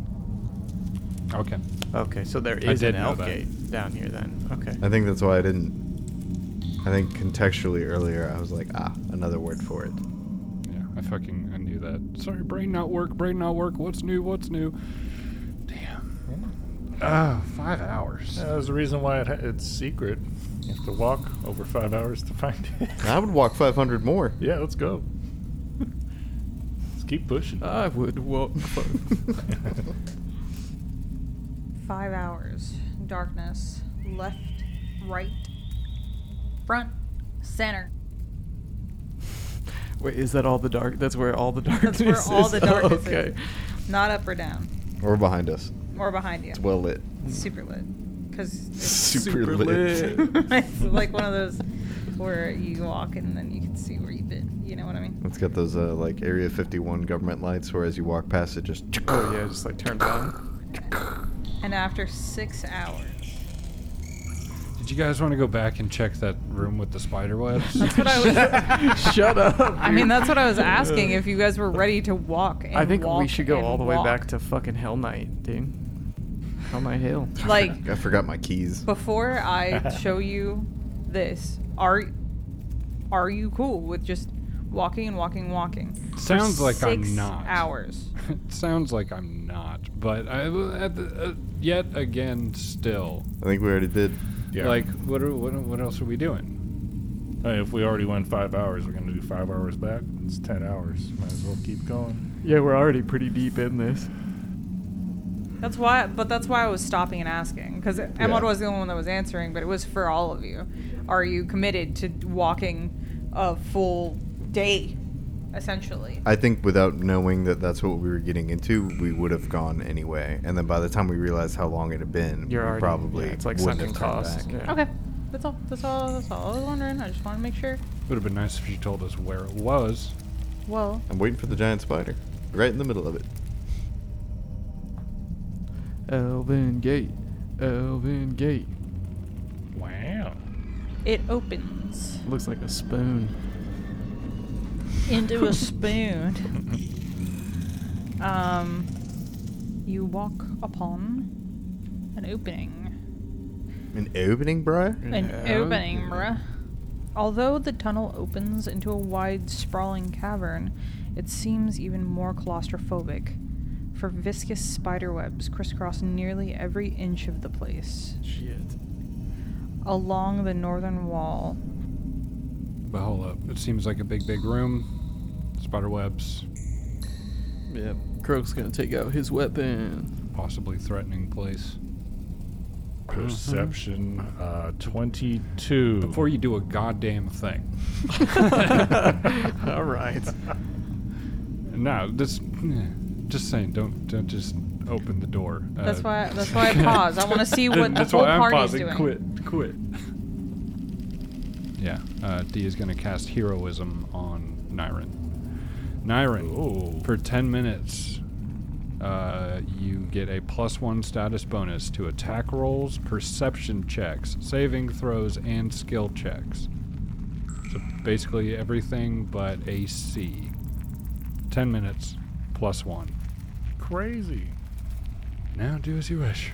[SPEAKER 5] Okay.
[SPEAKER 3] Okay, so there is
[SPEAKER 5] did
[SPEAKER 3] an
[SPEAKER 5] know
[SPEAKER 3] elf
[SPEAKER 5] that.
[SPEAKER 3] gate down here then. Okay.
[SPEAKER 2] I think that's why I didn't. I think contextually earlier, I was like, ah, another word for it.
[SPEAKER 5] Yeah, I fucking I knew that. Sorry, brain not work, brain not work. What's new? What's new? Damn. Ah, five hours.
[SPEAKER 1] Yeah, there's a reason why it ha- it's secret. You have to walk over five hours to find it. <laughs>
[SPEAKER 2] I would walk 500 more.
[SPEAKER 1] yeah, let's go. let's keep pushing.
[SPEAKER 3] I would walk.
[SPEAKER 4] Five hours. Darkness. Left, right, front, center.
[SPEAKER 3] Wait, is that all the dark? That's where all the darkness
[SPEAKER 4] That's where all
[SPEAKER 3] is? <laughs>
[SPEAKER 4] the
[SPEAKER 3] Oh,
[SPEAKER 4] darkness
[SPEAKER 3] okay.
[SPEAKER 4] is. Not up or down.
[SPEAKER 2] <laughs> or behind us.
[SPEAKER 4] Or behind you.
[SPEAKER 2] It's well lit.
[SPEAKER 4] Super lit. Because
[SPEAKER 2] Super,
[SPEAKER 4] <laughs> it's like one of those where you walk and then you can see where you've been. You know what I mean?
[SPEAKER 2] <laughs> It's got those uh, like Area 51 government lights where as you walk past it just
[SPEAKER 3] <laughs> Oh, yeah, just like turned on.
[SPEAKER 4] And after six hours,
[SPEAKER 5] Did you guys want to go back and check that room with the spider webs?
[SPEAKER 4] that's what I was.
[SPEAKER 3] <laughs> Shut up.
[SPEAKER 4] I mean, that's what I was asking if you guys were ready to walk. And
[SPEAKER 3] I think we
[SPEAKER 4] walk
[SPEAKER 3] should go
[SPEAKER 4] and
[SPEAKER 3] all the way
[SPEAKER 4] walk.
[SPEAKER 3] back to fucking Hell Knight, dude. Hell Knight Hill.
[SPEAKER 4] like
[SPEAKER 2] I forgot my keys.
[SPEAKER 4] before
[SPEAKER 3] <laughs>
[SPEAKER 4] I show you this. Are are you cool with just walking and walking and walking? <laughs> for
[SPEAKER 5] Sounds like I'm
[SPEAKER 4] six
[SPEAKER 5] not.
[SPEAKER 4] Hours.
[SPEAKER 5] it <laughs> sounds like I'm not, but I at the, uh, yet again still.
[SPEAKER 2] I think we already did.
[SPEAKER 1] Yeah.
[SPEAKER 5] Like what are, what what else are we doing?
[SPEAKER 1] Hey, if we already went five hours, we're gonna do five hours back. It's ten hours. Might as well keep going.
[SPEAKER 3] Yeah, we're already pretty deep in this.
[SPEAKER 4] That's why, but that's why I was stopping and asking because Emma was the only one that was answering, but it was for all of you. Are you committed to walking a full day, essentially?
[SPEAKER 2] I think without knowing that that's what we were getting into, we would have gone anyway. And then by the time we realized how long it had been,
[SPEAKER 3] You're
[SPEAKER 2] we
[SPEAKER 3] already
[SPEAKER 2] probably
[SPEAKER 3] yeah, it's like
[SPEAKER 2] wouldn't
[SPEAKER 3] sunken
[SPEAKER 2] have turned
[SPEAKER 3] cost.
[SPEAKER 2] back.
[SPEAKER 3] Yeah.
[SPEAKER 4] Okay, that's all. That's all. That's all. I was wondering. I just want to make sure.
[SPEAKER 5] Would have been nice if she told us where it was.
[SPEAKER 4] Well,
[SPEAKER 2] I'm waiting for the giant spider, right in the middle of it.
[SPEAKER 3] Elven Gate. Elven Gate.
[SPEAKER 5] Wow.
[SPEAKER 4] it opens
[SPEAKER 3] Looks like a spoon.
[SPEAKER 4] <laughs> into a spoon. <laughs> um, you walk upon an opening.
[SPEAKER 2] An opening, bro?
[SPEAKER 4] An
[SPEAKER 3] Yeah.
[SPEAKER 4] opening, bruh. Although the tunnel opens into a wide, sprawling cavern, it seems even more claustrophobic, for viscous spiderwebs crisscross nearly every inch of the place.
[SPEAKER 3] Shit.
[SPEAKER 4] Along the northern wall,
[SPEAKER 5] But hold up. It seems like a big, big room. Spider webs,
[SPEAKER 3] Yep. Croc's gonna take out his weapon.
[SPEAKER 5] possibly threatening place.
[SPEAKER 1] Perception uh, 22.
[SPEAKER 5] Before you do a goddamn thing.
[SPEAKER 3] <laughs> All right.
[SPEAKER 5] No, just, eh, just saying. Don't, don't just open the door.
[SPEAKER 4] that's
[SPEAKER 5] Uh, <laughs>
[SPEAKER 4] why. That's why I pause. I want to see what the
[SPEAKER 5] that's
[SPEAKER 4] whole
[SPEAKER 5] why I'm
[SPEAKER 4] party's
[SPEAKER 5] pausing.
[SPEAKER 4] doing.
[SPEAKER 5] Quit, quit. <laughs> Yeah, uh, D is gonna cast heroism on Nyrin. Nyrin, for ten minutes, uh, you get a plus one status bonus to attack rolls, perception checks, saving throws, and skill checks. So basically everything but AC. Ten minutes, plus one.
[SPEAKER 1] Crazy.
[SPEAKER 5] Now do as you wish.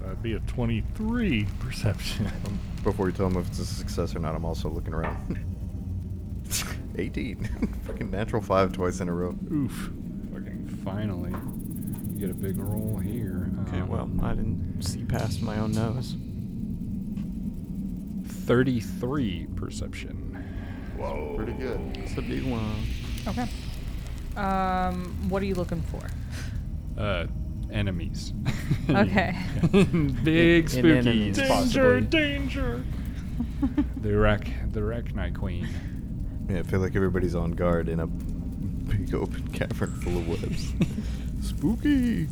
[SPEAKER 1] That'd be a 23 perception. <laughs>
[SPEAKER 2] Before you tell him if it's a success or not, I'm also looking around. <laughs> 18. <laughs> Fucking natural five twice in a row.
[SPEAKER 5] Oof. Fucking finally. You get a big roll here.
[SPEAKER 3] Okay,
[SPEAKER 5] Um,
[SPEAKER 3] well, I didn't see past my own nose.
[SPEAKER 5] 33 perception.
[SPEAKER 1] Whoa.
[SPEAKER 2] Pretty good.
[SPEAKER 3] It's a big one.
[SPEAKER 4] Okay. Um, what are you looking for?
[SPEAKER 5] Uh, enemies. <laughs>
[SPEAKER 4] Okay.
[SPEAKER 5] big
[SPEAKER 3] In- in
[SPEAKER 5] spooky.
[SPEAKER 3] enemies,
[SPEAKER 5] danger,
[SPEAKER 3] possibly.
[SPEAKER 5] danger. the wreck, the wreck night queen.
[SPEAKER 2] Yeah, I feel like everybody's on guard in a big open <laughs> cavern full of webs. <laughs> Spooky.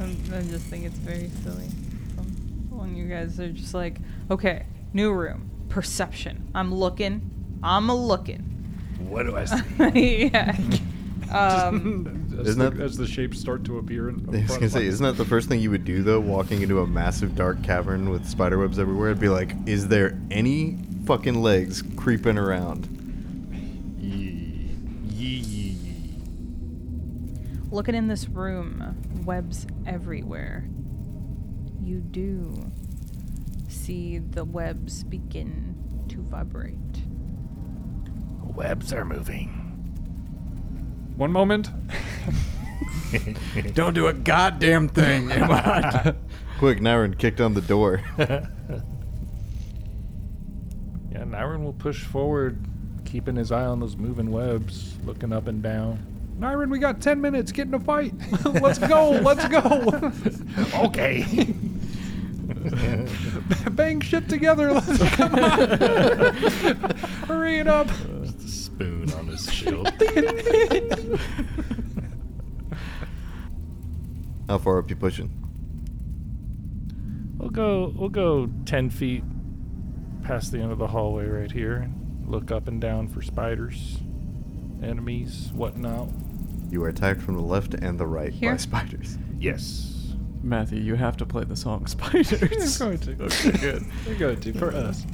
[SPEAKER 4] Um, I just think it's very silly um, when you guys are just like, okay, new room, perception. I'm looking, I'm a looking.
[SPEAKER 1] What do I see?
[SPEAKER 4] <laughs>
[SPEAKER 1] <laughs>
[SPEAKER 4] yeah. Um,
[SPEAKER 5] as,
[SPEAKER 2] Isn't
[SPEAKER 5] the,
[SPEAKER 2] that-
[SPEAKER 5] as the shapes start to appear in
[SPEAKER 2] I was gonna say, isn't that the first thing you would do though? Walking into a massive dark cavern with spider webs everywhere, I'd be like, "Is there any fucking legs creeping around?"
[SPEAKER 1] Yee. Yee, yee, yee.
[SPEAKER 4] looking in this room, webs everywhere. You do see the webs begin to vibrate.
[SPEAKER 6] Webs are moving.
[SPEAKER 5] One moment.
[SPEAKER 3] Don't do a goddamn thing, <laughs> Emma.
[SPEAKER 2] Quick, Nyron kicked on the <laughs> door.
[SPEAKER 1] Yeah, Nyron will push forward, keeping his eye on those moving webs, looking up and down.
[SPEAKER 5] Nyron, we got 10 minutes. Get in a fight. <laughs> let's go. Let's go. <laughs>
[SPEAKER 6] Okay.
[SPEAKER 5] Bang shit together. <laughs> Let's come on.
[SPEAKER 2] <laughs>
[SPEAKER 5] Hurry it up.
[SPEAKER 1] Just a <laughs> spoon on his
[SPEAKER 6] <laughs>
[SPEAKER 1] shield.
[SPEAKER 2] How far up you pushing?
[SPEAKER 1] we'll go. We'll go ten feet past the end of the hallway right here. and Look up and down for spiders, enemies, whatnot.
[SPEAKER 2] You are attacked from the left and the right by
[SPEAKER 4] Here?
[SPEAKER 2] spiders. <laughs>
[SPEAKER 1] Yes.
[SPEAKER 3] Matthew, you have to play the song <laughs> Spiders.
[SPEAKER 5] <laughs> You're going to.
[SPEAKER 3] Okay, good.
[SPEAKER 5] You're going to
[SPEAKER 1] <laughs>
[SPEAKER 5] for us.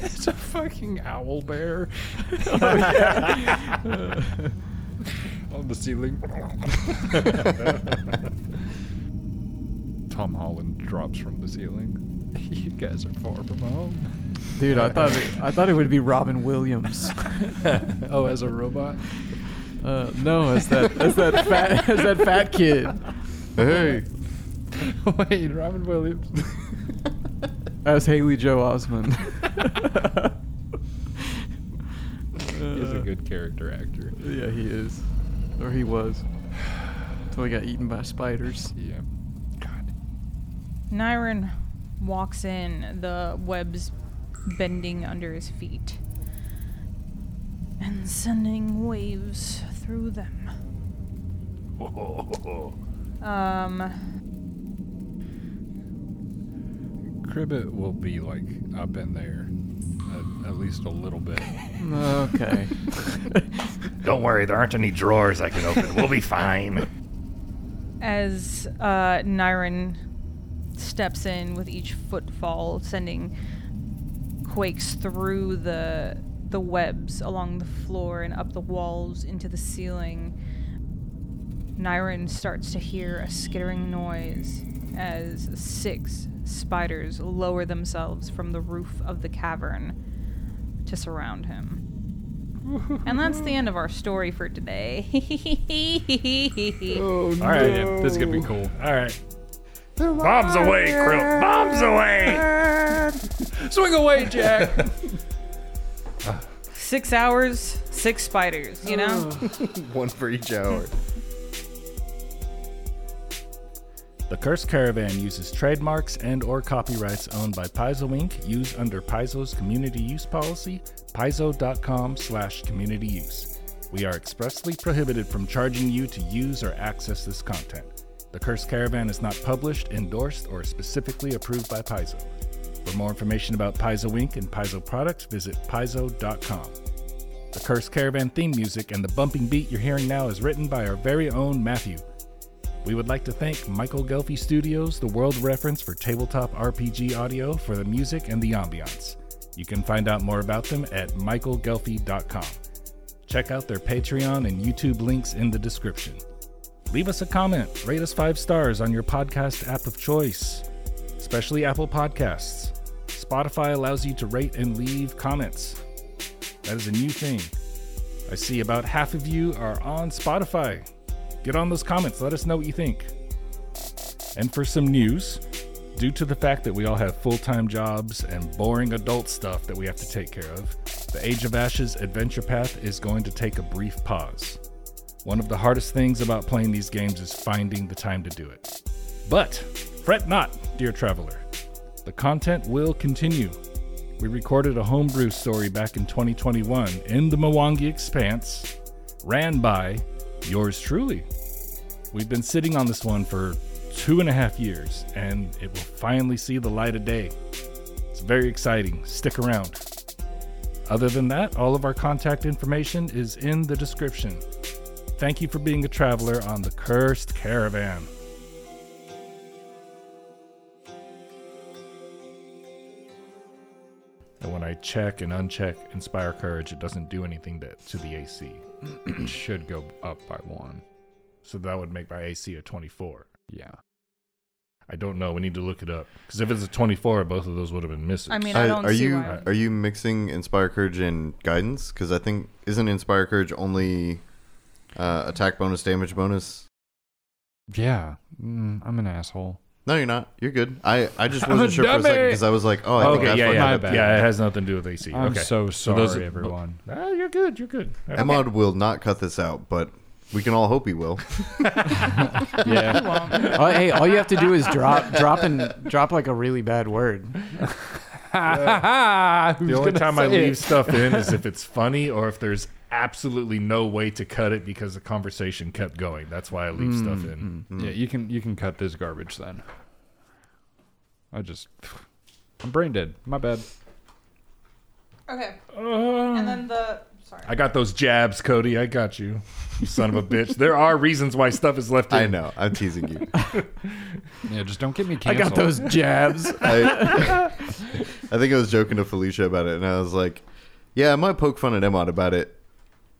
[SPEAKER 5] It's a fucking
[SPEAKER 1] <laughs>
[SPEAKER 5] owl bear
[SPEAKER 2] <laughs>
[SPEAKER 3] Oh,
[SPEAKER 5] on
[SPEAKER 1] <laughs>
[SPEAKER 5] the ceiling. Tom Holland drops from the ceiling. <laughs> You guys are far from
[SPEAKER 1] <laughs>
[SPEAKER 5] home.
[SPEAKER 3] Dude, I thought it, I thought it would be
[SPEAKER 7] <laughs>
[SPEAKER 3] Robin Williams.
[SPEAKER 5] Oh, as a robot?
[SPEAKER 3] Uh, no, it's that it's that fat it's that fat kid.
[SPEAKER 2] Hey,
[SPEAKER 5] <laughs> Wait, Robin <laughs> Williams.
[SPEAKER 3] That's Haley Joe Osmond. <laughs>
[SPEAKER 5] He's a good character actor.
[SPEAKER 3] Yeah, he is.
[SPEAKER 7] Or he was. Until he got eaten by spiders.
[SPEAKER 5] Yeah. God.
[SPEAKER 4] Nyron walks in, the webs bending under his feet and sending waves through them. Um,
[SPEAKER 5] Cribbit will be like up in there, at, at least a little bit.
[SPEAKER 7] Okay.
[SPEAKER 1] Don't worry, there aren't any drawers I can open. We'll be fine.
[SPEAKER 4] as uh, Nyron steps in with each footfall, sending quakes through the the webs along the floor and up the walls into the ceiling. Nyron starts to hear a skittering noise as six spiders lower themselves from the roof of the cavern to surround him. And that's the end of our story for today. <laughs>
[SPEAKER 8] All right.
[SPEAKER 5] Yeah, this is gonna be cool.
[SPEAKER 8] All right.
[SPEAKER 1] Bombs away, Krill. Bombs away.
[SPEAKER 5] Swing away, Jack.
[SPEAKER 4] Six hours, six spiders, you know?
[SPEAKER 2] One for each hour.
[SPEAKER 1] The Curse Caravan uses trademarks and or copyrights owned by Paizo Inc. used under Paizo's community use policy, paizo.com slash community use. We are expressly prohibited from charging you to use or access this content. The Curse Caravan is not published, endorsed, or specifically approved by Paizo. For more information about Paizo Inc. and Paizo products, visit paizo.com. The Curse Caravan theme music and the bumping beat you're hearing now is written by our very own Matthew. We would like to thank Michael Gelfi Studios, the world reference for tabletop RPG audio, for the music and the ambiance. You can find out more about them at michaelgelfi.com. Check out their Patreon and YouTube links in the description. Leave us a comment, rate us five stars on your podcast app of choice, especially Apple Podcasts. Spotify allows you to rate and leave comments. That is a new thing. I see about half of you are on Spotify. Get on those comments. Let us know what you think. And for some news, due to the fact that we all have full time jobs and boring adult stuff that we have to take care of, the Age of Ashes adventure path is going to take a brief pause. One of the hardest things about playing these games is finding the time to do it. But fret not, dear traveler. The content will continue. We recorded a homebrew story back in 2021 in the Mwangi Expanse ran by yours truly. We've been sitting on this one for two and a half years, and it will finally see the light of day. It's very exciting. Stick around. Other than that, all of our contact information is in the description. Thank you for being a traveler on the Cursed Caravan. And when I check and uncheck Inspire Courage, it doesn't do anything to, to the AC.
[SPEAKER 5] Should go up by one.
[SPEAKER 1] So that would make my AC a 24.
[SPEAKER 5] Yeah.
[SPEAKER 1] I don't know. We need to look it up. Because if it's a 24, both of those would have been misses.
[SPEAKER 4] I mean,
[SPEAKER 2] Uh,
[SPEAKER 4] I don't
[SPEAKER 2] are
[SPEAKER 4] see
[SPEAKER 2] you
[SPEAKER 4] why.
[SPEAKER 2] are you mixing Inspire Courage and Guidance? Because I think isn't Inspire Courage only uh, attack bonus, damage bonus?
[SPEAKER 5] Yeah. Mm, I'm an asshole.
[SPEAKER 2] No, you're not. You're good. I, I just
[SPEAKER 5] <laughs> I'm a
[SPEAKER 2] wasn't sure for a second
[SPEAKER 5] dummy.
[SPEAKER 2] because I was like, oh, I think
[SPEAKER 1] okay,
[SPEAKER 2] I
[SPEAKER 1] yeah,
[SPEAKER 2] fucked
[SPEAKER 1] yeah,
[SPEAKER 5] my
[SPEAKER 2] up.
[SPEAKER 5] bad.
[SPEAKER 1] yeah. It has nothing to do with AC.
[SPEAKER 5] I'm
[SPEAKER 1] okay.
[SPEAKER 5] so
[SPEAKER 1] So
[SPEAKER 5] sorry,
[SPEAKER 1] those are-
[SPEAKER 5] <laughs> everyone.
[SPEAKER 1] Ah, you're good. You're good.
[SPEAKER 2] Emod will not cut this out, but we can all hope he
[SPEAKER 5] <laughs>
[SPEAKER 2] will.
[SPEAKER 5] yeah.
[SPEAKER 7] Oh, hey, all you have to do is drop, drop, and drop like a really bad word.
[SPEAKER 5] Ah, <laughs>
[SPEAKER 1] The only time I leave stuff in is if it's funny or if there's absolutely no way to cut it because the conversation kept going. That's why I leave stuff in.
[SPEAKER 5] Yeah, you can you can cut this garbage then. I just <sighs> I'm brain dead. My bad.
[SPEAKER 4] Okay. and then the. Sorry.
[SPEAKER 1] I got those jabs, Cody. I got you. You son of a bitch. There are reasons why stuff is left in.
[SPEAKER 2] <laughs> I know. I'm teasing you.
[SPEAKER 5] Yeah, just don't get me
[SPEAKER 7] I
[SPEAKER 5] canceled.
[SPEAKER 7] got
[SPEAKER 5] <laughs>
[SPEAKER 7] those jabs.
[SPEAKER 2] I, <laughs> I think I was joking to Felicia about it, and I was like, yeah, I might poke fun at Emod about it,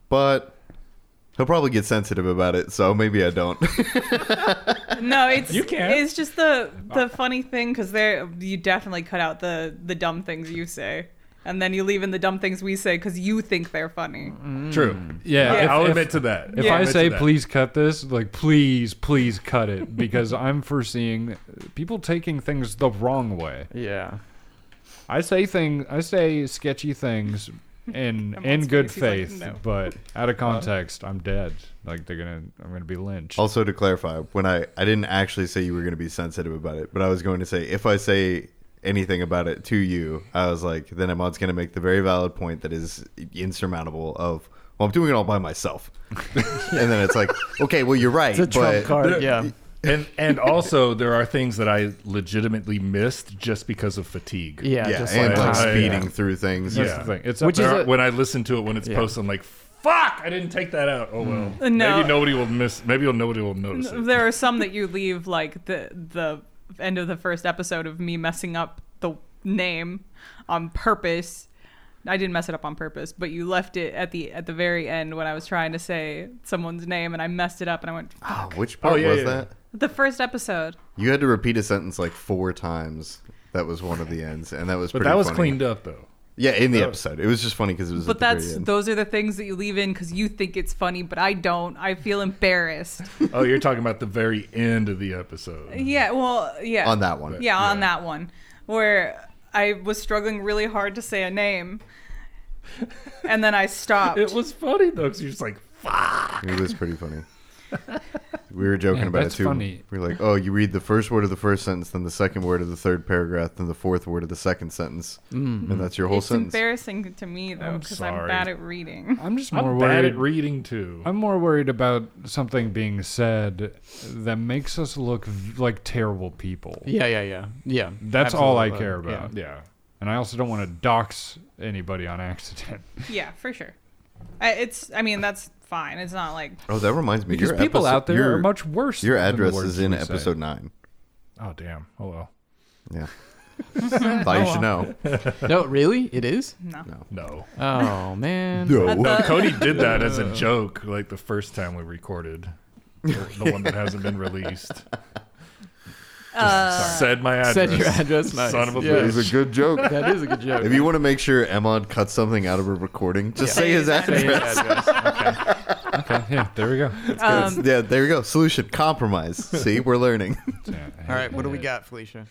[SPEAKER 2] but he'll probably get sensitive about it, so maybe I don't. <laughs>
[SPEAKER 4] No, it's
[SPEAKER 1] You can.
[SPEAKER 4] It's just the the funny thing because there you definitely cut out the the dumb things you say, and then you leave in the dumb things we say because you think they're funny.
[SPEAKER 1] True.
[SPEAKER 5] Yeah,
[SPEAKER 1] I-
[SPEAKER 5] if-
[SPEAKER 1] I'll
[SPEAKER 5] if-
[SPEAKER 1] admit to that.
[SPEAKER 5] If
[SPEAKER 1] I'll
[SPEAKER 5] I
[SPEAKER 1] admit to
[SPEAKER 5] say
[SPEAKER 1] that.
[SPEAKER 5] please cut this, like please, please cut it because <laughs> I'm foreseeing people taking things the wrong way.
[SPEAKER 7] yeah.
[SPEAKER 5] I say thing I say sketchy things in
[SPEAKER 4] <laughs> I'm
[SPEAKER 5] in
[SPEAKER 4] on
[SPEAKER 5] good
[SPEAKER 4] space, he's like, "No."
[SPEAKER 5] faith, but out of context, I'm dead. Like they're gonna, I'm gonna be lynched.
[SPEAKER 2] Also, to clarify, when I I didn't actually say you were going to be sensitive about it, but I was going to say if I say anything about it to you, I was like, then Ahmad's going to make the very valid point that is insurmountable. Of well, I'm doing it all by myself, <laughs> and then it's like, okay, well, you're right,
[SPEAKER 3] It's a trump
[SPEAKER 2] but
[SPEAKER 3] card. Yeah.
[SPEAKER 1] and and also there are things that I legitimately missed just because of fatigue.
[SPEAKER 3] Yeah.
[SPEAKER 2] yeah,
[SPEAKER 3] just
[SPEAKER 2] and
[SPEAKER 1] like
[SPEAKER 2] like
[SPEAKER 1] time.
[SPEAKER 2] speeding
[SPEAKER 1] Yeah.
[SPEAKER 2] through things.
[SPEAKER 5] That's the thing. It's up
[SPEAKER 3] Which
[SPEAKER 5] there.
[SPEAKER 3] is
[SPEAKER 1] There are-
[SPEAKER 3] a-
[SPEAKER 1] when I listen to it when it's
[SPEAKER 3] Yeah.
[SPEAKER 1] posted, I'm like, fuck, I didn't take that out. Oh well,
[SPEAKER 9] Uh, no.
[SPEAKER 1] maybe nobody will miss. Maybe nobody will notice it.
[SPEAKER 4] <laughs> There are some that you leave like the the end of the first episode of me messing up the name on purpose. I didn't mess it up on purpose, but you left it at the at the very end when I was trying to say someone's name and I messed it up and I went "Ah."
[SPEAKER 2] Oh, which part
[SPEAKER 1] Oh, yeah,
[SPEAKER 2] was
[SPEAKER 1] yeah.
[SPEAKER 2] that?
[SPEAKER 4] the first episode.
[SPEAKER 2] You had to repeat a sentence like four times. That was one of the ends, and that was.
[SPEAKER 1] But
[SPEAKER 2] pretty
[SPEAKER 1] that was
[SPEAKER 2] funny.
[SPEAKER 1] cleaned up though.
[SPEAKER 2] Yeah, in the episode, it was just funny because it was.
[SPEAKER 4] But
[SPEAKER 2] at the very
[SPEAKER 4] that's
[SPEAKER 2] end.
[SPEAKER 4] those are the things that you leave in because you think it's funny, but I don't. I
[SPEAKER 2] <laughs>
[SPEAKER 4] feel embarrassed.
[SPEAKER 1] Oh, you're talking about the very end of the episode.
[SPEAKER 4] yeah, well, yeah.
[SPEAKER 2] on that one.
[SPEAKER 4] yeah, on that one where I was struggling really hard to say
[SPEAKER 2] <laughs>
[SPEAKER 4] a name, and then I stopped.
[SPEAKER 1] It was funny though, because you're just like, fuck.
[SPEAKER 2] It was pretty funny. <laughs> We were joking
[SPEAKER 5] Yeah,
[SPEAKER 2] about it
[SPEAKER 5] that's
[SPEAKER 2] too.
[SPEAKER 5] funny.
[SPEAKER 2] We were like, oh, you read the first word of the first sentence, then the second word of the third paragraph, then the fourth word of the second sentence,
[SPEAKER 5] Mm.
[SPEAKER 2] and that's your whole
[SPEAKER 4] it's
[SPEAKER 2] sentence.
[SPEAKER 4] embarrassing to me though
[SPEAKER 1] I'm
[SPEAKER 4] because I'm,
[SPEAKER 1] sorry.
[SPEAKER 4] bad at reading. <laughs>
[SPEAKER 5] I'm just
[SPEAKER 1] I'm
[SPEAKER 5] more
[SPEAKER 1] bad
[SPEAKER 5] worried.
[SPEAKER 1] at reading too.
[SPEAKER 5] I'm more worried about something being said that makes us look v- like terrible people.
[SPEAKER 3] Yeah. Yeah. Yeah. Yeah.
[SPEAKER 5] That's all I
[SPEAKER 3] absolutely.
[SPEAKER 5] care
[SPEAKER 3] Yeah.
[SPEAKER 5] about.
[SPEAKER 1] yeah.
[SPEAKER 5] And I also don't want to dox anybody on accident.
[SPEAKER 4] Yeah, for sure. I, it's. I mean, that's fine. It's not like
[SPEAKER 2] oh, that reminds me.
[SPEAKER 5] Because
[SPEAKER 2] your
[SPEAKER 5] people
[SPEAKER 2] episode-
[SPEAKER 5] out there
[SPEAKER 2] your,
[SPEAKER 5] are much worse.
[SPEAKER 2] Your
[SPEAKER 5] than the
[SPEAKER 2] address
[SPEAKER 5] words
[SPEAKER 2] is in
[SPEAKER 5] we say.
[SPEAKER 2] episode nine.
[SPEAKER 1] Oh damn. Oh well.
[SPEAKER 5] <laughs>
[SPEAKER 2] Yeah. Thought you should know.
[SPEAKER 3] No, really? It is?
[SPEAKER 4] no.
[SPEAKER 1] No.
[SPEAKER 3] Oh, man.
[SPEAKER 2] No. <laughs>
[SPEAKER 1] <laughs> No, Cody did that as <laughs> a joke, like the first time we recorded, the, the one that hasn't been released. <laughs> Just
[SPEAKER 4] uh,
[SPEAKER 1] Uh, said my address.
[SPEAKER 3] Said your address. Nice.
[SPEAKER 1] Son of a
[SPEAKER 3] yeah.
[SPEAKER 2] It was a good joke.
[SPEAKER 3] That is a good joke.
[SPEAKER 2] If you want to make sure Emond cuts something out of a recording, just say his
[SPEAKER 3] Say
[SPEAKER 2] address.
[SPEAKER 3] his address.
[SPEAKER 5] Okay, yeah, there we go.
[SPEAKER 4] um,
[SPEAKER 2] <laughs>
[SPEAKER 5] <laughs>
[SPEAKER 2] yeah, there you go. Solution compromise. See, we're learning.
[SPEAKER 5] Yeah,
[SPEAKER 3] <laughs>
[SPEAKER 5] I
[SPEAKER 3] All right,
[SPEAKER 5] hate
[SPEAKER 3] what do we
[SPEAKER 5] it.
[SPEAKER 3] got, Felicia?